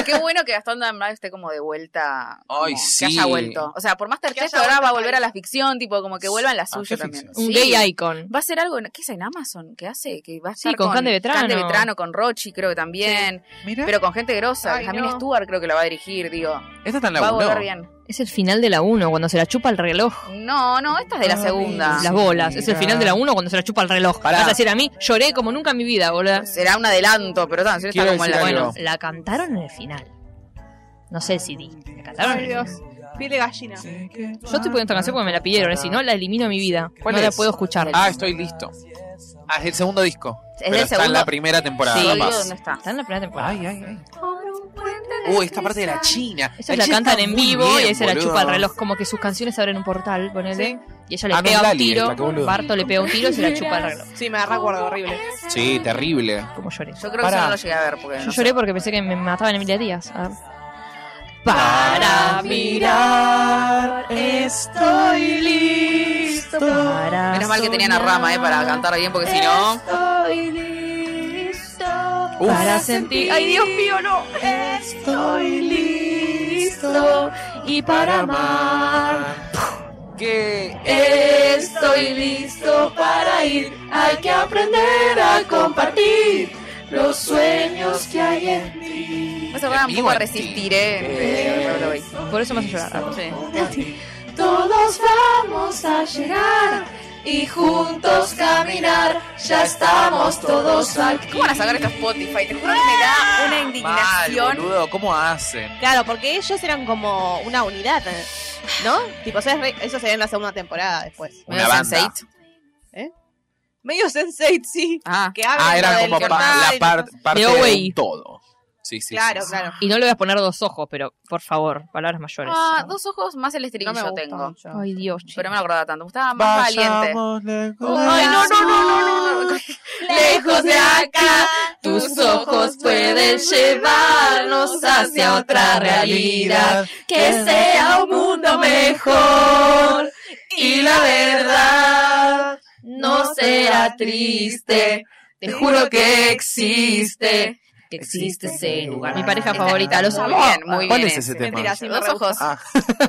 [SPEAKER 2] qué bueno que Gastón Dalmau esté como de vuelta. como
[SPEAKER 1] Ay, sí.
[SPEAKER 2] Que haya vuelto. O sea, por Masterchef
[SPEAKER 5] haya
[SPEAKER 2] ahora va a
[SPEAKER 5] vuelto,
[SPEAKER 2] volver a la ficción, tipo, como que vuelva en la
[SPEAKER 1] Ah,
[SPEAKER 2] suya
[SPEAKER 1] qué
[SPEAKER 2] también.
[SPEAKER 1] ficción.
[SPEAKER 4] Un
[SPEAKER 2] Sí.
[SPEAKER 4] gay icon.
[SPEAKER 2] Va a ser algo, en- ¿qué es en Amazon? ¿Qué hace? Que va a
[SPEAKER 4] Sí,
[SPEAKER 2] estar
[SPEAKER 4] con Can de Vetrano.
[SPEAKER 2] Can de Vetrano, con Rochi creo que también,
[SPEAKER 1] Mira,
[SPEAKER 2] pero con gente grosa.
[SPEAKER 5] Ay,
[SPEAKER 2] Jamín
[SPEAKER 5] no.
[SPEAKER 2] Stewart creo que la va a dirigir, digo.
[SPEAKER 1] esta está en
[SPEAKER 2] va a
[SPEAKER 1] la 1.
[SPEAKER 2] volver bien.
[SPEAKER 4] Es el final de la 1, cuando se la chupa el reloj.
[SPEAKER 2] No, no, esta es de la
[SPEAKER 5] Ah,
[SPEAKER 1] Ay,
[SPEAKER 2] segunda.
[SPEAKER 4] Las bolas. Es el final de la 1 cuando se la chupa el reloj.
[SPEAKER 1] Ah, Pará.
[SPEAKER 4] Vas a decir a mí, lloré como nunca en mi vida, boludo.
[SPEAKER 2] Será un adelanto, pero tan, está
[SPEAKER 1] Quiero
[SPEAKER 2] como en la
[SPEAKER 1] decir
[SPEAKER 2] buena.
[SPEAKER 1] algo.
[SPEAKER 4] Bueno, la cantaron en el final. No sé si di. La cantaron en
[SPEAKER 5] Ay,
[SPEAKER 4] el final.
[SPEAKER 5] Dios. Piel de gallina.
[SPEAKER 4] Yo estoy poniendo esta canción porque me la pidieron, eh, si no la elimino de mi vida. No
[SPEAKER 1] ¿Cuál
[SPEAKER 4] la
[SPEAKER 1] es?
[SPEAKER 4] puedo escuchar.
[SPEAKER 1] Ah, estoy listo. Ah, es el segundo disco.
[SPEAKER 2] Es
[SPEAKER 1] pero
[SPEAKER 2] del
[SPEAKER 1] está en
[SPEAKER 2] segundo-
[SPEAKER 1] la primera temporada.
[SPEAKER 4] Sí.
[SPEAKER 2] digo,
[SPEAKER 1] capaz.
[SPEAKER 2] ¿dónde está?
[SPEAKER 4] Está en la primera temporada.
[SPEAKER 1] Ay, ay, ay.
[SPEAKER 3] por un puente de
[SPEAKER 1] Uy, esta parte de la
[SPEAKER 3] cristal.
[SPEAKER 1] China.
[SPEAKER 4] Ellos
[SPEAKER 1] La
[SPEAKER 4] la
[SPEAKER 1] China
[SPEAKER 4] cantan
[SPEAKER 1] está
[SPEAKER 4] en
[SPEAKER 1] muy
[SPEAKER 4] vivo
[SPEAKER 1] bien,
[SPEAKER 4] y esa la
[SPEAKER 1] boludo.
[SPEAKER 4] chupa el reloj. Como que sus canciones abren un portal, ponele.
[SPEAKER 5] Sí.
[SPEAKER 4] Y ella le
[SPEAKER 1] Ah, no,
[SPEAKER 4] pega
[SPEAKER 1] es
[SPEAKER 4] un
[SPEAKER 1] Lali
[SPEAKER 4] tiro.
[SPEAKER 1] esta, qué boludo.
[SPEAKER 4] Barto le pega un tiro y se la chupa el reloj.
[SPEAKER 5] Sí, me agarra cuerda, horrible.
[SPEAKER 1] Sí, terrible.
[SPEAKER 4] Como lloré.
[SPEAKER 2] Yo creo que
[SPEAKER 1] Pará.
[SPEAKER 2] eso no lo llegué a ver porque
[SPEAKER 4] Yo
[SPEAKER 2] no sé.
[SPEAKER 4] lloré porque pensé que me mataban Emilia Díaz. A ver. Para
[SPEAKER 1] mirar, estoy listo.
[SPEAKER 4] Para
[SPEAKER 2] Menos mal que tenían a Rama, eh, para cantar bien porque si no,
[SPEAKER 3] Estoy listo
[SPEAKER 1] Uf.
[SPEAKER 4] para sentir. Ay, Dios mío, no.
[SPEAKER 3] Estoy listo y para amar.
[SPEAKER 1] Que
[SPEAKER 3] Estoy listo para ir. Hay que aprender a compartir. los sueños que hay en
[SPEAKER 2] Me
[SPEAKER 3] ti.
[SPEAKER 2] hace acordar un
[SPEAKER 1] Vivo
[SPEAKER 2] poco a
[SPEAKER 1] en
[SPEAKER 2] resistir,
[SPEAKER 1] ti.
[SPEAKER 2] ¿eh?
[SPEAKER 1] Eh,
[SPEAKER 2] Pero lo veis.
[SPEAKER 4] Por eso me hace llorar.
[SPEAKER 2] Sí.
[SPEAKER 3] Todos vamos a llegar y juntos caminar. Ya estamos todos aquí.
[SPEAKER 2] ¿Cómo van a sacar esto a Spotify? Te juro que me da una
[SPEAKER 1] Mal,
[SPEAKER 2] indignación.
[SPEAKER 1] boludo, ¿cómo hacen?
[SPEAKER 5] Claro, porque ellos eran como una unidad, ¿no? Tipo, eso, es re- eso sería en la segunda temporada después.
[SPEAKER 1] Una banda.
[SPEAKER 2] Sense8.
[SPEAKER 5] Medio sensei, sí.
[SPEAKER 2] Ah,
[SPEAKER 5] Que hablan
[SPEAKER 1] Ah, era
[SPEAKER 5] del
[SPEAKER 1] como pa-
[SPEAKER 5] jornal
[SPEAKER 1] la
[SPEAKER 5] y
[SPEAKER 1] par- parte
[SPEAKER 4] De
[SPEAKER 1] de
[SPEAKER 4] Owey.
[SPEAKER 1] un todo. Sí, sí.
[SPEAKER 5] Claro,
[SPEAKER 1] sí, sí.
[SPEAKER 5] claro.
[SPEAKER 4] Y no le voy a poner dos ojos, pero por favor, palabras mayores.
[SPEAKER 2] Ah, dos ojos más el
[SPEAKER 5] No
[SPEAKER 2] estribillo
[SPEAKER 5] me gusta
[SPEAKER 2] tengo.
[SPEAKER 5] mucho.
[SPEAKER 4] Ay, Dios, chico.
[SPEAKER 2] Pero no me acordaba tanto. Me gustaba más valiente.
[SPEAKER 1] Ay, no, no, no, no, no.
[SPEAKER 2] no, no.
[SPEAKER 3] Lejos de acá, tus ojos pueden llevarnos hacia otra realidad. Que sea un mundo mejor y la verdad no sea triste. Te juro que existe.
[SPEAKER 4] Que
[SPEAKER 3] Existe ese lugar.
[SPEAKER 4] Mi pareja favorita, los
[SPEAKER 2] Muy
[SPEAKER 4] amo.
[SPEAKER 2] bien, Ah, muy
[SPEAKER 1] ¿Cuál
[SPEAKER 2] bien. ¿eh?
[SPEAKER 1] es ese
[SPEAKER 2] ese.
[SPEAKER 1] tema?
[SPEAKER 5] Mentira, sí, me
[SPEAKER 2] Dos
[SPEAKER 5] re gusta.
[SPEAKER 2] ojos.
[SPEAKER 1] Ah,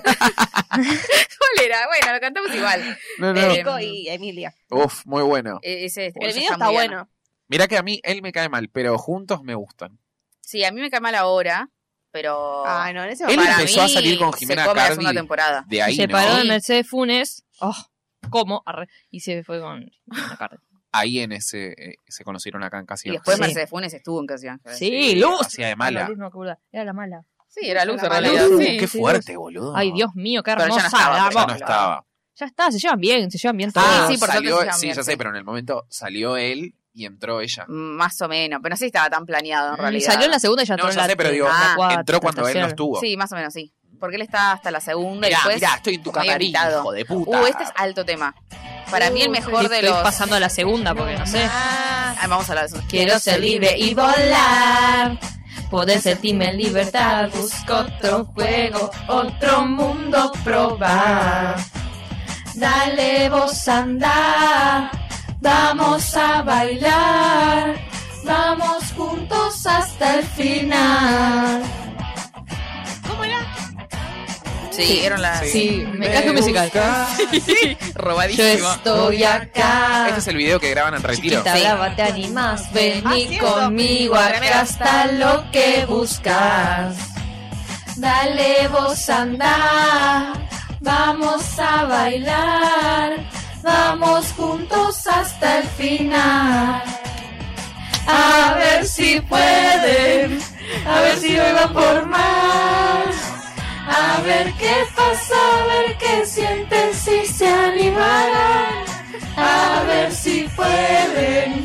[SPEAKER 2] ¿Cuál era? Bueno, lo cantamos igual.
[SPEAKER 1] no, no.
[SPEAKER 2] Eh,
[SPEAKER 5] Nico y Emilia.
[SPEAKER 1] Uf, muy bueno.
[SPEAKER 2] E- Ese
[SPEAKER 5] El
[SPEAKER 2] estribillo
[SPEAKER 5] video está
[SPEAKER 2] muy bien.
[SPEAKER 5] bueno.
[SPEAKER 1] Mirá que a mí él me cae mal, pero juntos me gustan.
[SPEAKER 2] Sí, a mí me cae mal ahora, pero.
[SPEAKER 5] Ah, no, en ese
[SPEAKER 1] Él
[SPEAKER 5] momento.
[SPEAKER 2] para
[SPEAKER 1] empezó a
[SPEAKER 2] mí
[SPEAKER 1] salir con Jimena
[SPEAKER 2] se come la
[SPEAKER 1] Cardi.
[SPEAKER 2] segunda temporada.
[SPEAKER 1] De ahí,
[SPEAKER 4] se
[SPEAKER 1] ¿no?
[SPEAKER 4] paró de
[SPEAKER 2] Sí.
[SPEAKER 4] Mercedes Funes. Oh, ¿Cómo? Arre. Y se fue con la carta.
[SPEAKER 1] Ahí en ese eh, se conocieron acá en Casi
[SPEAKER 2] Y después
[SPEAKER 4] Sí.
[SPEAKER 2] Mercedes Funes estuvo en Casi Ángeles.
[SPEAKER 4] Sí, Luz.
[SPEAKER 1] Hacía de
[SPEAKER 4] La
[SPEAKER 1] mala.
[SPEAKER 4] Luz no me acuerdo. Era la mala.
[SPEAKER 2] Sí, era Luz en
[SPEAKER 5] Era la
[SPEAKER 2] realidad.
[SPEAKER 4] Luz.
[SPEAKER 2] Sí.
[SPEAKER 1] Qué
[SPEAKER 4] sí,
[SPEAKER 1] fuerte, boludo.
[SPEAKER 4] Ay, Dios mío, qué
[SPEAKER 2] Pero ya no
[SPEAKER 4] hermosa.
[SPEAKER 2] estaba,
[SPEAKER 4] la
[SPEAKER 2] pero
[SPEAKER 1] Ya
[SPEAKER 4] voz.
[SPEAKER 1] no estaba.
[SPEAKER 4] Ya está, se llevan bien, se llevan bien todos.
[SPEAKER 1] Ah,
[SPEAKER 2] sí, por suerte
[SPEAKER 1] salió,
[SPEAKER 2] se llaman
[SPEAKER 1] sí,
[SPEAKER 2] bien,
[SPEAKER 1] ya
[SPEAKER 2] sí.
[SPEAKER 1] sé, pero en el momento salió él y entró ella.
[SPEAKER 2] Más o menos, pero no sé si estaba tan planeado
[SPEAKER 1] Mm,
[SPEAKER 2] en realidad.
[SPEAKER 4] Salió en la segunda y ya
[SPEAKER 1] No,
[SPEAKER 4] entró
[SPEAKER 1] ya
[SPEAKER 4] en la
[SPEAKER 1] sé, pero digo,
[SPEAKER 4] la cuarta,
[SPEAKER 1] Entró cuando él
[SPEAKER 4] tercera.
[SPEAKER 1] no estuvo.
[SPEAKER 2] Ah, Sí, más o menos, sí. Porque él está hasta la
[SPEAKER 1] Mirá,
[SPEAKER 2] segunda y después.
[SPEAKER 1] mirá, estoy en tu
[SPEAKER 2] medio
[SPEAKER 1] camarín,
[SPEAKER 2] invitado.
[SPEAKER 1] hijo de puta.
[SPEAKER 2] Uh, este es alto tema. Para mí el mejor de
[SPEAKER 4] Estoy
[SPEAKER 2] los.
[SPEAKER 4] pasando a la segunda porque no sé.
[SPEAKER 2] Ah, vamos a hablar de eso.
[SPEAKER 3] Quiero ser libre y volar. Poder sentirme en libertad. Busco otro juego, otro mundo probar. Dale vos andar. Vamos a bailar. Vamos juntos hasta el final.
[SPEAKER 2] Sí, eran las.
[SPEAKER 4] Sí, me caje un musical.
[SPEAKER 3] Yo
[SPEAKER 2] robadísimo. Ah.
[SPEAKER 3] estoy acá.
[SPEAKER 1] Este es el video que graban en Retiro.
[SPEAKER 3] Chiquita
[SPEAKER 2] Sí.
[SPEAKER 3] brava, te animas, vení
[SPEAKER 5] cierto.
[SPEAKER 3] conmigo, acá está lo que buscas. Dale vos andar, vamos a bailar, vamos juntos hasta el final. A ver si pueden, a ver si hoy van por más. A ver qué pasa, a ver qué sienten, si se animarán. A ver si pueden,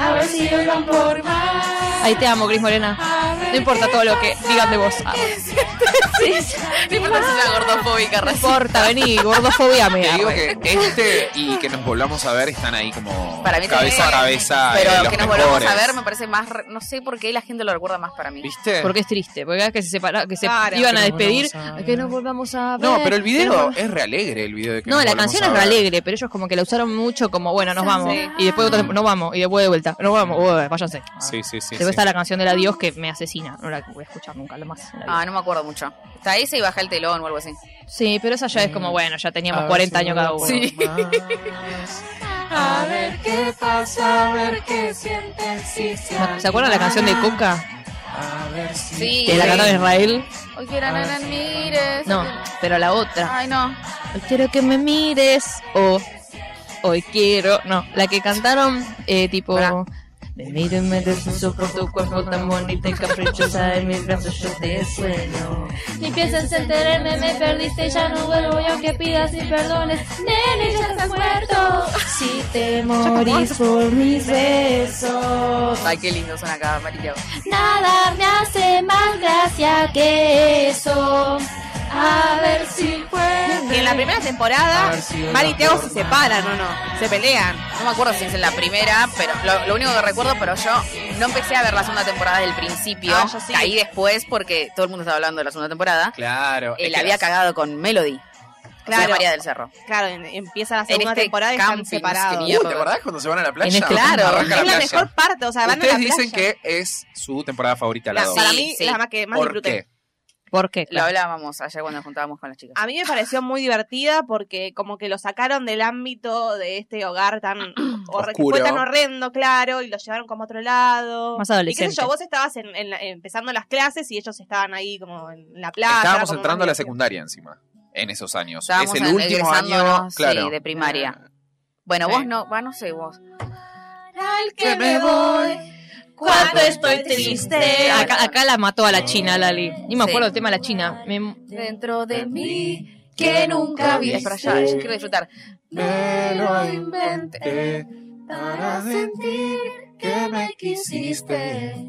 [SPEAKER 3] a ver si hoy van por más.
[SPEAKER 4] Ahí te amo, Cris Morena.
[SPEAKER 3] A ver
[SPEAKER 4] No importa
[SPEAKER 3] qué
[SPEAKER 4] todo lo que
[SPEAKER 3] pasa,
[SPEAKER 4] digan de vos. Ah,
[SPEAKER 2] No importa si es una gordofóbica,
[SPEAKER 4] no
[SPEAKER 2] racista.
[SPEAKER 4] importa, vení, gordofobia me
[SPEAKER 1] Te digo
[SPEAKER 4] arre.
[SPEAKER 1] que este y que nos volvamos a ver están ahí como
[SPEAKER 2] Para mí
[SPEAKER 1] cabeza a
[SPEAKER 2] también.
[SPEAKER 1] cabeza. eh,
[SPEAKER 2] Pero
[SPEAKER 1] los
[SPEAKER 2] que nos
[SPEAKER 1] mejores.
[SPEAKER 2] volvamos a ver me parece más. re- No sé por qué la gente lo recuerda más para mí.
[SPEAKER 1] ¿Viste?
[SPEAKER 4] Porque es triste, porque cada vez que se separa, que se
[SPEAKER 5] Claro.
[SPEAKER 4] iban a
[SPEAKER 1] Que nos
[SPEAKER 4] despedir,
[SPEAKER 1] volvamos a
[SPEAKER 4] que no volvamos a ver.
[SPEAKER 1] No, pero el
[SPEAKER 4] que nos
[SPEAKER 1] video
[SPEAKER 4] vol-
[SPEAKER 1] es realegre, el video de que
[SPEAKER 4] No,
[SPEAKER 1] nos
[SPEAKER 4] la
[SPEAKER 1] volvamos
[SPEAKER 4] canción
[SPEAKER 1] a
[SPEAKER 4] es re
[SPEAKER 1] ver.
[SPEAKER 4] alegre, pero ellos como que la usaron mucho como, bueno, nos vamos.
[SPEAKER 5] Sí.
[SPEAKER 4] Y
[SPEAKER 2] Ah.
[SPEAKER 4] después otra, nos vamos, y después de vuelta, nos vamos, ué, váyanse.
[SPEAKER 1] Sí, sí, sí.
[SPEAKER 4] después
[SPEAKER 1] sí.
[SPEAKER 4] está la canción del adiós que me asesina, no la voy a escuchar nunca la más. en la vida.
[SPEAKER 2] Ah, no me acuerdo mucho. Está ese y baja el telón o algo así.
[SPEAKER 4] Sí, pero esa ya es como, bueno, ya teníamos
[SPEAKER 1] Ah,
[SPEAKER 4] 40 años cada uno.
[SPEAKER 2] Sí.
[SPEAKER 3] A ver qué pasa, a ver qué sienten, si se
[SPEAKER 4] ¿Se acuerdan la canción de Coca?
[SPEAKER 2] Sí.
[SPEAKER 4] Que la cantaba Israel.
[SPEAKER 2] Hoy que la nana mires.
[SPEAKER 4] No, pero la otra.
[SPEAKER 2] Ay, no.
[SPEAKER 4] Hoy quiero que me mires o hoy quiero, no, la que cantaron eh, tipo
[SPEAKER 2] Pará.
[SPEAKER 4] me miro y me deslizo por tu cuerpo tan bonita y caprichosa en mis brazos yo te sueño.
[SPEAKER 3] Ni pienses enterarme, me perdiste, ya no vuelvo y aunque pidas y perdones, nene, ya estás muerto. Si te morís por mis besos,
[SPEAKER 2] Ay, qué lindo son acá, amarillo.
[SPEAKER 3] nada me hace más gracia que eso. A ver si
[SPEAKER 5] Y en la
[SPEAKER 3] puedes.
[SPEAKER 5] primera temporada, Mari y Tiago se separan o no. Se pelean.
[SPEAKER 2] No me acuerdo si es en la primera, pero lo, lo único que recuerdo, pero yo no empecé a ver la segunda temporada del principio.
[SPEAKER 5] Ah, yo sí.
[SPEAKER 2] Caí después porque todo el mundo estaba hablando de la segunda temporada.
[SPEAKER 1] Claro. es
[SPEAKER 2] Él
[SPEAKER 1] que
[SPEAKER 2] había
[SPEAKER 1] las-
[SPEAKER 2] cagado con Melody. Claro.
[SPEAKER 5] Claro.
[SPEAKER 2] María del Cerro.
[SPEAKER 5] Claro, en- empieza la segunda
[SPEAKER 2] este
[SPEAKER 5] temporada y
[SPEAKER 2] camping,
[SPEAKER 5] están
[SPEAKER 2] es que
[SPEAKER 5] separados.
[SPEAKER 2] ni
[SPEAKER 1] Uy, ¿Te acordás cuando se van a la playa?
[SPEAKER 4] En este-
[SPEAKER 2] Claro.
[SPEAKER 1] Arranca
[SPEAKER 5] Es la
[SPEAKER 1] playa.
[SPEAKER 5] mejor parte, o sea, van a la
[SPEAKER 1] Ustedes dicen
[SPEAKER 5] playa.
[SPEAKER 1] que es su temporada favorita, la
[SPEAKER 5] La-
[SPEAKER 1] dos.
[SPEAKER 5] para
[SPEAKER 2] Sí,
[SPEAKER 5] mí
[SPEAKER 2] sí.
[SPEAKER 5] es la más que más
[SPEAKER 1] ¿Por
[SPEAKER 5] disfruté.
[SPEAKER 1] qué?
[SPEAKER 4] ¿Por qué?
[SPEAKER 2] Lo
[SPEAKER 4] Claro.
[SPEAKER 2] hablábamos ayer cuando nos juntábamos con las chicas.
[SPEAKER 5] A mí me pareció muy divertida porque como que lo sacaron del ámbito de este hogar tan horre- que fue
[SPEAKER 1] Oscuro.
[SPEAKER 5] tan horrendo, claro, y lo llevaron como a otro lado.
[SPEAKER 4] Más
[SPEAKER 5] Y qué
[SPEAKER 4] adolescente.
[SPEAKER 5] sé yo, vos estabas en- en la- empezando las clases y ellos estaban ahí como en la plaza.
[SPEAKER 1] Estábamos
[SPEAKER 5] como
[SPEAKER 1] entrando a
[SPEAKER 5] más
[SPEAKER 1] la
[SPEAKER 5] divertido.
[SPEAKER 1] secundaria encima, en esos años.
[SPEAKER 2] Estábamos
[SPEAKER 1] es el último año,
[SPEAKER 2] egresándonos, sí,
[SPEAKER 1] claro. Ah,
[SPEAKER 2] de primaria. Bueno,
[SPEAKER 1] Sí.
[SPEAKER 2] vos no, va, no sé vos.
[SPEAKER 3] Al
[SPEAKER 1] que me voy,
[SPEAKER 3] cuando estoy triste.
[SPEAKER 4] Acá, acá la mató a la China, Lali. Ni me
[SPEAKER 2] Sí.
[SPEAKER 4] acuerdo del tema de la China. Me-
[SPEAKER 3] Dentro de mí, que nunca vi.
[SPEAKER 2] Es para allá, yo quiero disfrutar.
[SPEAKER 3] Me lo inventé para sentir que me quisiste.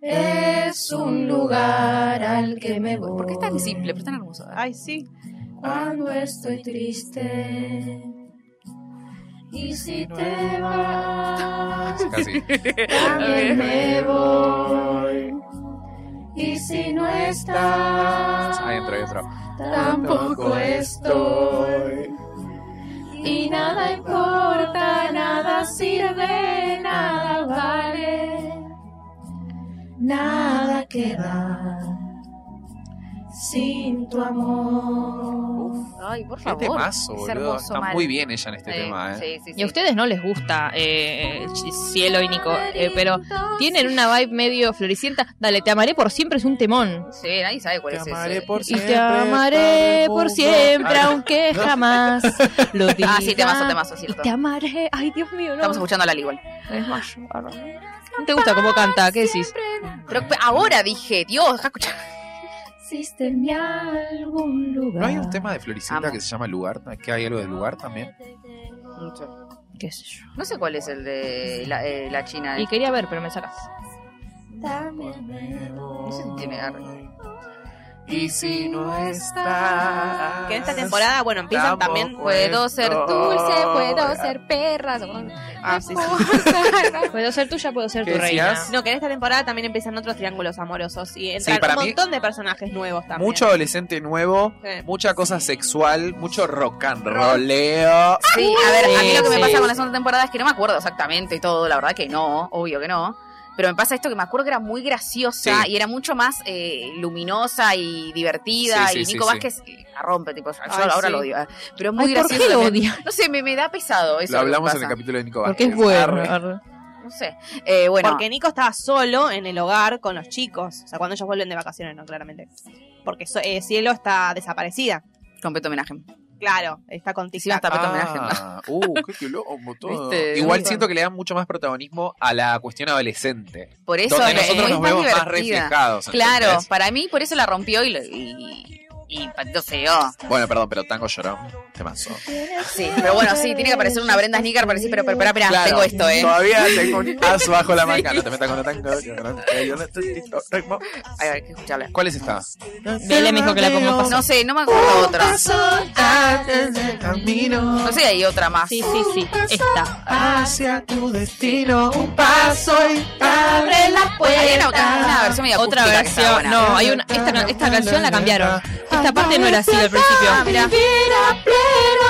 [SPEAKER 3] Es un lugar al que me voy.
[SPEAKER 2] Porque es tan simple, pero es tan hermoso.
[SPEAKER 5] Ay, sí.
[SPEAKER 3] Cuando estoy triste. Y si te vas,
[SPEAKER 1] Casi.
[SPEAKER 3] también me voy. Y si no estás,
[SPEAKER 1] Ahí entró, ahí entró.
[SPEAKER 3] tampoco estoy. Y nada importa, nada sirve, nada vale, nada queda sin tu amor.
[SPEAKER 2] Ay, por
[SPEAKER 1] Qué
[SPEAKER 2] favor.
[SPEAKER 1] temazo,
[SPEAKER 2] Es
[SPEAKER 1] boludo.
[SPEAKER 2] hermoso,
[SPEAKER 1] Está
[SPEAKER 2] mal.
[SPEAKER 1] muy bien ella en este
[SPEAKER 2] Sí,
[SPEAKER 1] tema, ¿eh?
[SPEAKER 2] sí, sí,
[SPEAKER 4] Y
[SPEAKER 2] sí.
[SPEAKER 4] a ustedes no les gusta eh, Ch- Cielo y Nico, eh, pero tienen una vibe medio floricienta. Dale, te amaré por siempre es un temón.
[SPEAKER 2] Sí, nadie sabe cuál es ese.
[SPEAKER 4] Y te amaré por siempre, aunque jamás lo diga.
[SPEAKER 2] Ah, sí, temazo, temazo, es cierto.
[SPEAKER 4] Te amaré. Ay, Dios mío, no.
[SPEAKER 2] Estamos escuchando a Lali igual.
[SPEAKER 4] Me desmayo, ahora. ¿No te gusta cómo canta? ¿Qué decís?
[SPEAKER 2] Pero pe- ahora dije, Dios, deja escuchar.
[SPEAKER 3] Existe en mi algún lugar.
[SPEAKER 1] ¿No hay un tema de Floricienta
[SPEAKER 2] Amo.
[SPEAKER 1] que se llama Lugar? ¿Que hay algo de Lugar también?
[SPEAKER 4] ¿Qué sé yo?
[SPEAKER 2] No sé cuál es el de la, eh, la China.
[SPEAKER 4] Y quería ver, pero me sacas.
[SPEAKER 3] También me
[SPEAKER 2] No sé si
[SPEAKER 3] voy.
[SPEAKER 2] tiene garra.
[SPEAKER 1] Y si no está.
[SPEAKER 5] Que en esta
[SPEAKER 1] Ah,
[SPEAKER 5] temporada, bueno, empiezan también.
[SPEAKER 2] Puedo ser
[SPEAKER 3] Dulce, puedo ser perra.
[SPEAKER 5] Ah, sí, sí.
[SPEAKER 4] Puedo ser tuya, puedo ser
[SPEAKER 1] ¿Qué
[SPEAKER 4] tu reina.
[SPEAKER 1] decías?
[SPEAKER 5] No, que en esta temporada también empiezan otros triángulos amorosos y entran
[SPEAKER 1] para
[SPEAKER 5] un
[SPEAKER 1] mí-
[SPEAKER 5] montón de personajes nuevos también.
[SPEAKER 1] Mucho adolescente nuevo,
[SPEAKER 5] Sí.
[SPEAKER 1] mucha cosa sexual, mucho rock and rolleo.
[SPEAKER 2] Sí, a ver, a mí
[SPEAKER 4] Sí,
[SPEAKER 2] lo que me
[SPEAKER 4] sí.
[SPEAKER 2] pasa con la segunda temporada es que no me acuerdo exactamente todo, la verdad que no, obvio que no. Pero me pasa esto que me acuerdo que era muy graciosa
[SPEAKER 1] Sí.
[SPEAKER 2] y era mucho más eh, luminosa y divertida.
[SPEAKER 1] Sí, sí,
[SPEAKER 2] y
[SPEAKER 1] sí,
[SPEAKER 2] Nico
[SPEAKER 1] sí.
[SPEAKER 2] Vázquez eh, la rompe, tipo, yo
[SPEAKER 5] Ay,
[SPEAKER 2] ahora
[SPEAKER 5] sí.
[SPEAKER 2] lo odio. eh. Pero es muy
[SPEAKER 4] Ay, ¿Por
[SPEAKER 2] gracioso.
[SPEAKER 4] qué lo
[SPEAKER 2] también.
[SPEAKER 4] odias?
[SPEAKER 2] No sé, me, me da pesado eso.
[SPEAKER 1] Lo hablamos
[SPEAKER 2] que
[SPEAKER 1] en el
[SPEAKER 2] pasa. Ah,
[SPEAKER 1] capítulo de Nico
[SPEAKER 4] Porque es
[SPEAKER 1] Vázquez.
[SPEAKER 4] bueno.
[SPEAKER 1] Arre.
[SPEAKER 4] arre.
[SPEAKER 2] No sé. Eh, bueno,
[SPEAKER 5] Porque Nico estaba solo en el hogar con los chicos. O sea, cuando ellos vuelven de vacaciones, no, claramente. Porque so- eh, Cielo está desaparecida.
[SPEAKER 2] completo homenaje.
[SPEAKER 5] Claro, está con
[SPEAKER 2] Hicimos
[SPEAKER 5] Tic
[SPEAKER 2] hasta
[SPEAKER 5] Tac.
[SPEAKER 2] Tapete homenaje, ¿no?
[SPEAKER 1] Ah, uh, qué quilombo todo.
[SPEAKER 2] ¿Viste?
[SPEAKER 1] Igual
[SPEAKER 2] Bueno.
[SPEAKER 1] siento que le dan mucho más protagonismo a la cuestión adolescente.
[SPEAKER 2] Por eso
[SPEAKER 1] donde
[SPEAKER 2] me-
[SPEAKER 1] nosotros
[SPEAKER 2] es
[SPEAKER 1] nos
[SPEAKER 2] más
[SPEAKER 1] vemos más
[SPEAKER 2] divertida.
[SPEAKER 1] reflejados. ¿entendés?
[SPEAKER 2] Claro, para mí por eso la rompió y, lo- y, y Patito se dio.
[SPEAKER 1] Bueno, perdón, pero Tango lloró. Temazo.
[SPEAKER 2] Sí, pero bueno, sí, tiene que aparecer una Brenda Sneaker para decir, pero, pero, espera, espera,
[SPEAKER 1] Claro,
[SPEAKER 2] tengo esto, ¿eh?
[SPEAKER 1] Todavía tengo un as bajo la manga. No te metas con la tango. yo no-
[SPEAKER 2] Ay, hay que escucharla.
[SPEAKER 1] ¿Cuál es esta?
[SPEAKER 4] Belén me dijo que la pongamos
[SPEAKER 2] No sé, no me acuerdo otra.
[SPEAKER 1] antes del camino
[SPEAKER 2] No sé, hay otra más.
[SPEAKER 4] Sí, sí, sí. Esta.
[SPEAKER 1] hacia tu destino. Un paso y
[SPEAKER 3] Abre la
[SPEAKER 2] Hay una,
[SPEAKER 3] puerta.
[SPEAKER 2] una versión medio
[SPEAKER 4] Otra
[SPEAKER 2] acústica que está
[SPEAKER 4] versión.
[SPEAKER 2] buena.
[SPEAKER 4] No, hay una. Esta, ca- esta canción la cambiaron. Esta parte no era así al
[SPEAKER 3] Ah,
[SPEAKER 4] principio.
[SPEAKER 3] mira. Vivir a pleno,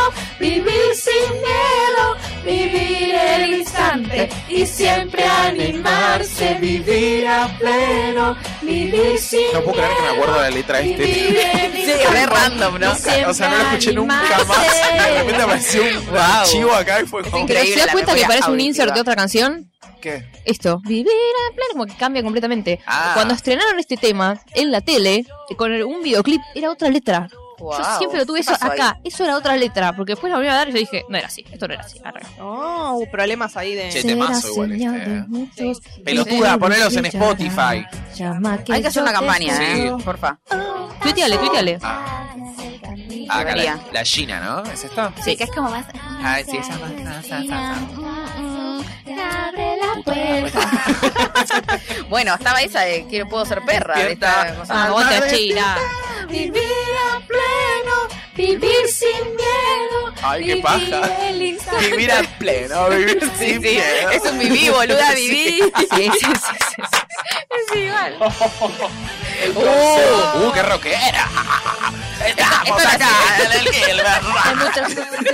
[SPEAKER 3] vivir sin miedo, vivir el instante y siempre animarse, vivir a pleno, vivir sin
[SPEAKER 1] No puedo creer que me acuerdo la letra de
[SPEAKER 3] vivir
[SPEAKER 1] este.
[SPEAKER 3] el
[SPEAKER 2] Sí, re random, ¿no?
[SPEAKER 3] Sí.
[SPEAKER 1] O sea, no lo escuché nunca más.
[SPEAKER 3] Siempre
[SPEAKER 1] De repente apareció un archivo acá y fue como.
[SPEAKER 4] Pero se
[SPEAKER 2] Increíble
[SPEAKER 4] da
[SPEAKER 2] la
[SPEAKER 4] cuenta que
[SPEAKER 2] memoria
[SPEAKER 4] parece un
[SPEAKER 2] auditiva.
[SPEAKER 4] insert de otra canción.
[SPEAKER 1] ¿Qué?
[SPEAKER 4] Esto, vivir en plan, como que cambia completamente.
[SPEAKER 1] Ah.
[SPEAKER 4] Cuando estrenaron este tema en la tele, con el- un videoclip, era otra letra.
[SPEAKER 2] Wow.
[SPEAKER 4] Yo siempre lo tuve
[SPEAKER 2] ¿Qué
[SPEAKER 4] eso
[SPEAKER 2] pasó ahí?
[SPEAKER 4] acá, eso era otra letra, porque después la volví a dar y yo dije, no era así, esto no era así. arre.
[SPEAKER 5] Oh, problemas ahí de.
[SPEAKER 1] Che, temazo igual este, eh. Pelotuda,
[SPEAKER 3] Pelotuda,
[SPEAKER 1] ponelos en Spotify.
[SPEAKER 3] Llama
[SPEAKER 2] Hay que hacer una
[SPEAKER 3] yo te
[SPEAKER 2] campaña, ¿eh?
[SPEAKER 3] sigo.
[SPEAKER 2] Porfa.
[SPEAKER 4] Tuiteale, tuiteale.
[SPEAKER 1] Ah, acá la, la Gina, ¿no? ¿Es esta?
[SPEAKER 2] Sí, que es como más.
[SPEAKER 1] Ah, sí, esa más- más- más- más-
[SPEAKER 3] Abre la puerta.
[SPEAKER 2] Bueno, estaba esa de quiero puedo ser perra. De esta
[SPEAKER 1] Despierta.
[SPEAKER 2] cosa.
[SPEAKER 4] Ah, otra chila.
[SPEAKER 3] Vivir a pleno, vivir sin miedo.
[SPEAKER 1] Ay, qué
[SPEAKER 3] vivir
[SPEAKER 1] paja.
[SPEAKER 3] el instante.
[SPEAKER 1] Vivir al pleno, vivir sin
[SPEAKER 2] Sí,
[SPEAKER 1] miedo.
[SPEAKER 2] es un viví, boluda, viví.
[SPEAKER 4] Sí, sí, sí, sí, sí.
[SPEAKER 2] Es igual.
[SPEAKER 1] Uh, uh, qué rockera. Estamos acá en el
[SPEAKER 3] Hay
[SPEAKER 1] Gilbert.
[SPEAKER 3] muchas cosas que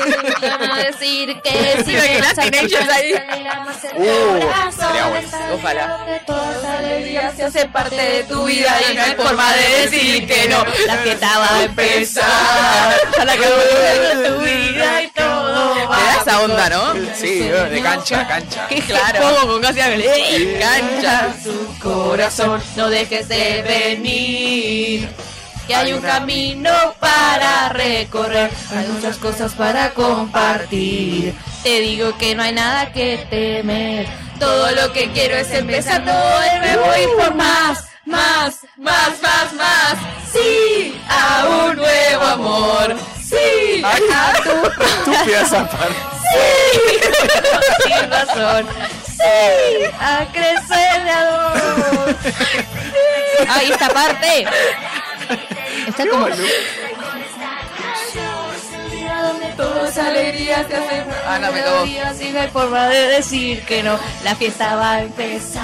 [SPEAKER 3] me van a decir que si
[SPEAKER 2] Mira que
[SPEAKER 3] me
[SPEAKER 2] las teenagers ahí.
[SPEAKER 1] Uh, sería buenísimo.
[SPEAKER 2] Ojalá.
[SPEAKER 3] Que todas alegrías se hace parte de tu vida y no hay
[SPEAKER 1] forma de decir que no. La fiesta va a empezar.
[SPEAKER 2] A la que vuelve tu vida y todo. Te da esa onda, ¿no?
[SPEAKER 1] Sí, de cancha a cancha.
[SPEAKER 2] Claro. Como con casi ángeles. ¡Eh! Cancha.
[SPEAKER 3] corazón. No dejes de venir. Que hay un camino para recorrer. Hay muchas cosas para compartir. Te digo que no hay nada que temer. Todo lo que quiero es empezar todo de nuevo y por más, más, más, más, más. Sí, a un nuevo amor. Sí, a tu
[SPEAKER 1] Estúpida esa parte.
[SPEAKER 3] sin razón. Sí, a crecer de a dos.
[SPEAKER 4] ¡Ay, esta parte! Está como.
[SPEAKER 1] Ah.
[SPEAKER 3] Todas alegrías te hacen
[SPEAKER 2] Ah, no, me cagó.
[SPEAKER 3] melodías y no hay forma de decir que no. La fiesta va a empezar.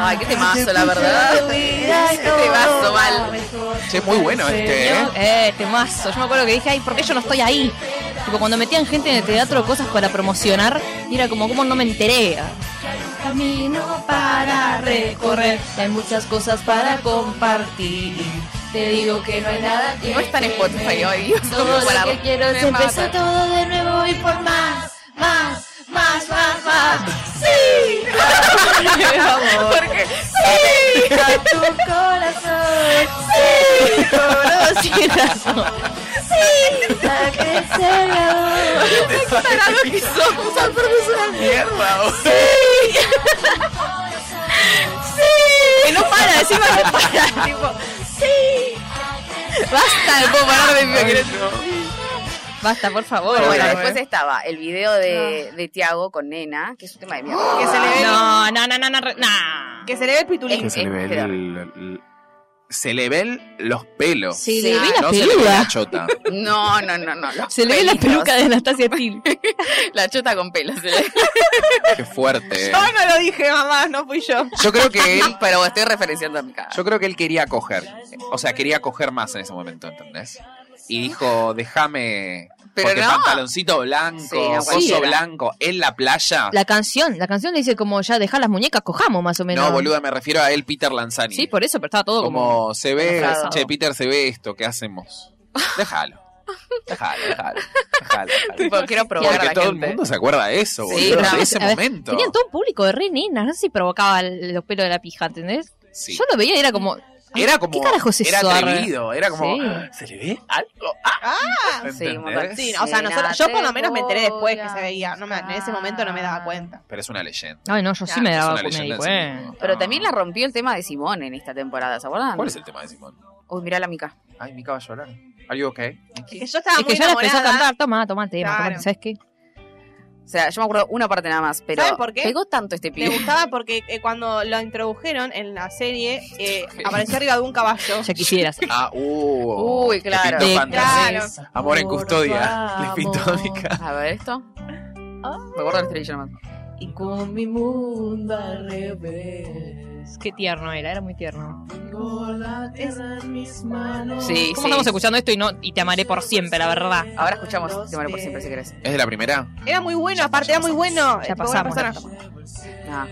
[SPEAKER 2] Ay, qué temazo, la verdad.
[SPEAKER 1] Ah,
[SPEAKER 3] Tu vida y
[SPEAKER 2] Qué
[SPEAKER 3] todo
[SPEAKER 2] temazo,
[SPEAKER 3] va
[SPEAKER 2] mal.
[SPEAKER 3] mejor.
[SPEAKER 1] Che, muy bueno este, ¿eh?
[SPEAKER 4] Eh, temazo. Yo me acuerdo que dije, ay, ¿por qué yo no estoy ahí? Tipo, cuando metían gente en el teatro cosas para promocionar, y era como, ¿cómo no me enteré? Ah,
[SPEAKER 3] Camino para recorrer. Hay muchas cosas para compartir. Te digo que no hay nada que
[SPEAKER 2] No está en
[SPEAKER 3] temer.
[SPEAKER 2] Spotify hoy. Dios,
[SPEAKER 3] Todo
[SPEAKER 2] como para-
[SPEAKER 3] lo que quiero es
[SPEAKER 2] me mata.
[SPEAKER 3] empezar todo de nuevo y por más, más, más, más, más. ¡Sí!
[SPEAKER 2] Porque
[SPEAKER 3] ¡Sí! A tu corazón. ¡Sí!
[SPEAKER 4] No, sí, era eso.
[SPEAKER 3] A crecer ahora.
[SPEAKER 2] tarado que somos al profesor.
[SPEAKER 1] Mierda, vos.
[SPEAKER 2] Que no para, encima no para. Tipo, sí. Basta, no puedo parar de
[SPEAKER 1] Ay,
[SPEAKER 2] mi
[SPEAKER 1] no.
[SPEAKER 4] Basta, por favor. este
[SPEAKER 2] Bueno,
[SPEAKER 1] Bueno,
[SPEAKER 2] bueno,
[SPEAKER 4] eh.
[SPEAKER 2] después estaba el video
[SPEAKER 3] Ah.
[SPEAKER 2] de, de Tiago con Nena, que es un tema de mierda.
[SPEAKER 5] Que se le ve,
[SPEAKER 4] No, no, no, no, no. re- no.
[SPEAKER 5] que se le ve el pitulín.
[SPEAKER 2] Es-
[SPEAKER 1] Se le ve
[SPEAKER 2] peor.
[SPEAKER 1] el- el- se le ven los pelos.
[SPEAKER 4] Se le ve la
[SPEAKER 1] no se le ve la
[SPEAKER 4] peluca.
[SPEAKER 1] chota.
[SPEAKER 2] No, no, no, no. los
[SPEAKER 4] Se le ve la
[SPEAKER 2] pelitos.
[SPEAKER 4] peluca de Anastasia Till.
[SPEAKER 2] La chota con pelos. se le-
[SPEAKER 1] Qué fuerte.
[SPEAKER 5] Yo no lo dije, mamá, no fui yo.
[SPEAKER 1] Yo creo que él,
[SPEAKER 2] Pero estoy referenciando a mi cara.
[SPEAKER 1] yo creo que él quería coger. O sea, quería coger más en ese momento, ¿entendés? Y dijo, déjame.
[SPEAKER 2] Pero
[SPEAKER 1] porque
[SPEAKER 2] no.
[SPEAKER 1] pantaloncito blanco,
[SPEAKER 2] Sí, no,
[SPEAKER 1] oso
[SPEAKER 2] cualquiera.
[SPEAKER 1] blanco, en la playa.
[SPEAKER 4] La canción, la canción le dice como ya dejar las muñecas, cojamos más o menos.
[SPEAKER 1] no, boluda, me refiero a él, Peter Lanzani.
[SPEAKER 4] Sí, por eso, pero estaba todo
[SPEAKER 1] como,
[SPEAKER 4] como.
[SPEAKER 1] se ve,
[SPEAKER 4] enojado.
[SPEAKER 1] che, Peter se ve esto, ¿qué hacemos? Déjalo. Déjalo, déjalo. déjalo,
[SPEAKER 2] Tipo,
[SPEAKER 1] déjalo.
[SPEAKER 2] quiero probar a
[SPEAKER 1] Porque
[SPEAKER 2] la
[SPEAKER 1] todo
[SPEAKER 2] gente.
[SPEAKER 1] el mundo se acuerda de eso,
[SPEAKER 2] Sí,
[SPEAKER 1] boludo,
[SPEAKER 2] claro.
[SPEAKER 1] de ese
[SPEAKER 4] A ver,
[SPEAKER 1] momento.
[SPEAKER 4] Tenían todo un público de re nenas, no sé si provocaba el- los pelos de la pija, ¿entendés?
[SPEAKER 1] Sí.
[SPEAKER 4] Yo lo veía y era como. ay,
[SPEAKER 1] Era como.
[SPEAKER 4] ¿Qué carajo es eso?
[SPEAKER 1] Era
[SPEAKER 4] Arre?
[SPEAKER 1] atrevido, era como.
[SPEAKER 4] Sí.
[SPEAKER 1] "Ah, ¿Se le ve algo? ¡Ah! ¿Entendés?
[SPEAKER 2] sí, un montón.
[SPEAKER 5] Sí, no, o sea, nosotros, yo por lo menos me enteré después que se veía. No me- en ese momento no me daba cuenta.
[SPEAKER 1] Pero es una leyenda.
[SPEAKER 4] Ay, no, yo sí
[SPEAKER 2] Claro,
[SPEAKER 4] me
[SPEAKER 1] es
[SPEAKER 4] daba
[SPEAKER 1] una
[SPEAKER 4] me di
[SPEAKER 1] leyenda. en sí
[SPEAKER 4] cuenta.
[SPEAKER 1] mismo.
[SPEAKER 2] Pero también la rompió el tema de Simón en esta temporada, ¿se acuerdan?
[SPEAKER 1] Ah. ¿Cuál es el tema de Simón?
[SPEAKER 2] Uy, mirá la mica.
[SPEAKER 1] Ay, Mica va a llorar. ¿Are you okay?
[SPEAKER 5] Es que yo estaba
[SPEAKER 4] Es
[SPEAKER 5] muy
[SPEAKER 4] que ya la empezó a
[SPEAKER 5] enamorada.
[SPEAKER 4] cantar, toma, toma tema,
[SPEAKER 5] Claro.
[SPEAKER 4] tomate, ¿sabes qué?
[SPEAKER 2] O sea, yo me acuerdo una parte nada más, pero
[SPEAKER 5] ¿Saben por qué?
[SPEAKER 2] pegó tanto este
[SPEAKER 5] Me
[SPEAKER 2] pibe.
[SPEAKER 5] gustaba porque eh, cuando lo introdujeron en la serie, eh, apareció arriba de un caballo.
[SPEAKER 4] Ya quisieras.
[SPEAKER 1] Ah, uh.
[SPEAKER 2] Uy,
[SPEAKER 1] te
[SPEAKER 2] claro.
[SPEAKER 1] pintó
[SPEAKER 4] Sí,
[SPEAKER 1] fantasía.
[SPEAKER 5] claro.
[SPEAKER 1] Amor en custodia.
[SPEAKER 3] Por
[SPEAKER 1] Le
[SPEAKER 3] tu
[SPEAKER 1] pintó a
[SPEAKER 3] amor.
[SPEAKER 1] Mica.
[SPEAKER 2] A ver esto. Me acuerdo de la estrella nomás.
[SPEAKER 5] Ah,
[SPEAKER 3] Y con mi mundo al revés.
[SPEAKER 4] Qué tierno era, era muy tierno.
[SPEAKER 3] Tengo la tierra en mis manos.
[SPEAKER 2] Sí,
[SPEAKER 4] ¿Cómo
[SPEAKER 2] sí.
[SPEAKER 4] estamos escuchando esto y no y te amaré por siempre, la verdad?
[SPEAKER 2] Ahora escuchamos este tema por siempre si querés.
[SPEAKER 1] ¿Es de la primera?
[SPEAKER 5] Era muy bueno, aparte era muy bueno.
[SPEAKER 4] Ya
[SPEAKER 5] Eh, fue buena
[SPEAKER 4] pasamos.
[SPEAKER 5] persona.
[SPEAKER 2] Ah.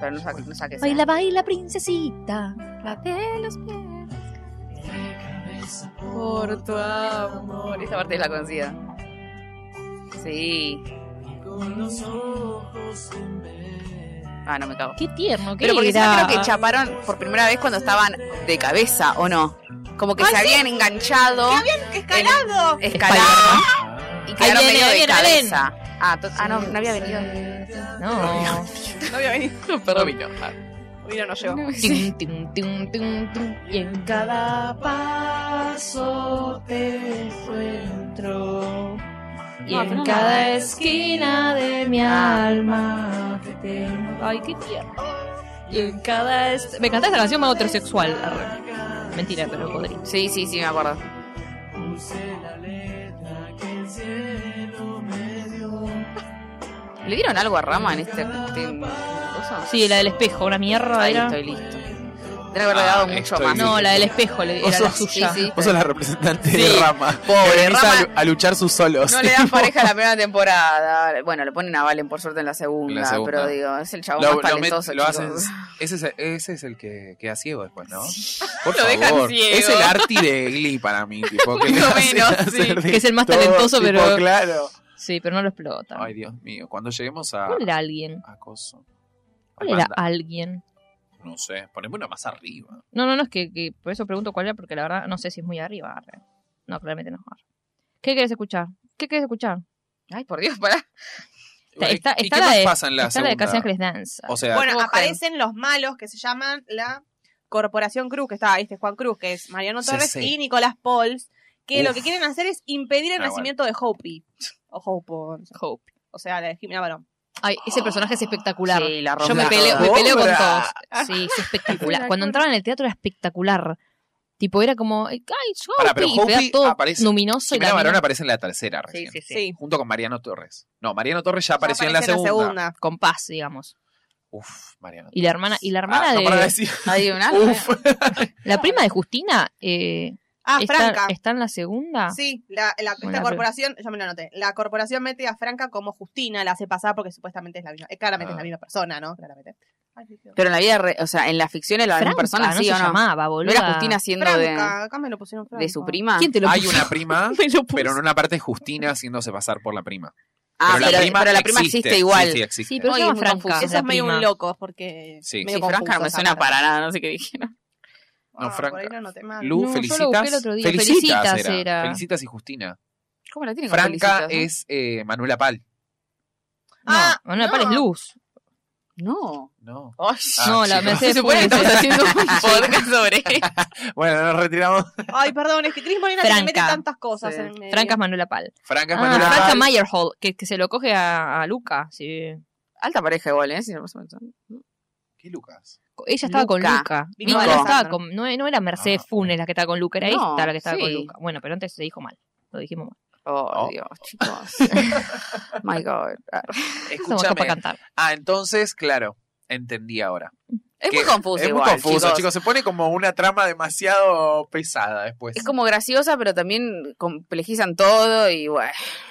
[SPEAKER 2] Pero no, sa- no saques.
[SPEAKER 4] Baila,
[SPEAKER 2] eh.
[SPEAKER 4] baila, princesita. La de los pies.
[SPEAKER 3] Por tu amor.
[SPEAKER 2] Esta parte es la conocida. Sí. Ah, no me cago.
[SPEAKER 4] Qué tierno, qué
[SPEAKER 2] Pero porque encima
[SPEAKER 4] era.
[SPEAKER 2] creo que chaparon por primera vez cuando estaban de cabeza, ¿o no? Como que
[SPEAKER 5] Ay,
[SPEAKER 2] se
[SPEAKER 5] sí.
[SPEAKER 2] habían enganchado,
[SPEAKER 5] ¡Qué escalado!
[SPEAKER 2] escalado y quedaron
[SPEAKER 4] viene,
[SPEAKER 2] medio
[SPEAKER 4] ahí
[SPEAKER 2] de
[SPEAKER 4] viene, ahí viene.
[SPEAKER 2] cabeza. Ah, to- ah, no, no había venido.
[SPEAKER 4] No.
[SPEAKER 5] No había venido.
[SPEAKER 1] Perdón, vino. Ah.
[SPEAKER 5] Mira, no llegó.
[SPEAKER 4] Tum, tum, tum, tum, tum.
[SPEAKER 3] Y en cada paso te encuentro. Y
[SPEAKER 5] No,
[SPEAKER 3] en
[SPEAKER 5] pero no.
[SPEAKER 3] cada esquina de mi alma te tengo.
[SPEAKER 4] Ay, qué tierno.
[SPEAKER 3] Y en cada est-
[SPEAKER 4] Me encanta esta canción, más heterosexual. Arre. Mentira, pero podría.
[SPEAKER 2] Sí, sí, sí, me acuerdo. ¿Le dieron algo a Rama en este, este cosa?
[SPEAKER 4] Sí, la del espejo, una mierda
[SPEAKER 2] Ahí
[SPEAKER 4] era.
[SPEAKER 2] estoy listo. Debe haberle
[SPEAKER 1] Ah,
[SPEAKER 2] dado mucho
[SPEAKER 1] estoy-
[SPEAKER 2] más.
[SPEAKER 4] No, la del espejo le-
[SPEAKER 1] Vos
[SPEAKER 4] era la
[SPEAKER 1] sos-
[SPEAKER 4] suya.
[SPEAKER 2] Sí, sí.
[SPEAKER 1] Vos sos la representante de
[SPEAKER 2] Sí,
[SPEAKER 1] Rama.
[SPEAKER 2] pobre,
[SPEAKER 1] que venís a,
[SPEAKER 2] Rama-
[SPEAKER 1] lu- a luchar sus solos.
[SPEAKER 2] No le dan pareja la primera temporada. Bueno, le ponen a Valen por suerte en la segunda,
[SPEAKER 1] La segunda.
[SPEAKER 2] pero digo, es el chabón
[SPEAKER 1] Lo-
[SPEAKER 2] más
[SPEAKER 1] lo met-
[SPEAKER 2] talentoso.
[SPEAKER 1] lo hacen-
[SPEAKER 2] chicos.
[SPEAKER 1] Ese es, el- ese es el que queda ciego después, ¿no? Por
[SPEAKER 2] Lo dejan ciego.
[SPEAKER 1] Es el arti de Glee para mí. Tipo, que
[SPEAKER 2] Más
[SPEAKER 1] le
[SPEAKER 2] o
[SPEAKER 1] hacen
[SPEAKER 2] menos,
[SPEAKER 1] hacer
[SPEAKER 2] sí.
[SPEAKER 1] de
[SPEAKER 4] Que es el más
[SPEAKER 1] todo,
[SPEAKER 4] talentoso,
[SPEAKER 1] tipo,
[SPEAKER 4] pero-
[SPEAKER 1] Claro.
[SPEAKER 4] Sí, pero no lo explota.
[SPEAKER 1] Ay, Dios mío. Cuando lleguemos a
[SPEAKER 4] ¿Cuál era alguien?
[SPEAKER 1] acoso.
[SPEAKER 4] ¿Cuál era
[SPEAKER 1] Ah, Amanda,
[SPEAKER 4] alguien?
[SPEAKER 1] No sé. Poneme una más arriba.
[SPEAKER 4] No, no, no, es que, que por eso pregunto cuál era, porque la verdad no sé si es muy arriba. arre. No, claramente no. arre. ¿Qué querés escuchar? ¿Qué querés escuchar?
[SPEAKER 2] Ay, por Dios, pará.
[SPEAKER 4] Está- está-
[SPEAKER 1] ¿Y
[SPEAKER 4] está
[SPEAKER 1] qué
[SPEAKER 4] la
[SPEAKER 1] más
[SPEAKER 4] de-
[SPEAKER 1] pasa en la
[SPEAKER 4] Está la de
[SPEAKER 1] segunda?
[SPEAKER 4] Casi Ángeles Dance.
[SPEAKER 1] O sea,
[SPEAKER 5] Bueno,
[SPEAKER 2] Cogen.
[SPEAKER 5] aparecen los malos que se llaman la Corporación Cruz, que está este Juan Cruz, que es Mariano
[SPEAKER 1] Sí,
[SPEAKER 5] Torres
[SPEAKER 1] sí.
[SPEAKER 5] y Nicolás Pols, que lo
[SPEAKER 1] Uf.
[SPEAKER 5] que quieren hacer es impedir el
[SPEAKER 1] Ah,
[SPEAKER 5] nacimiento de Hopi. O Hope, o, no sé.
[SPEAKER 4] Hope.
[SPEAKER 5] o sea, la de Jimena Barón.
[SPEAKER 4] Ay, ese personaje es espectacular.
[SPEAKER 2] Sí, la
[SPEAKER 4] Yo me
[SPEAKER 2] rompe
[SPEAKER 4] peleo,
[SPEAKER 2] toda.
[SPEAKER 4] me peleo con
[SPEAKER 1] ¡Cobra!
[SPEAKER 4] todos. Sí, es espectacular. Cuando entraba en el teatro era espectacular. Tipo, era como, ay,
[SPEAKER 1] Pará, pero
[SPEAKER 4] Hopi", y pegaba
[SPEAKER 1] Hopi
[SPEAKER 4] todo
[SPEAKER 1] aparece-
[SPEAKER 4] luminoso. Y
[SPEAKER 1] Jimena
[SPEAKER 4] la
[SPEAKER 1] Barón
[SPEAKER 4] mina
[SPEAKER 1] aparece en la tercera
[SPEAKER 2] Sí,
[SPEAKER 1] recién.
[SPEAKER 2] sí, sí.
[SPEAKER 5] Sí.
[SPEAKER 1] Junto con Mariano Torres. No, Mariano Torres ya apareció en, la
[SPEAKER 5] Aparece
[SPEAKER 1] segunda.
[SPEAKER 4] con paz, digamos.
[SPEAKER 1] Uf, Mariano
[SPEAKER 4] Y la hermana, y la hermana
[SPEAKER 1] Ah, no,
[SPEAKER 4] de... Ah,
[SPEAKER 1] para decir.
[SPEAKER 2] Hay una.
[SPEAKER 1] Uf.
[SPEAKER 4] La prima de Justina eh,
[SPEAKER 5] Ah,
[SPEAKER 4] está,
[SPEAKER 5] Franca.
[SPEAKER 4] está en la segunda.
[SPEAKER 5] Sí, la, la- esta
[SPEAKER 4] Bueno,
[SPEAKER 5] corporación, yo me lo anoté, la corporación mete a Franca como Justina, la hace pasar porque supuestamente es la misma, eh, claramente
[SPEAKER 1] Ah.
[SPEAKER 5] es la misma persona, ¿no? Claramente. Ay, sí, sí.
[SPEAKER 2] Pero en la vida, re- o sea, en la ficción es la misma
[SPEAKER 4] Franca,
[SPEAKER 2] persona,
[SPEAKER 4] no
[SPEAKER 2] ¿sí
[SPEAKER 4] se
[SPEAKER 2] o no?
[SPEAKER 4] llamaba,
[SPEAKER 2] ¿No
[SPEAKER 4] boluda.
[SPEAKER 2] era Justina siendo de,
[SPEAKER 5] Franca, acá me lo pusieron Franca.
[SPEAKER 2] de su prima?
[SPEAKER 4] ¿Quién te lo
[SPEAKER 1] Hay
[SPEAKER 4] puso?
[SPEAKER 1] una prima,
[SPEAKER 4] Me lo puso.
[SPEAKER 1] pero en una parte es Justina haciéndose pasar por la prima.
[SPEAKER 2] Ah, pero, pero la prima, existe, igual.
[SPEAKER 1] Sí, sí,
[SPEAKER 2] Sí,
[SPEAKER 1] existe.
[SPEAKER 4] Sí, pero
[SPEAKER 2] Ay,
[SPEAKER 4] se llama
[SPEAKER 2] muy
[SPEAKER 4] Franca.
[SPEAKER 2] confuso.
[SPEAKER 4] la
[SPEAKER 5] Eso es medio
[SPEAKER 4] prima.
[SPEAKER 5] un loco, porque
[SPEAKER 1] Sí.
[SPEAKER 5] medio
[SPEAKER 2] Franca no
[SPEAKER 5] confuso
[SPEAKER 2] me
[SPEAKER 5] esa
[SPEAKER 2] suena
[SPEAKER 5] palabra.
[SPEAKER 2] para nada, no sé qué dijeron.
[SPEAKER 1] No,
[SPEAKER 5] Ah, por
[SPEAKER 1] Franca.
[SPEAKER 5] ahí lo anoté mal.
[SPEAKER 1] Lu,
[SPEAKER 4] No, yo lo
[SPEAKER 1] felicitas.
[SPEAKER 4] busqué el otro día.
[SPEAKER 1] Felicitas,
[SPEAKER 4] Felicitas
[SPEAKER 1] era.
[SPEAKER 4] era.
[SPEAKER 1] Felicitas y Justina.
[SPEAKER 2] ¿Cómo la tiene con
[SPEAKER 1] Franca
[SPEAKER 2] Felicitas, no?
[SPEAKER 1] es eh, Manuela Pal.
[SPEAKER 4] No,
[SPEAKER 5] Ah,
[SPEAKER 4] Manuela Pal es
[SPEAKER 5] no.
[SPEAKER 4] luz.
[SPEAKER 2] No.
[SPEAKER 1] No.
[SPEAKER 2] Ay,
[SPEAKER 1] Ah,
[SPEAKER 4] no, la
[SPEAKER 1] sí,
[SPEAKER 4] Mercedes
[SPEAKER 2] se supone que
[SPEAKER 4] Funes
[SPEAKER 2] estamos
[SPEAKER 4] era.
[SPEAKER 2] haciendo un podcast sobre
[SPEAKER 1] Bueno, nos retiramos.
[SPEAKER 5] Ay, perdón, es que Cris Morena se le
[SPEAKER 4] Franca.
[SPEAKER 5] mete tantas cosas
[SPEAKER 2] Sí.
[SPEAKER 5] en el medio.
[SPEAKER 4] Franca es Manuela Pal.
[SPEAKER 1] Franca es
[SPEAKER 4] Ah,
[SPEAKER 1] Manuela
[SPEAKER 4] Franca
[SPEAKER 1] Pal.
[SPEAKER 4] Meyerhold, que, que se lo coge a, a Luca. sí.
[SPEAKER 2] Alta pareja igual, ¿eh? Si no pasa nada.
[SPEAKER 1] ¿Qué Lucas?
[SPEAKER 4] Co- Ella estaba
[SPEAKER 2] Luca.
[SPEAKER 4] con Luca.
[SPEAKER 5] Vico
[SPEAKER 4] No, ella
[SPEAKER 2] Alessandro.
[SPEAKER 4] estaba con- no, no era Mercedes
[SPEAKER 1] Ah.
[SPEAKER 4] Funes la que estaba con Luca, era
[SPEAKER 2] No,
[SPEAKER 4] esta la que estaba con
[SPEAKER 2] sí.
[SPEAKER 4] Luca. Bueno, pero antes se dijo mal. Lo dijimos mal.
[SPEAKER 2] Oh,
[SPEAKER 1] Oh.
[SPEAKER 2] Dios, chicos. My God.
[SPEAKER 4] Estamos acá para
[SPEAKER 1] Escúchame.
[SPEAKER 4] cantar.
[SPEAKER 1] Ah, entonces, claro. Entendí ahora.
[SPEAKER 2] Es
[SPEAKER 1] Que-
[SPEAKER 2] muy confuso
[SPEAKER 1] Es muy
[SPEAKER 2] igual,
[SPEAKER 1] confuso, chicos.
[SPEAKER 2] chicos.
[SPEAKER 1] Se pone como una trama demasiado pesada después.
[SPEAKER 2] Es como graciosa, pero también complejizan todo y bueno.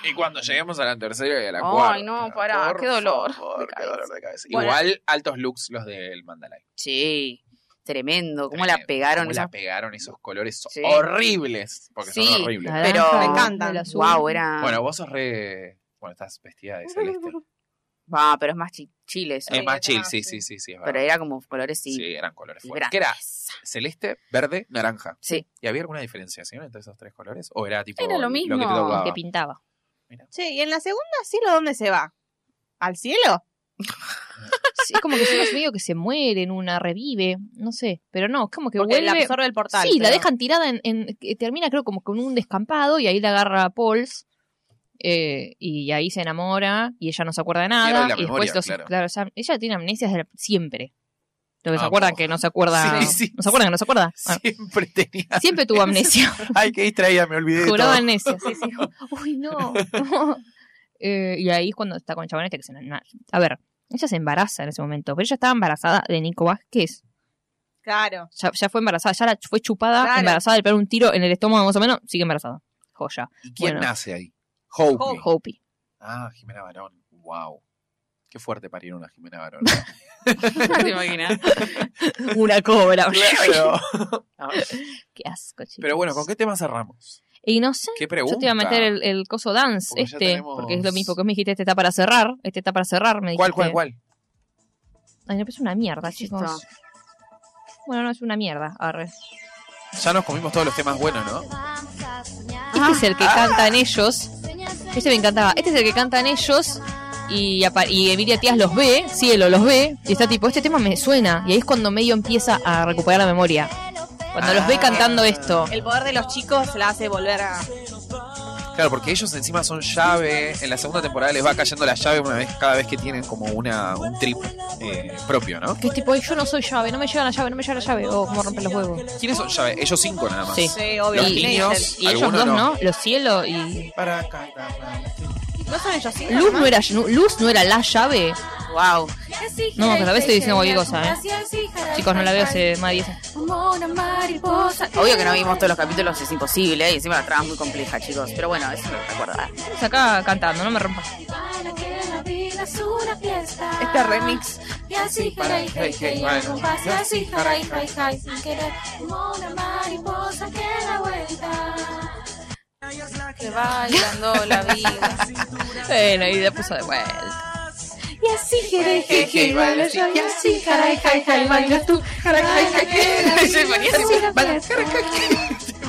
[SPEAKER 1] Y cuando lleguemos a la tercera y a la
[SPEAKER 2] Ay,
[SPEAKER 1] cuarta.
[SPEAKER 2] no, pará,
[SPEAKER 1] por
[SPEAKER 2] qué dolor
[SPEAKER 1] favor,
[SPEAKER 2] de
[SPEAKER 1] qué dolor de cabeza.
[SPEAKER 2] Bueno.
[SPEAKER 1] Igual altos looks los del Mandalay.
[SPEAKER 2] Sí, tremendo. ¿Cómo la
[SPEAKER 1] Tremendo,
[SPEAKER 2] pegaron?
[SPEAKER 1] Cómo
[SPEAKER 2] esa-
[SPEAKER 1] la pegaron esos colores son
[SPEAKER 2] Sí.
[SPEAKER 1] horribles. Porque
[SPEAKER 2] Sí,
[SPEAKER 1] son horribles.
[SPEAKER 2] la- Pero-
[SPEAKER 4] Naranja,
[SPEAKER 5] Me encantan.
[SPEAKER 4] el azul.
[SPEAKER 2] Wow, era.
[SPEAKER 1] Bueno, vos sos re. Bueno, estás vestida de celeste.
[SPEAKER 2] Va, pero es más chi- chile eso. ¿eh?
[SPEAKER 1] es más
[SPEAKER 5] es
[SPEAKER 1] chill,
[SPEAKER 5] más,
[SPEAKER 1] sí, sí,
[SPEAKER 5] sí.
[SPEAKER 1] sí, sí, es
[SPEAKER 2] Pero
[SPEAKER 1] verdad.
[SPEAKER 2] era como colores
[SPEAKER 1] Sí,
[SPEAKER 2] sí.
[SPEAKER 1] eran colores
[SPEAKER 2] y
[SPEAKER 1] fuertes. ¿Qué era?
[SPEAKER 2] grandes.
[SPEAKER 1] Celeste, verde, naranja.
[SPEAKER 2] Sí.
[SPEAKER 1] ¿Y había alguna diferenciación entre esos tres colores? ¿O era tipo
[SPEAKER 2] Era lo
[SPEAKER 1] que te
[SPEAKER 2] mismo.
[SPEAKER 1] tocaba?
[SPEAKER 4] Que pintaba.
[SPEAKER 5] Che, y en la segunda cielo, ¿dónde se va? ¿Al cielo?
[SPEAKER 4] Sí, es como que es medio que se muere en una, revive, no sé. Pero no, es como que
[SPEAKER 5] Porque la
[SPEAKER 4] vuelve.
[SPEAKER 5] absorbe el portal.
[SPEAKER 4] sí, la
[SPEAKER 5] pero-
[SPEAKER 4] dejan tirada en, en- que Termina, creo, como con un descampado y ahí la agarra a Pauls. eh, y ahí se enamora y ella no se acuerda de nada.
[SPEAKER 1] Pierde la
[SPEAKER 4] y después,
[SPEAKER 1] memoria,
[SPEAKER 4] los-
[SPEAKER 1] claro.
[SPEAKER 4] o sea, ella tiene amnesias de la- siempre. Lo que se
[SPEAKER 1] Ah,
[SPEAKER 4] acuerda
[SPEAKER 1] vos.
[SPEAKER 4] que no se acuerda.
[SPEAKER 1] Sí, sí.
[SPEAKER 4] No se acuerda que no se acuerda. Bueno,
[SPEAKER 1] Siempre tenía.
[SPEAKER 4] siempre tuvo amnesia.
[SPEAKER 1] Ay, qué distraída, me olvidé. de
[SPEAKER 4] Juraba
[SPEAKER 1] todo.
[SPEAKER 4] amnesia. Sí, sí. Uy, no. Eh, y ahí es cuando está con el chabón este que se ena- A ver, ella se embaraza en ese momento, pero ella estaba embarazada de Nico Vázquez.
[SPEAKER 5] Claro.
[SPEAKER 4] Ya, ya fue embarazada, ya la ch- fue chupada,
[SPEAKER 5] Claro.
[SPEAKER 4] embarazada, le pegó un tiro en el estómago más o menos, sigue embarazada. Joya.
[SPEAKER 1] ¿Y quién
[SPEAKER 4] Bueno.
[SPEAKER 1] nace ahí? Hope.
[SPEAKER 4] Hopi.
[SPEAKER 1] Ah, Jimena Barón. Wow. Qué fuerte parir una Jimena Barón.
[SPEAKER 2] ¿Te imaginas?
[SPEAKER 4] Una cobra.
[SPEAKER 1] Claro.
[SPEAKER 4] qué asco, chicos.
[SPEAKER 1] Pero bueno, ¿con qué tema cerramos?
[SPEAKER 4] Y no sé,
[SPEAKER 1] ¿Qué pregunta?
[SPEAKER 4] yo te iba a meter el, el coso dance,
[SPEAKER 1] Porque ya
[SPEAKER 4] este,
[SPEAKER 1] tenemos-
[SPEAKER 4] porque es lo mismo que me dijiste, este está para cerrar, este está para cerrar, me dijiste.
[SPEAKER 1] ¿Cuál, cuál, cuál?
[SPEAKER 4] Ay, no, pero es una mierda,
[SPEAKER 2] ¿Qué es esto?
[SPEAKER 4] chicos. Bueno, no, es una mierda, arre.
[SPEAKER 1] Ya nos comimos todos los temas buenos, ¿no?
[SPEAKER 4] Este es el que cantan ellos. Este me encantaba. Este es el que cantan ellos. Y, apa- y Emilia Tías los ve, Cielo los ve. Y está tipo, este tema me suena. Y ahí es cuando medio empieza a recuperar la memoria. Cuando los ve cantando esto.
[SPEAKER 5] El poder de los chicos la hace volver a.
[SPEAKER 1] Claro, porque ellos encima son llave. En la segunda temporada les va cayendo la llave una vez cada vez que tienen como una un trip eh, propio, ¿no?
[SPEAKER 4] Que es tipo, yo no soy llave, no me lleva la llave, no me lleva la llave. Oh, cómo rompen los huevos.
[SPEAKER 1] ¿Quiénes son llave? Ellos cinco nada más.
[SPEAKER 4] Sí.
[SPEAKER 5] Sí, obvio.
[SPEAKER 1] Los
[SPEAKER 4] Y-
[SPEAKER 5] Disney es
[SPEAKER 1] niños.
[SPEAKER 4] Y ellos
[SPEAKER 1] alguno
[SPEAKER 4] dos,
[SPEAKER 1] no.
[SPEAKER 4] ¿no? Los Cielo y...
[SPEAKER 1] Para acá, para acá.
[SPEAKER 5] ¿No son ellos cinco?
[SPEAKER 4] Luz
[SPEAKER 5] nomás?
[SPEAKER 4] no era, Luz no era la llave.
[SPEAKER 2] Wow.
[SPEAKER 3] No, cada vez estoy diciendo cualquier cosa,
[SPEAKER 4] ¿eh? Chicos, no la veo hace más de 10 años.
[SPEAKER 2] Obvio que no vimos todos los capítulos, es imposible. ¿eh? Y encima la trama es muy compleja, chicos. Pero bueno, eso me recuerda.
[SPEAKER 4] Estamos acá cantando, no me rompas.
[SPEAKER 5] Este remix.
[SPEAKER 3] Y así, caray, hey, hey, y a compás, y así, caray, hey, hey, sin querer, como una mariposa que da vuelta.
[SPEAKER 2] Se bailando la vida.
[SPEAKER 4] Eh, la vida puso de vuelta.
[SPEAKER 3] Y así, caray, hey, hey, bailo yo, y así, caray, hey, hey, bailas tú, caray, hey, hey, hey,
[SPEAKER 2] Yo ponía
[SPEAKER 4] Este
[SPEAKER 2] así,
[SPEAKER 3] así la
[SPEAKER 2] baila,
[SPEAKER 3] fiesta.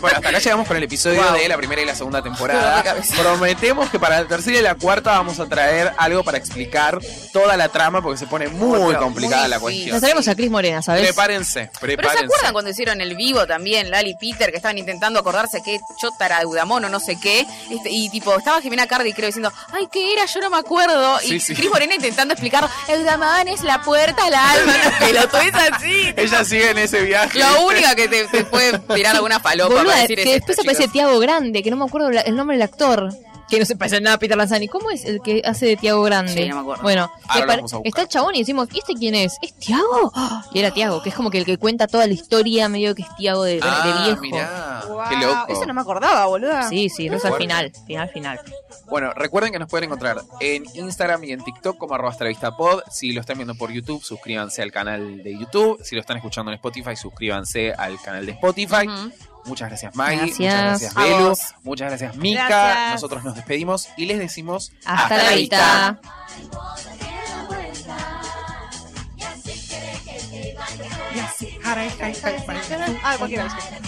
[SPEAKER 1] Bueno, hasta acá llegamos con el episodio
[SPEAKER 2] Wow.
[SPEAKER 1] de la primera y la segunda
[SPEAKER 2] Dolor
[SPEAKER 1] temporada.
[SPEAKER 2] de cabeza.
[SPEAKER 1] Prometemos que para la tercera y la cuarta vamos a traer algo para explicar toda la trama porque se pone muy
[SPEAKER 2] Bueno,
[SPEAKER 1] complicada
[SPEAKER 2] muy
[SPEAKER 1] la
[SPEAKER 2] difícil.
[SPEAKER 1] cuestión.
[SPEAKER 4] Nos traemos a Cris Morena, ¿sabes?
[SPEAKER 1] Prepárense,
[SPEAKER 2] Pero ¿se
[SPEAKER 1] prepárense.
[SPEAKER 2] acuerdan cuando hicieron el vivo también, Lali y Peter, que estaban intentando acordarse qué chota era Eudamono, no sé qué? Este, y tipo, estaba Jimena Cardi, creo, diciendo, ay, ¿qué era? Yo no me acuerdo.
[SPEAKER 1] Sí,
[SPEAKER 2] y
[SPEAKER 1] sí.
[SPEAKER 2] Cris Morena intentando explicar, Eudamón es la puerta al alma, una pelotudez así.
[SPEAKER 1] Ella sigue en ese viaje.
[SPEAKER 2] Lo único que te, te puede tirar alguna falopa
[SPEAKER 4] Boluda,
[SPEAKER 2] para
[SPEAKER 4] que
[SPEAKER 2] decir es
[SPEAKER 4] después
[SPEAKER 2] esto,
[SPEAKER 4] aparece
[SPEAKER 2] chicos.
[SPEAKER 4] Tiago Grande, que no me acuerdo la- el nombre del actor. Que no se parece nada a Peter Lanzani. ¿Cómo es el que hace de Tiago Grande?
[SPEAKER 2] Sí, no me acuerdo.
[SPEAKER 4] Bueno,
[SPEAKER 1] Ahora
[SPEAKER 4] que
[SPEAKER 1] lo
[SPEAKER 4] par-
[SPEAKER 1] vamos a buscar.
[SPEAKER 4] está el chabón y decimos, ¿y este quién es? ¿Es Tiago? Ah, Y era Tiago, que es como que el que cuenta toda la historia medio que es Tiago de, de- de
[SPEAKER 1] Ah,
[SPEAKER 4] viejo.
[SPEAKER 1] mirá,
[SPEAKER 5] Wow,
[SPEAKER 1] qué loco.
[SPEAKER 5] Eso no me acordaba, boluda.
[SPEAKER 4] Sí, sí, eso es al
[SPEAKER 1] Fuerte.
[SPEAKER 4] final, final, final.
[SPEAKER 1] Bueno, recuerden que nos pueden encontrar en Instagram y en TikTok como arroba hasta la vista pod. Si lo están viendo por YouTube, suscríbanse al canal de YouTube. Si lo están escuchando en Spotify, suscríbanse al canal de Spotify.
[SPEAKER 2] Ujú.
[SPEAKER 1] Muchas gracias Maggie,
[SPEAKER 4] Gracias.
[SPEAKER 1] muchas gracias
[SPEAKER 2] A
[SPEAKER 1] Belu,
[SPEAKER 2] vos.
[SPEAKER 1] muchas gracias Mika.
[SPEAKER 5] Gracias.
[SPEAKER 1] Nosotros nos despedimos y les decimos
[SPEAKER 4] Hasta, la vista.
[SPEAKER 5] Ah, cualquiera.